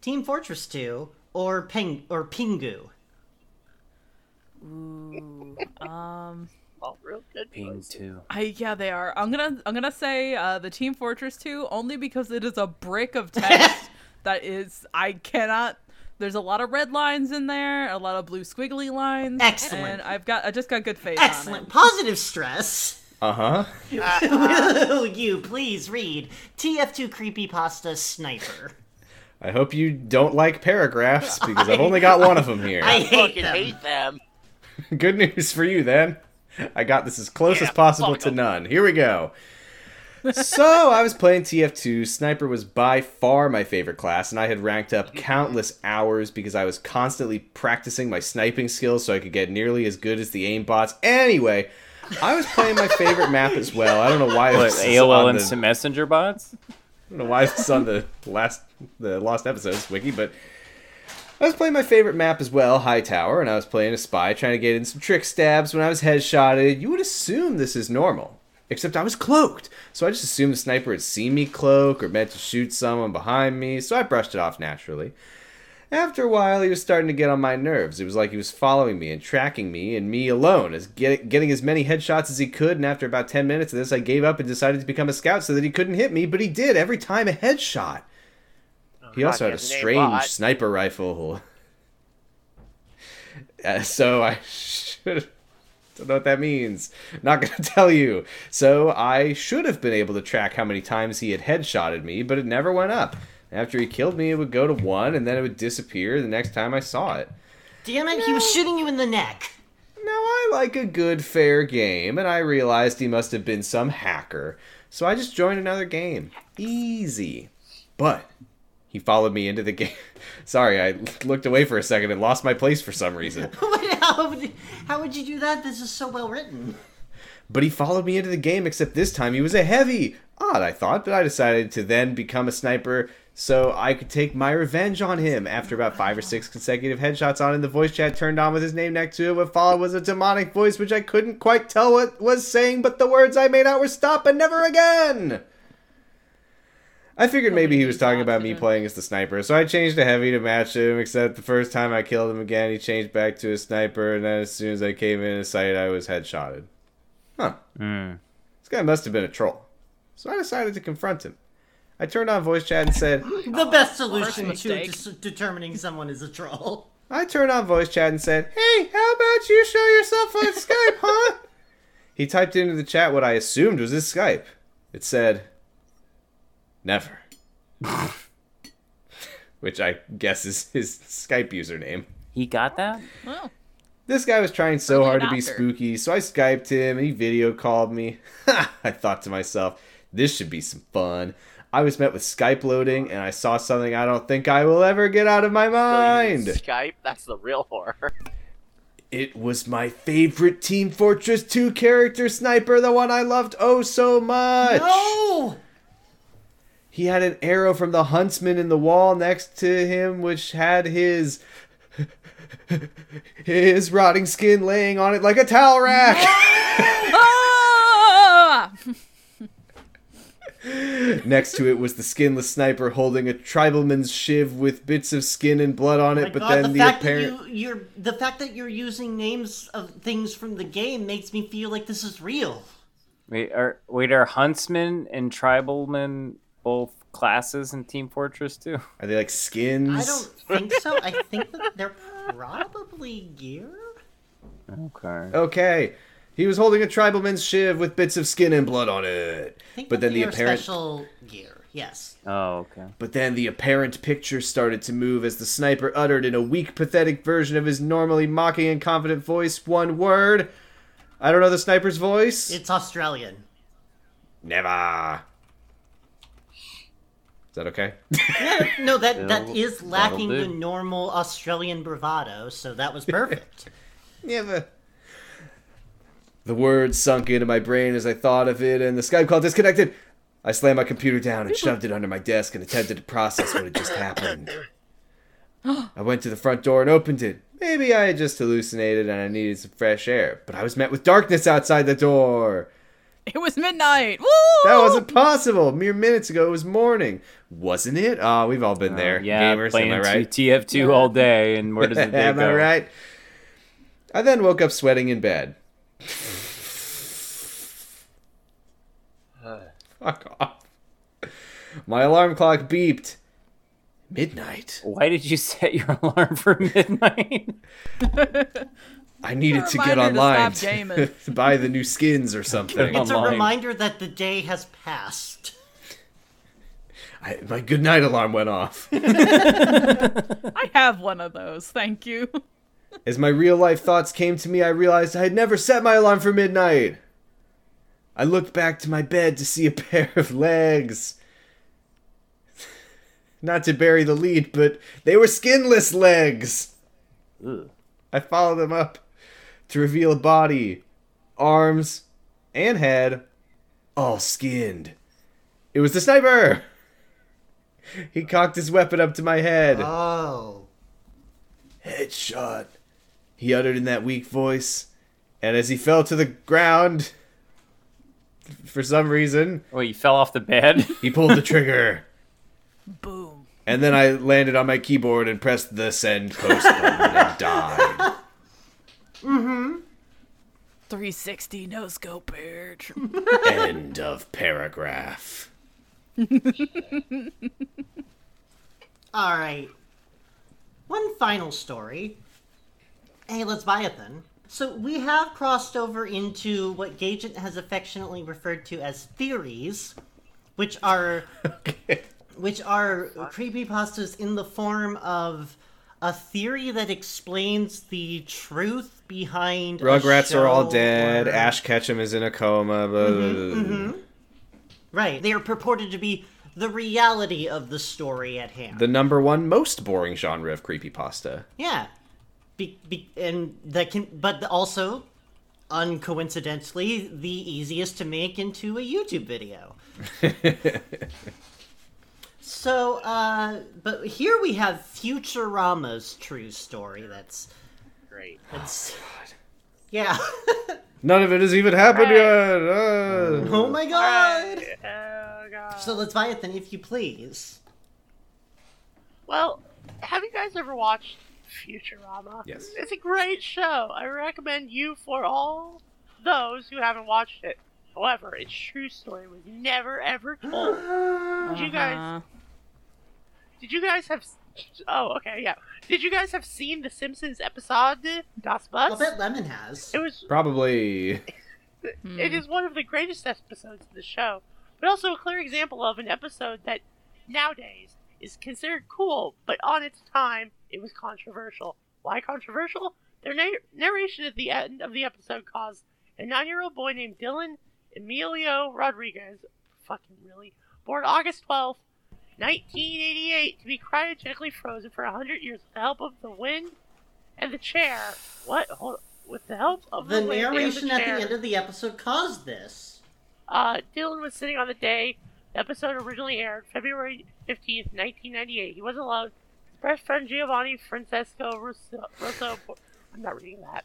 A: Team Fortress 2, or Peng or Pingu.
C: um.
G: All real good.
E: Ping
G: boys.
E: too.
C: I yeah they are. I'm gonna I'm gonna say uh, the Team Fortress 2 only because it is a
A: *laughs*
C: brick of text that is I cannot. There's a lot of red lines in there, a lot of blue squiggly lines.
A: Excellent.
C: And I've got I just got good faith. On
A: Excellent.
C: it.
A: Positive stress.
B: Uh huh.
A: Will you please read TF2 Creepypasta Sniper?
B: I hope you don't like paragraphs because
A: *laughs*
B: I've only got one of them here.
A: I hate
G: fucking
A: them.
G: hate them.
B: *laughs* Good news for you then. I got this as close
G: Yeah,
B: as possible
G: fuck
B: to
G: 'em.
B: none. Here we
G: *laughs*
B: go. so I was playing TF2. Sniper was by far my favorite class, and I had ranked up
G: Mm-hmm.
B: countless hours because I was constantly practicing my sniping skills so I could get nearly as good as the aimbots. Anyway, I was playing my favorite map as well. I don't know why
E: What
B: this is
E: AOL
B: on the-
E: Instant Messenger bots?
B: I don't know why it's on the last the lost episodes wiki, but I was playing my favorite map as well, Hightower, and I was playing a spy trying to get in some trick stabs when I was headshotted. You would assume this is normal. Except I was cloaked, so I just assumed the sniper had seen me cloak or meant to shoot someone behind me, so I brushed it off naturally. After a while, he was starting to get on my nerves. It was like he was following me and tracking me and me alone, as get, getting as many headshots as he could. And after about 10 minutes of this, I gave up and decided to become a scout so that he couldn't hit me, but he did every time a headshot. He also
G: God,
B: had a
G: he has an
B: strange
G: aimbot.
B: sniper rifle. *laughs* Uh, so I *laughs* should. Don't know what that means. Not going to *laughs* tell you. So I should have been able to track how many times he had headshotted me, but it never went up. After he killed me, it would go to one, and then it would disappear the next time I saw it.
A: Damn it, he was shooting you in the neck. *laughs*
B: Now I like a good fair game, and I realized he must have been some hacker. So I just joined another game. Easy. But he followed me into the *laughs* game. Sorry, I looked away for a second and lost my place for some reason.
A: What- how, would, how would you do that? This is so well written.
B: But he followed me into the game, except this time he was a heavy. Odd, I thought, but I decided to then become a sniper so I could take my revenge on him. After about five or six consecutive headshots on him, the voice chat turned on with his name next to it. What followed was a demonic voice which I couldn't quite tell what was saying, but the words I made out were stop and never again! I figured maybe he was talking about me playing as the sniper, so I changed to heavy to match him, except the first time I killed him again, he changed back to a sniper, and then as soon as I came in his sight, I was headshotted. Huh. This guy must have been a troll. So I decided to confront him. I turned on voice chat and said,
A: The best solution to
C: mistake.
A: dis- determining someone is a troll.
B: I turned on voice chat and said, Hey, how about you show yourself on Skype, huh? He typed into the chat what I assumed was his Skype. It said, Never. Which I guess is his Skype username.
E: He got that?
C: Well,
B: This guy was trying so
C: Early
B: hard to be
C: adopter.
B: spooky, so I Skyped him and he video called me. *laughs* Ha! I thought to myself, this should be some fun. I was met with Skype loading and I saw something I don't think I will ever get out of my
G: They'll use
B: mind.
G: Skype, that's the real
D: *laughs*
G: horror.
B: It was my favorite Team Fortress 2 character sniper, the one I loved oh so much.
A: No!
B: He had an arrow from the huntsman in the wall next to him, which had his. *laughs* his rotting skin laying on it like a towel rack. *laughs*
C: ah! *laughs*
B: Next to it was the skinless sniper holding a tribalman's shiv with bits of skin and blood on it,
A: Oh My
B: but
A: God,
B: then
A: the
B: the,
A: fact
B: apparent.
A: that you, you're the fact that you're using names of things from the game makes me feel like this is real.
E: Wait, are wait are huntsman and tribalman both classes in Team Fortress too?
B: Are they like skins?
A: I don't think so. I think that they're probably gear.
E: Okay.
B: Okay. He was holding a tribalman's shiv with bits of skin and blood on it.
A: I think
B: But
A: that
B: then the
A: they are
B: apparent
A: special gear. Yes.
E: Oh, okay.
B: But then the apparent picture started to move as the sniper uttered in a weak, pathetic version of his normally mocking and confident voice one word. I don't know the sniper's voice.
A: It's Australian.
B: Never. Is that okay?
A: No, that that
E: That'll-
A: is lacking
E: that'll
A: the
E: do.
A: normal Australian bravado, so that
E: *laughs*
A: was perfect.
B: Never. The words sunk into my brain as I thought of it, and the Skype call disconnected. I slammed my computer down and shoved it under my desk and attempted to process what had just happened. I went to the front door and opened it. Maybe I had just hallucinated and I needed some fresh air, but I was met with darkness outside the door.
C: it was midnight. Woo!
B: That wasn't possible. Mere minutes ago, it was morning, wasn't it? Ah, we've all been there.
E: Oh, Yeah,
B: gamers,
E: playing
B: am I right?
E: TF2 all day, and *laughs*
C: *laughs*
E: where does it
B: *laughs* Am
E: go?
B: I right? I then woke up sweating in bed. Fuck off. My alarm clock beeped. Midnight.
E: Why did you set your *laughs* alarm for midnight?
B: I needed
C: A
B: to
C: reminder
B: get
C: to stop
B: online *laughs* to,
C: gaming.
B: to buy the
E: *laughs*
B: new skins or something.
A: It's a
E: Online.
A: reminder that the day has passed.
B: I, my good night alarm went off.
C: I have one of those. Thank you.
B: As my real life thoughts came to me, I realized I had never set my alarm for midnight. I looked back to my bed to see a *laughs* pair of legs. Not to bury the lead, but they were skinless legs.
E: Ugh.
B: I followed them up to reveal a body, arms, and head, all skinned. It was the sniper! He cocked his weapon up to my head.
A: Oh.
B: Headshot, he uttered in that weak voice. And as he fell to the ground, for some reason,
E: Oh, you *laughs* fell off the bed?
B: he pulled the trigger.
C: Boom.
B: And then I landed on my keyboard and pressed the send post button and died.
C: 360 no scope *laughs* bitch.
B: End of paragraph.
A: All right. One final story. Hey, let's buy it then. So we have crossed over into what Gagent has affectionately referred to as theories, which
B: *laughs*
A: are which are creepypastas in the form of a theory that explains the truth behind a
B: Rugrats are all
A: show
B: dead.
A: or-
B: Ash Ketchum is in a coma. Blah, blah, blah, blah.
A: Right. They are purported to be the reality of the story at hand.
B: The number one most boring genre of creepypasta.
A: Yeah, be, be, and that can, but also, uncoincidentally, the easiest to make into a YouTube video. so, uh, but here we have Futurama's true story. That's
G: Great.
A: that's. Yeah. *laughs*
B: None of it has even happened
D: Hey.
B: yet. Uh,
A: oh my god.
D: Oh, God.
A: So Leviathan, if you
D: *gasps*
A: please.
D: Well, have you guys ever watched Futurama?
B: Yes.
D: It's a great show. I recommend you for all those who haven't watched it. However, its true story was never ever told. Did you
C: Uh-huh.
D: guys? Did you guys have? Oh, okay, yeah. Did you guys have seen the Simpsons episode Das
A: I
D: Bus?
A: bet Lemon has.
D: It was
B: Probably.
D: it
C: Hmm.
D: is one of the greatest episodes of the show, but also a clear example of an episode that nowadays is considered cool, but on its time it was controversial. Why controversial? Their na- narration at the end of the episode caused a nine-year-old boy named Dylan Emilio Rodriguez, fucking really, born August 12th, 1988, to be cryogenically frozen for 100 years with the help of the wind and the chair. What? Hold With the help of the,
A: The
D: wind and
A: narration at
D: chair.
A: the end of the episode caused this.
D: Uh, Dylan was sitting on the day the episode originally aired, February 15th, 1998. He wasn't alone. His best friend Giovanni Francesco Russo. Russo I'm not reading that.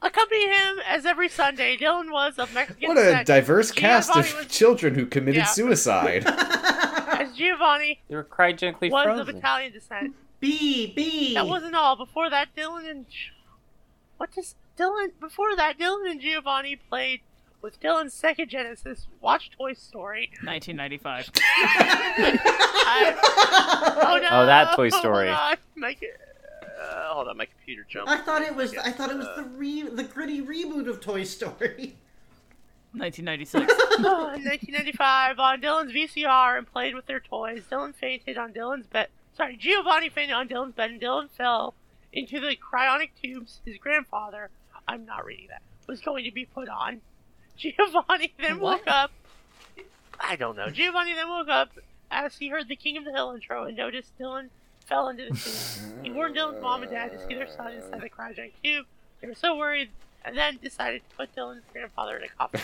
D: Accompanied him as every Sunday, Dylan was of Mexican
B: What a
D: descent.
B: diverse
D: Giovanni
B: cast
D: was-
B: of children who committed
D: Yeah.
B: suicide.
A: *laughs*
D: As Giovanni
E: *laughs* They were cryogenically
D: was of
E: frozen.
D: Italian descent.
A: B B.
D: That wasn't all. Before that, Dylan and what does Dylan? Before that, Dylan and Giovanni played with Dylan's second Genesis, watched Toy Story.
C: *laughs* 1995.
G: *laughs*
D: oh no!
E: Oh, that Toy Story.
D: Hold on. Make it-
G: Uh, hold on, my computer jumped.
A: I thought it was. I thought it was the
E: uh,
A: re- the gritty reboot of Toy Story. *laughs*
C: *laughs* 1996.
D: Oh, in 1995 on Dylan's VCR and played with their toys. Dylan fainted on Dylan's bed. Sorry, Giovanni fainted on Dylan's bed and Dylan fell into the cryonic tubes his grandfather, I'm not reading that, was going to be put on. Giovanni then
C: What?
D: woke up. I don't know. Giovanni then woke up as he heard the King of the Hill intro and noticed Dylan fell into the tube. he warned Dylan's mom and dad to see their son inside the cryogenic tube. They were so worried and then decided to put Dylan's grandfather in a coffin.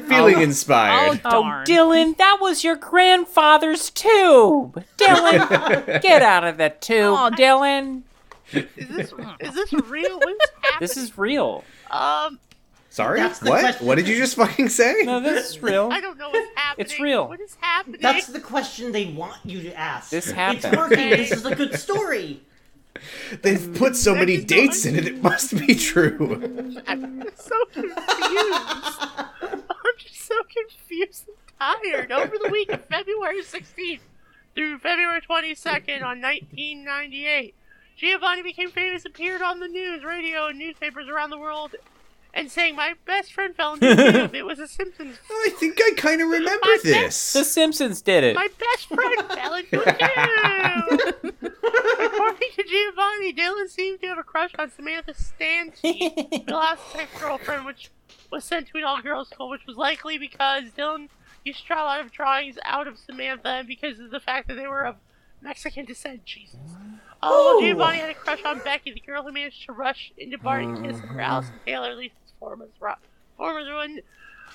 B: Feeling inspired.
C: oh, darn.
E: Dylan, that was your grandfather's tube. Dylan, get out of the tube,
C: Aw,
E: Dylan.
D: Is
E: *laughs*
D: this is this real? What is happening?
E: This is real.
D: um,
B: Sorry?
A: That's the
B: What?
A: question.
B: What did you just fucking say?
E: No, this
C: *laughs*
E: is real.
D: I don't know what's happening.
E: It's real.
D: What is happening?
A: That's the question they want you to ask.
E: This
A: It's
E: happened.
A: working. this is a good story.
B: They've put so many
D: That's
B: dates
D: not-
B: in it, it must be true.
D: *laughs* I'm so confused. I'm just so confused and tired. Over the week of February 16th through February 22nd on 1998, Giovanni became famous, appeared on the news, radio, and newspapers around the world, and sang "My Best Friend
E: *laughs*
D: Fell into a Tube." It was a Simpsons.
B: I think I kind of remember
D: My
E: The
B: this.
E: Simpsons did it.
D: My best friend fell into a tube. According to Giovanni, Dylan seemed to have a crush on Samantha Stanchi, the last ex-girlfriend, which was sent to an all-girls school, which was likely because Dylan used to draw a lot of drawings out of Samantha and because of the fact that they were of Mexican descent. Jesus. Oh, Giovanni had a crush on Becky, the girl who managed to rush into Bart and kiss him for Allison Taylor, Lisa's former ro- former one.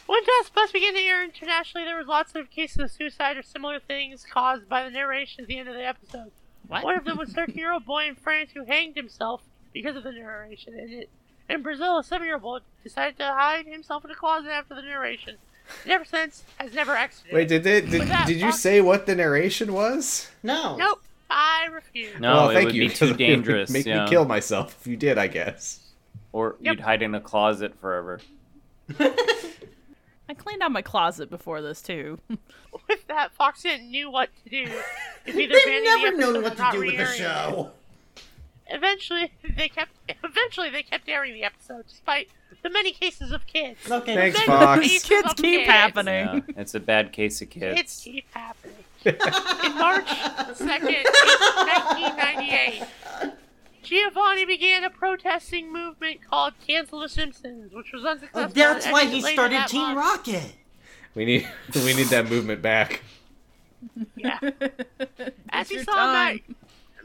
D: When Dust Bus began to air internationally, there was lots of cases of suicide or similar things caused by the narration at the end of the episode. One of them was a 13-year-old boy in France who hanged himself because of the narration. And it, in Brazil, a seven-year-old boy decided to hide himself in a closet after the narration. And ever since, has never exited.
B: Wait, did they, did,
D: that
B: did you
D: box-
B: say what the narration was?
A: No. *laughs*
D: Nope, I refuse.
E: no,
B: well,
E: it
B: thank
E: would
B: you.
E: be too
B: 'cause it would
E: dangerous.
B: Make
E: yeah.
B: me kill myself if you did, I guess.
E: Or
D: Yep.
E: you'd hide in a closet forever.
C: I cleaned out my closet before this too. *laughs*
D: With that, Fox didn't knew what to do.
I: *laughs*
D: If either
I: They've
D: banning
I: never
D: the episode
I: known
D: or
I: what to
D: not
I: do with the
D: re-airing it.
I: show.
D: Eventually, *laughs* they kept. Eventually, they kept airing the episode despite the many cases of kids.
A: Okay.
B: Thanks,
D: Many
B: Fox.
D: cases
C: Kids
D: of
C: keep
D: kids.
C: happening.
E: Yeah, it's a bad case of kids.
D: Kids keep
A: *laughs*
D: happening. In March second, nineteen ninety-eight, Giovanni began a protesting movement called "Cancel the Simpsons," which was unsuccessful.
A: Oh, that's
D: and
A: why
D: ended
A: he
D: later
A: started
D: that
A: Team
D: month.
A: Rocket.
B: We need *laughs* we need that movement back.
D: Yeah.
C: *laughs*
D: As he
C: your
D: saw Matt,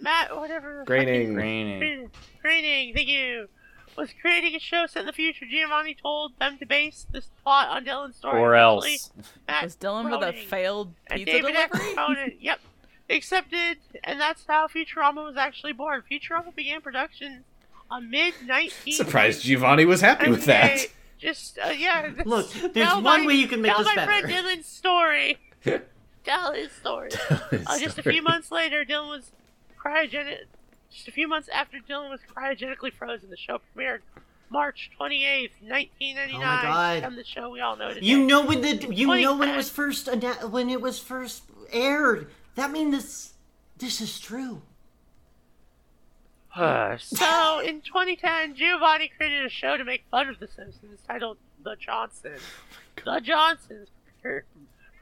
D: Matt, whatever.
B: Graining.
E: Graining.
D: Training, thank you. Was creating a show set in the future. Giovanni told them to base this plot on Dylan's story.
E: Or
D: originally.
E: else.
D: Matt
C: Was Dylan with a
D: Groening
C: failed
D: and
C: pizza
D: David
C: *laughs*
D: F.
C: delivery?
D: Cronin, yep. Accepted, and that's how Futurama was actually born. Futurama began production on mid 19.
B: Surprised Giovanni was happy with that.
D: Just, uh, yeah. this-
A: Look, there's
D: tell
A: one
D: my-
A: way you can make
D: tell
A: this
D: my
A: better.
D: friend Dylan's
B: *laughs*
D: story. tell his story. Uh, just a few months later, Dylan was cryogenic. Just a few months after Dylan was cryogenically frozen, the show premiered March 28th, 1999.
A: God.
D: On the show we all know today.
A: *sighs* You know when the you
D: Wait,
A: know when it
D: uh,
A: was first anna- when it was first aired. That means this this is true.
D: So, in 2010, Giovanni created a show to make fun of The Simpsons titled The Johnsons. the Johnsons premiered-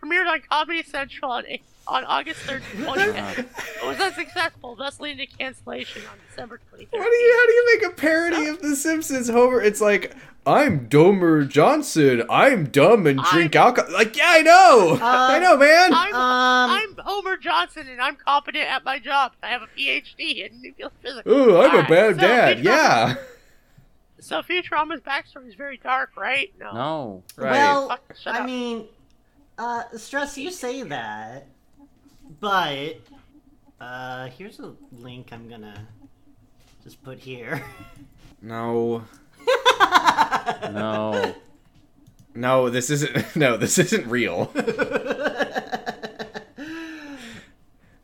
D: premiered on Comedy Central on, A- on August 3rd, 2010. it was unsuccessful, thus leading to cancellation on December 23rd.
B: How do you how do you make a parody of The Simpsons, Homer? It's like I'm Domer Johnson. I'm dumb and drink alcohol. Like yeah, I know, *laughs* I know, man.
D: I'm,
A: Um,
D: I'm Homer Johnson, and I'm competent at my job. I have a PhD in nuclear physics.
B: Ooh, I'm a
D: Alright,
B: bad
D: so
B: dad.
D: Futurama-
B: Yeah,
D: So Futurama's backstory is very dark, right? No.
E: No.
B: right.
A: Well,
D: Fuck, shut
A: I
D: up.
A: mean, uh, stress. You say that, but uh, here's a link I'm gonna just put here.
B: no,
E: No.
B: no, this isn't. *laughs* No, this isn't real. *laughs*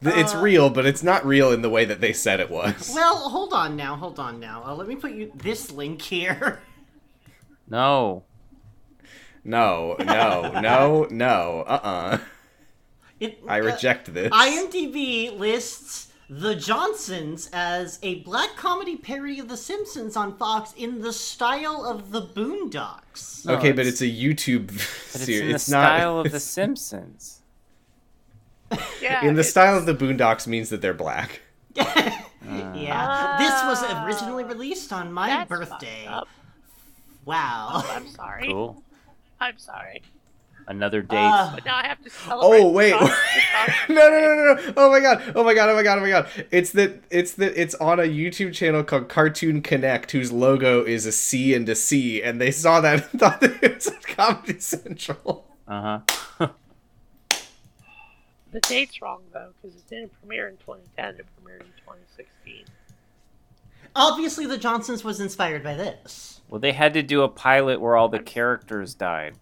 B: Th- it's real, but it's not real in the way that they said it was.
A: *laughs* well, hold on now, hold on now. Uh, let me put you this link here. *laughs*
E: No.
B: No, no, no, no. Uh-uh.
A: It,
B: I
A: uh,
B: reject this.
A: IMDb lists The Johnsons as a black comedy parody of The Simpsons on Fox in the style of The Boondocks.
B: *laughs* Okay,
E: No,
B: but it's a YouTube
E: But it's
B: series.
E: in the
B: It's not
E: style of The Simpsons.
D: Yeah,
B: in the
D: it's-
B: style of the Boondocks means that they're black.
A: yeah, this was originally released on my
D: that's
A: birthday.
D: fucked up.
A: Wow. Oh, *laughs*
D: I'm sorry.
E: Cool.
D: I'm sorry.
E: Another date.
A: Uh,
D: But now I have to celebrate.
B: Oh wait. *laughs*
D: Johnson's
B: no,
D: accomplishment.
B: no, no, no, no. Oh my god. Oh my god. Oh my god. Oh my god. It's that it's that it's on a YouTube channel called Cartoon Connect whose logo is a C and a C and they saw that and *laughs* thought that it was on Comedy Central. *laughs*
E: Uh huh.
D: The date's wrong though, because it didn't premiere in 2010. It premiered in 2016.
A: Obviously, The Johnsons was inspired by this.
E: well, they had to do a pilot where all the characters died.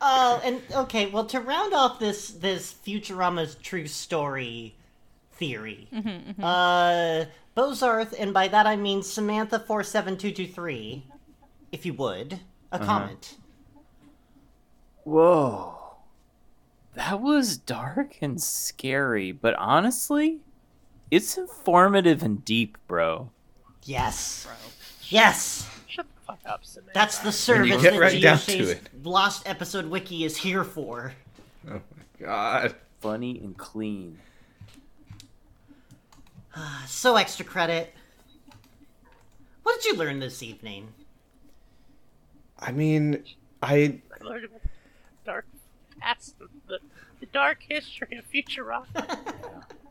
A: Oh, and okay, well, to round off this this Futurama's true story theory, uh, Bozarth, and by that I mean Samantha four seven two two three, if you would, a comment.
E: Whoa. That was dark and scary, but honestly, it's informative and deep, bro.
A: Yes. Yes.
D: Shut the fuck up, Samantha.
A: That's the service
B: get
A: that
B: right down to
A: GOC's
B: it.
A: Lost Episode Wiki is here for.
B: God.
E: Funny and clean.
A: So extra credit. What did you learn this evening? *laughs*
B: I mean, I
D: I learned about the dark past, of the, the dark history of Futurama.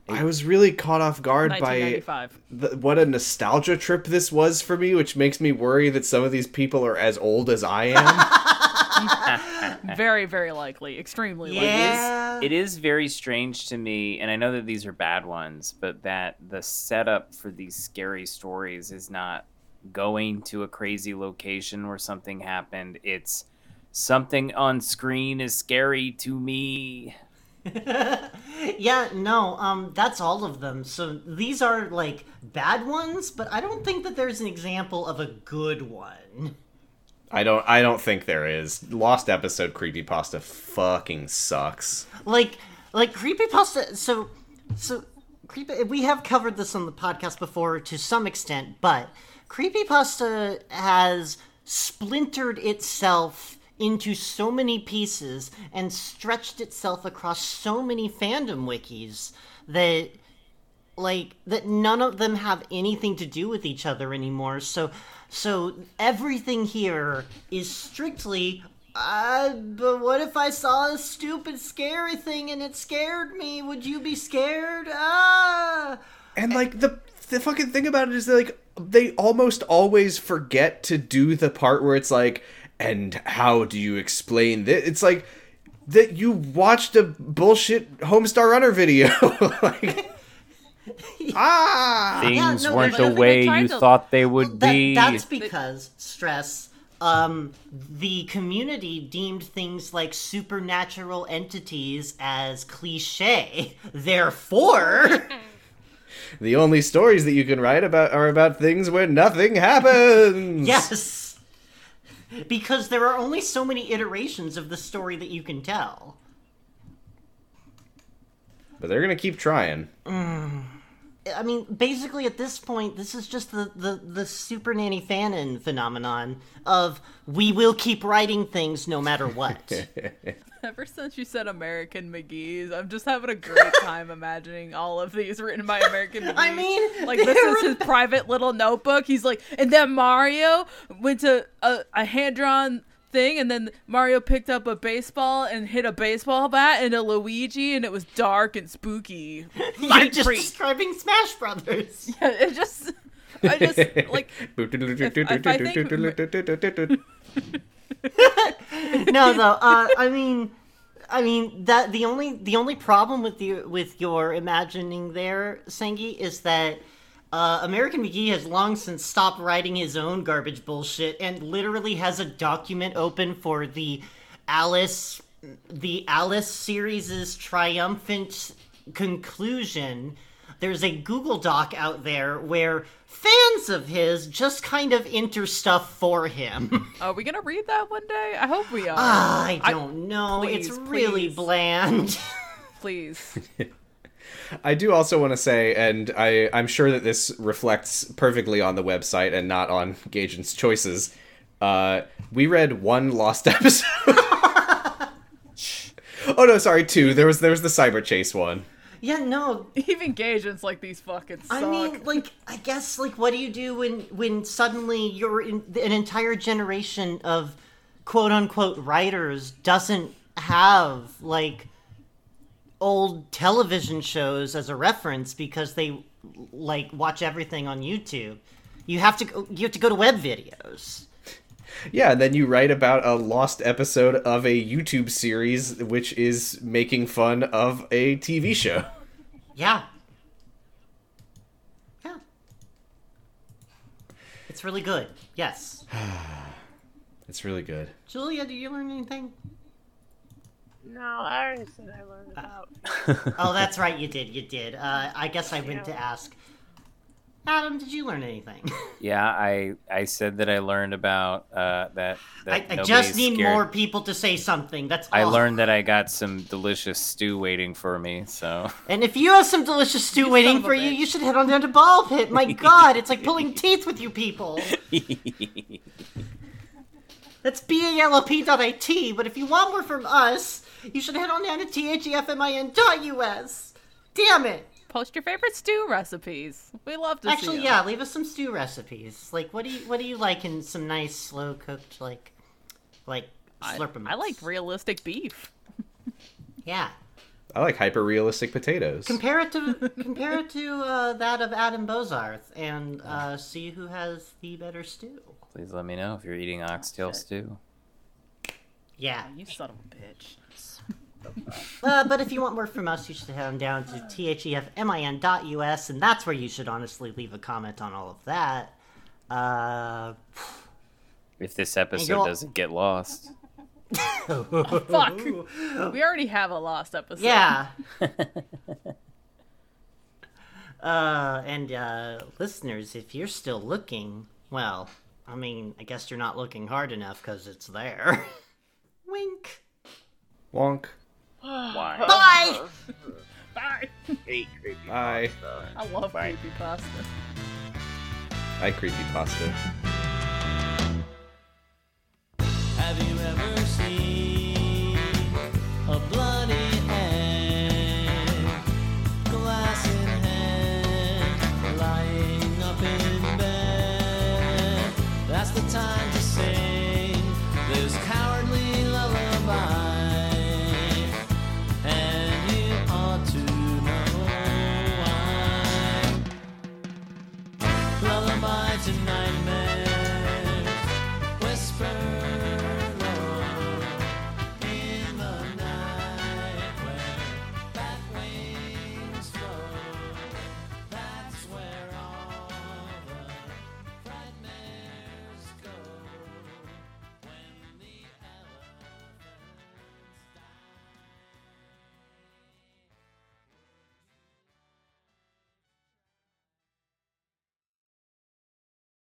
B: I was really caught off guard by
C: 1995.
B: the, what a nostalgia trip this was for me, which makes me worry that some of these people are as old as I am.
C: Very, very likely. *laughs* Extremely
A: Yeah.
E: It is very strange to me, and I know that these are bad ones, but that the setup for these scary stories is not going to a crazy location where something happened. It's something on screen is scary to me.
A: yeah, no, um, that's all of them. So these are like bad ones, but I don't think that there's an example of a good one.
B: I don't. I don't think there is. Lost episode creepypasta fucking sucks.
A: like like creepypasta so so creepy we have covered this on the podcast before to some extent but creepypasta has splintered itself into so many pieces and stretched itself across so many fandom wikis that like that none of them have anything to do with each other anymore so so everything here is strictly uh, but what if I saw a stupid scary thing and it scared me? Would you be scared? Ah!
B: And like the the fucking thing about it is that like they almost always forget to do the part where it's like, and how do you explain this? It's like that you watched a bullshit Homestar Runner video. *laughs* like, ah,
E: Things
A: no,
E: weren't
A: but I
E: the
A: think
E: way
C: I tried
E: you
C: to-
E: thought they would
A: That,
E: be.
A: that's because stress. Um, the community deemed things like supernatural entities as cliche. *laughs* Therefore,
B: the only stories that you can write about are about things where nothing happens.
A: yes, *laughs* because there are only so many iterations of the story that you can tell.
B: but they're gonna keep trying.
A: I mean, basically at this point, this is just the, the, the super nanny fanon phenomenon of we will keep writing things no matter what.
C: was. Ever since you said American McGee's, I'm just having a great time imagining all of these written by American McGee.
A: I mean, *laughs*
C: like this is his private little notebook. He's like, and then Mario went to a, a hand drawn thing, and then Mario picked up a baseball and hit a baseball bat and a Luigi, and it was dark and spooky.
A: *laughs* you're just describing Smash Brothers.
C: it just, I just like. if I
B: think...
A: no, though. Uh, I mean, I mean that the only the only problem with you with your imagining there, Sengi, is that uh, American McGee has long since stopped writing his own garbage bullshit and literally has a document open for the Alice the Alice series' triumphant conclusion. There's a Google Doc out there where fans of his just kind of enter stuff for him.
C: *laughs*
A: *laughs*
C: Are we gonna read that one day? I hope we are.
A: I don't know. it's
C: please,
A: really
C: please. *laughs*
A: bland.
C: Please. *laughs*
B: I do also want to say, and I, I'm sure that this reflects perfectly on the website and not on *laughs* Gajan's choices. Uh, we read one lost *laughs* episode. oh no, sorry, two. There was there was the cyber chase one.
A: yeah, no.
C: Even Gajan's like these fucking suck.
A: I mean, like, I guess, like, what do you do when when suddenly you're in, an entire generation of quote unquote writers doesn't have like old television shows as a reference because they like watch everything on YouTube. You have to go, you have to go to web videos.
B: Yeah, and then you write about a lost episode of a YouTube series which is making fun of a TV show. *laughs*
A: Yeah. Yeah. It's really good. Yes.
B: It's really good.
A: Julia, do you learn *laughs* anything?
D: no, I already said I learned about.
A: Oh, that's right, you did. You did. Uh, I guess I meant to ask. Adam, did you learn anything? *laughs*
E: Yeah, I I said that I learned about uh, that. that
A: I, I
E: nobody's
A: just need
E: scared.
A: more people to say something. That's all.
E: I learned that I got some delicious stew waiting for me. So *laughs*
A: And if you have some delicious stew waiting
C: of a
A: for you,
C: bitch.
A: you should head on down to Ball Pit.
C: *laughs*
A: My God, it's like pulling teeth with you people. That's BALOP.IT, but if you want more from us, you should head on down to E THEFMIN.US. Damn it!
C: Post your favorite stew recipes. We love to see uh,
A: Actually,
C: 'em.
A: yeah, leave us some stew recipes. Like, what do you what do you like in some nice slow cooked like, like
C: I,
A: slurp 'em
C: I
A: ups?
C: like realistic beef.
A: yeah.
B: I like hyper realistic potatoes.
A: Compare it to compare it to uh, that of Adam Bozarth and uh, see who has the better stew.
E: please let me know if you're eating oxtail stew.
A: Yeah.
C: You son of a bitch.
A: Uh, but if you want more from us, you should head on down to E thefmin.us, and that's where you should honestly leave a comment on all of that. Uh,
E: If this episode
A: you'll-
E: doesn't get lost,
C: Fuck. We already have a lost episode.
A: yeah. uh, and uh, listeners, if you're still looking, well, I mean, I guess you're not looking hard enough because it's there. *laughs* Wink.
B: Wonk.
E: why?
A: Bye.
C: Bye.
G: Hate creepy
B: Bye.
G: pasta.
C: I love
E: Bye.
C: creepypasta.
B: I creepy pasta.
I: Have you ever seen a bloody egg, glass in hand, lying up in bed? That's the time to sing this cowardly lullaby, and you ought to know why. Lullaby to nightmare.